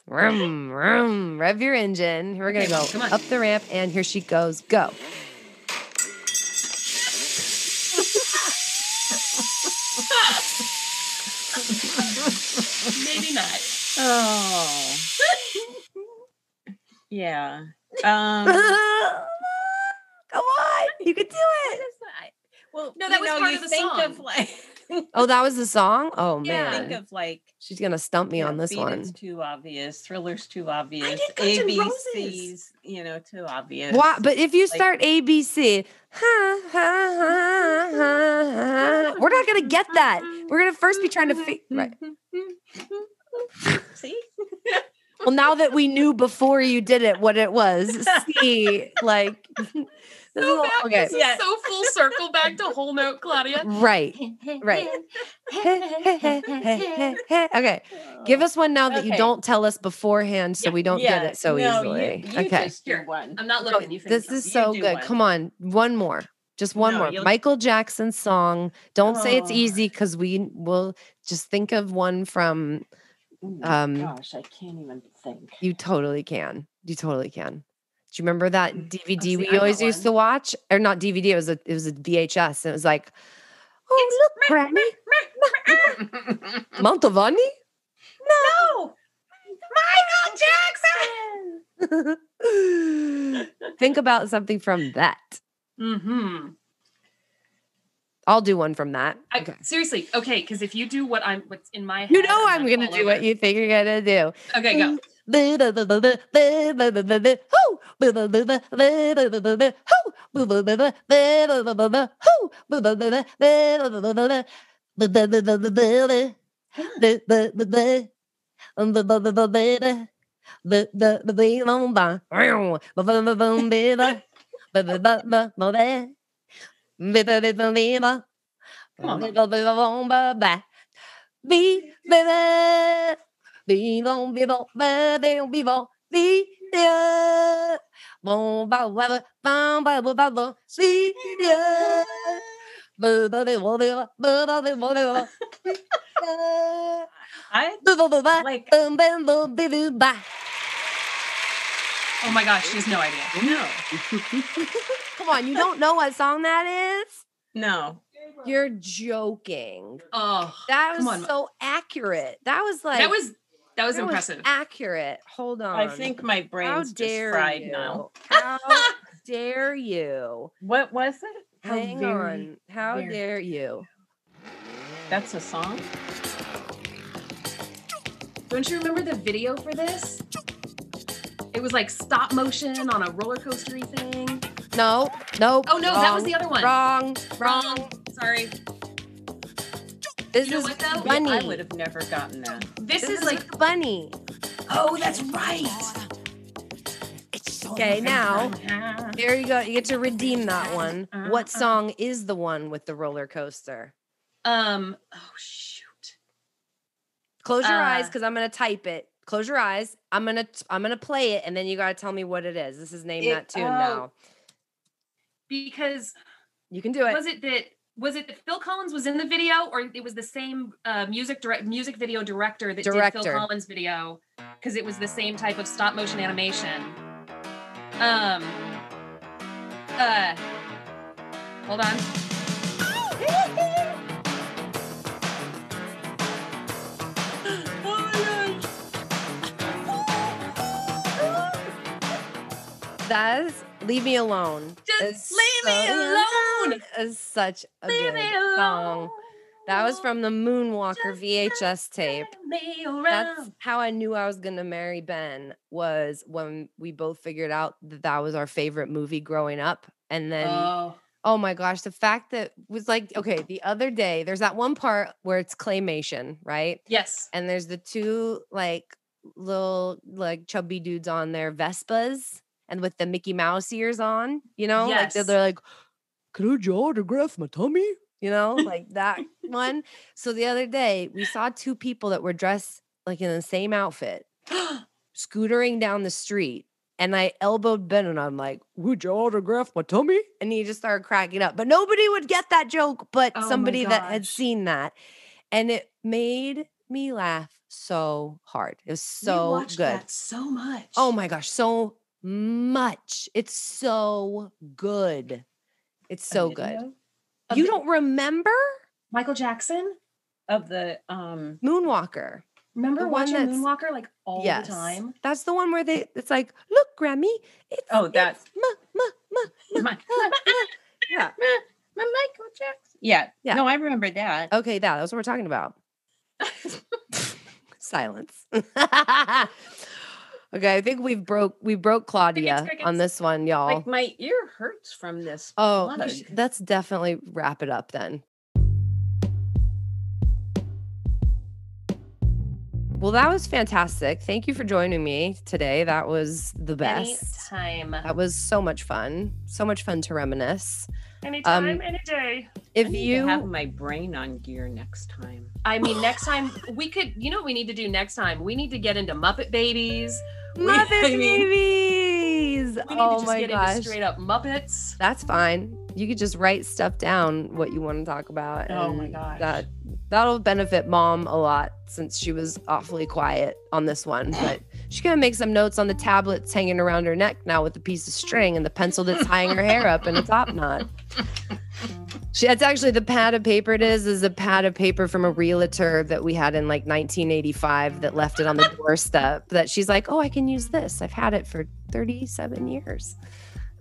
Speaker 1: Vroom, vroom, rev your engine. We're gonna
Speaker 3: Okay,
Speaker 1: go
Speaker 3: come on.
Speaker 1: up the ramp, and here she goes. Go.
Speaker 3: Maybe not.
Speaker 4: Oh. yeah. Um,
Speaker 1: Come on, you can do it.
Speaker 4: well,
Speaker 3: No,
Speaker 4: you
Speaker 3: that was
Speaker 4: know,
Speaker 3: part
Speaker 4: you
Speaker 3: of the
Speaker 4: think
Speaker 3: song.
Speaker 4: Of like,
Speaker 1: Oh, that was the song. Oh
Speaker 4: yeah.
Speaker 1: man,
Speaker 4: Think of like
Speaker 1: she's gonna stump me
Speaker 4: you
Speaker 1: on
Speaker 4: know,
Speaker 1: this
Speaker 4: Beat
Speaker 1: one.
Speaker 4: It's too obvious. Thrillers too obvious.
Speaker 3: Guns N' Roses.
Speaker 4: ABC's, you know, too obvious.
Speaker 1: Why? But if you
Speaker 4: Like-
Speaker 1: start ABC, ha, ha, ha, ha, ha, we're not gonna get that. We're gonna first be trying to fi- right.
Speaker 4: See?
Speaker 1: Well, now that we knew before you did it what it was, see, like this is
Speaker 3: So
Speaker 1: all-
Speaker 3: back,
Speaker 1: okay,
Speaker 3: This is
Speaker 4: Yeah.
Speaker 3: so full circle back to whole note, Claudia.
Speaker 1: right, right. Hey, hey, hey, hey, hey, hey. okay, give us one now that you
Speaker 4: Okay.
Speaker 1: don't tell us beforehand, so
Speaker 3: Yeah,
Speaker 1: we don't get it so
Speaker 4: no, you-
Speaker 1: easily.
Speaker 4: you
Speaker 1: okay,
Speaker 4: just do
Speaker 3: Here.
Speaker 4: one.
Speaker 3: I'm not
Speaker 1: Oh,
Speaker 3: looking. You finish
Speaker 1: this
Speaker 3: up.
Speaker 1: is
Speaker 4: You
Speaker 1: so
Speaker 4: do
Speaker 1: good.
Speaker 4: one.
Speaker 1: Come on, one more. Just one
Speaker 4: No,
Speaker 1: more.
Speaker 4: you'll-
Speaker 1: Michael Jackson song. Don't say it's
Speaker 4: Oh.
Speaker 1: easy because we will just think of one from
Speaker 4: Ooh,
Speaker 1: um,
Speaker 4: gosh, I can't even think.
Speaker 1: you totally can. You totally can. Do you remember that DVD
Speaker 3: see, I
Speaker 1: we
Speaker 3: got
Speaker 1: always used to watch? Or not DVD, it was a it was a VHS and it was like, oh look, Granny. Mantovani?
Speaker 3: no, Michael Jackson.
Speaker 1: think about something from that.
Speaker 3: Mm-hmm.
Speaker 1: I'll do one from that.
Speaker 3: I, Seriously, okay, because if you do what I'm, what's in my head,
Speaker 1: You know I'm
Speaker 3: gonna
Speaker 1: gonna
Speaker 3: fall
Speaker 1: do what
Speaker 3: over.
Speaker 1: you think you're gonna do.
Speaker 3: Okay, go. Come on. Vive, Vivons, vivons, vivons, vivons, vivons. Bon, bah, bah, bah, bah, bah, bah, bah, bah, vivons. I like. Oh my gosh, she has no idea.
Speaker 4: No,
Speaker 1: Come on, you don't know what song that is?
Speaker 4: no.
Speaker 1: You're joking.
Speaker 3: Oh,
Speaker 1: That
Speaker 3: Come
Speaker 1: was
Speaker 3: on, Ma-
Speaker 1: so accurate. That was like
Speaker 3: that was that was
Speaker 1: that
Speaker 3: impressive.
Speaker 1: accurate. Hold on.
Speaker 4: I think my
Speaker 1: how
Speaker 4: brain's just
Speaker 1: dare
Speaker 4: fried
Speaker 1: you?
Speaker 4: now.
Speaker 1: How dare you?
Speaker 4: What was it? How
Speaker 1: Hang
Speaker 4: very-
Speaker 1: on. How
Speaker 4: very-
Speaker 1: dare you?
Speaker 4: That's a song.
Speaker 3: Don't you remember the video for this? It was like stop motion on a roller coastery thing.
Speaker 1: No, nope.
Speaker 3: Oh no, that was
Speaker 1: wrong,
Speaker 3: the other one.
Speaker 1: Wrong, wrong.
Speaker 3: Wrong. Sorry.
Speaker 1: This
Speaker 3: You know
Speaker 1: is
Speaker 3: what, though?
Speaker 1: bunny.
Speaker 4: I would have never gotten that.
Speaker 3: This,
Speaker 1: this
Speaker 3: is, like
Speaker 1: with the bunny.
Speaker 3: oh, that's right.
Speaker 1: Okay, now there you go. You get to redeem that one. What
Speaker 3: Uh-huh.
Speaker 1: song is the one with the roller coaster?
Speaker 3: Um. Oh shoot.
Speaker 1: Close your eyes
Speaker 3: Uh,
Speaker 1: because I'm gonna type it. Close your eyes. I'm gonna t- I'm gonna play it, and then you gotta tell me what it is. This is name
Speaker 4: It-
Speaker 1: that tune
Speaker 4: oh.
Speaker 1: now.
Speaker 3: Because
Speaker 1: You can do it.
Speaker 3: was it that was it that Phil Collins was in the video, or it was the same uh, music direct music video director that did
Speaker 1: Director.
Speaker 3: Phil Collins' video? Because it was the same type of stop motion animation. Um. Uh. Hold on.
Speaker 1: That's Leave Me Alone.
Speaker 3: Just
Speaker 1: It's
Speaker 3: leave me alone.
Speaker 1: Is such a
Speaker 3: Leave
Speaker 1: good
Speaker 3: me
Speaker 1: song. That was
Speaker 3: alone.
Speaker 1: from the Moonwalker VHS
Speaker 3: Just
Speaker 1: tape.
Speaker 3: Turn me
Speaker 1: That's
Speaker 3: around.
Speaker 1: how I knew I was going to marry Ben was when we both figured out that that was our favorite movie growing up and then
Speaker 4: oh,
Speaker 1: oh my gosh, the fact that was like okay, the other day there's that one part where it's claymation, right?
Speaker 3: Yes.
Speaker 1: And there's the two like little like chubby dudes on their Vespas and with the Mickey Mouse ears on, you know? Like they're,
Speaker 3: Yes.
Speaker 1: they're like, Can I just autograph my tummy? You know, like that one. So the other day we saw two people that were dressed like in the same outfit scootering down the street. And I elbowed Ben and I'm like, Would you autograph my tummy? And he just started cracking up. But nobody would get that joke, but
Speaker 3: Oh my
Speaker 1: somebody that had
Speaker 3: gosh.
Speaker 1: seen that. And it made me laugh so hard. It was
Speaker 3: we
Speaker 1: so
Speaker 3: watched
Speaker 1: good.
Speaker 3: That so much.
Speaker 1: Oh my gosh, so much. It's so good. It's so good.
Speaker 4: video Of
Speaker 1: You
Speaker 4: the-
Speaker 1: don't remember
Speaker 3: Michael Jackson.
Speaker 4: of the um.
Speaker 1: Moonwalker?
Speaker 3: Remember
Speaker 1: The one
Speaker 3: watching
Speaker 1: that's-
Speaker 3: Moonwalker like all
Speaker 1: yes.
Speaker 3: the time?
Speaker 1: That's the one where they it's like, look, Grammy, it's
Speaker 4: Oh,
Speaker 1: it's
Speaker 4: that's-
Speaker 1: ma, ma, ma,
Speaker 4: My,
Speaker 1: Yeah.
Speaker 4: my Michael Jackson. Yeah.
Speaker 1: Yeah. Oh,
Speaker 4: No, I remember that.
Speaker 1: Okay, that, that's what we're talking about. Silence. okay, I think we've broke we broke Claudia on
Speaker 3: crickets.
Speaker 1: this one, y'all.
Speaker 4: Like my ear hurts from this.
Speaker 1: oh,
Speaker 4: plug.
Speaker 1: you should- that's definitely wrap it up then. Well, that was fantastic. Thank you for joining me today. That was the best. Uh,
Speaker 3: Anytime.
Speaker 1: That was so much fun. So much fun to reminisce.
Speaker 3: Anytime,
Speaker 1: Um,
Speaker 3: any day.
Speaker 4: I
Speaker 1: If
Speaker 4: need
Speaker 1: you
Speaker 4: to have my brain on gear next time.
Speaker 3: I mean, next time we could, you know what we need to do next time? We need to get into Muppet Babies. We-
Speaker 1: Muppet
Speaker 3: I mean,
Speaker 1: babies.
Speaker 3: We need to
Speaker 1: Oh
Speaker 3: just
Speaker 1: my
Speaker 3: get into
Speaker 1: gosh.
Speaker 3: straight up Muppets.
Speaker 1: That's fine. You could just write stuff down what you want to talk about.
Speaker 4: Oh my
Speaker 1: and
Speaker 4: gosh.
Speaker 1: That that'll benefit mom a lot since she was awfully quiet on this one. But she's gonna make some notes on the tablets hanging around her neck now with a piece of string and the pencil that's tying her hair up in a top knot. She, that's actually the pad of paper it is is a pad of paper from a realtor that we had in like 1985 that left it on the doorstep that she's like oh i can use this i've had it for 37 years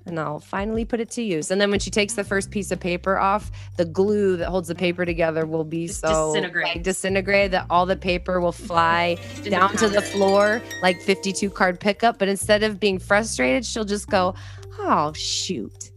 Speaker 1: and i'll finally put it to use and then when she takes the first piece of paper off the glue that holds the paper together will be
Speaker 3: Just
Speaker 1: so
Speaker 3: disintegrate.
Speaker 1: like, disintegrate that all the paper will fly
Speaker 3: Into
Speaker 1: down to the
Speaker 3: powder.
Speaker 1: floor like 52 card pickup but instead of being frustrated she'll just go oh shoot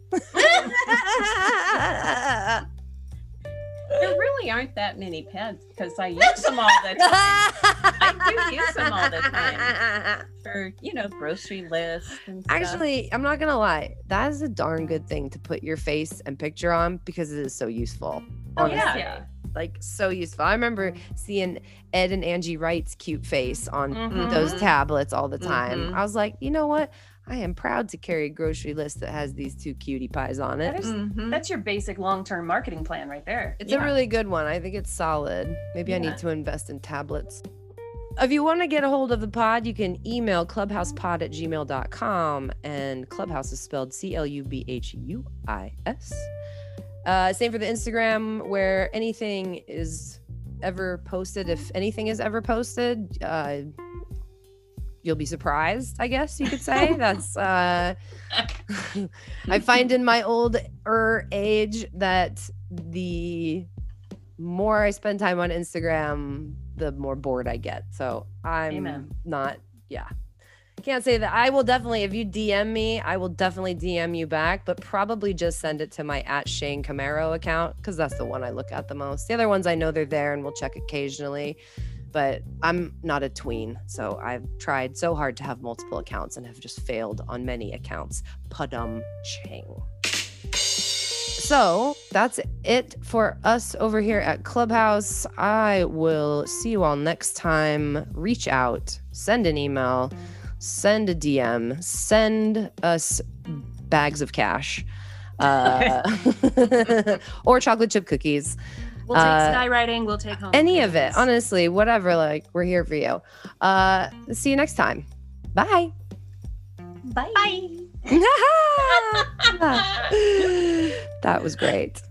Speaker 4: There really aren't that many pads because I use them all the time
Speaker 1: I
Speaker 4: do use them all the time. for you know grocery lists and stuff.
Speaker 1: Actually, I'm not gonna lie. That is a darn good thing to put your face and picture on because it is so useful.
Speaker 4: Oh,
Speaker 1: Honestly,
Speaker 4: yeah.
Speaker 1: like so useful. I remember seeing Ed and Angie Wright's cute face on
Speaker 3: Mhm.
Speaker 1: those tablets all the time.
Speaker 4: Mhm.
Speaker 3: Mm-hmm.
Speaker 1: I was like, you know what? I am proud to carry a grocery list that has these two cutie pies on
Speaker 3: That
Speaker 1: it.
Speaker 3: is-
Speaker 7: Mhm.
Speaker 4: Mm-hmm.
Speaker 3: That's your basic long-term marketing plan right there.
Speaker 1: It's a really good one. I think it's solid. Maybe I
Speaker 3: Yeah.
Speaker 1: need to invest in tablets. If you want to get a hold of the pod, you can email clubhousepod at gmail.com. And clubhouse is spelled C L U B H U I S. Uh, same for the Instagram, where anything is ever posted. If anything is ever posted, uh, you'll be surprised, I guess you could say. That's. Uh, I find in my older age that the more I spend time on Instagram, the more bored I get. So I'm
Speaker 4: Amen.
Speaker 1: not, yeah. Can't say that. I will definitely, if you DM me, I will definitely DM you back, but probably just send it to my at Shane Camaro account because that's the one I look at the most. The other ones I know they're there and will check occasionally, but I'm not a tween. So I've tried so hard to have multiple accounts and have just failed on many accounts. Padum Chang. So that's it for us over here at Clubhouse. I will see you all next time. Reach out, send an email, send a DM, send us bags of cash uh, or chocolate chip cookies.
Speaker 3: We'll take
Speaker 1: Uh,
Speaker 3: skywriting. We'll take home.
Speaker 1: Any of it,
Speaker 3: photos.
Speaker 1: honestly, whatever. Like, we're here for you. Uh, see you next time. Bye.
Speaker 3: Bye.
Speaker 1: that was great.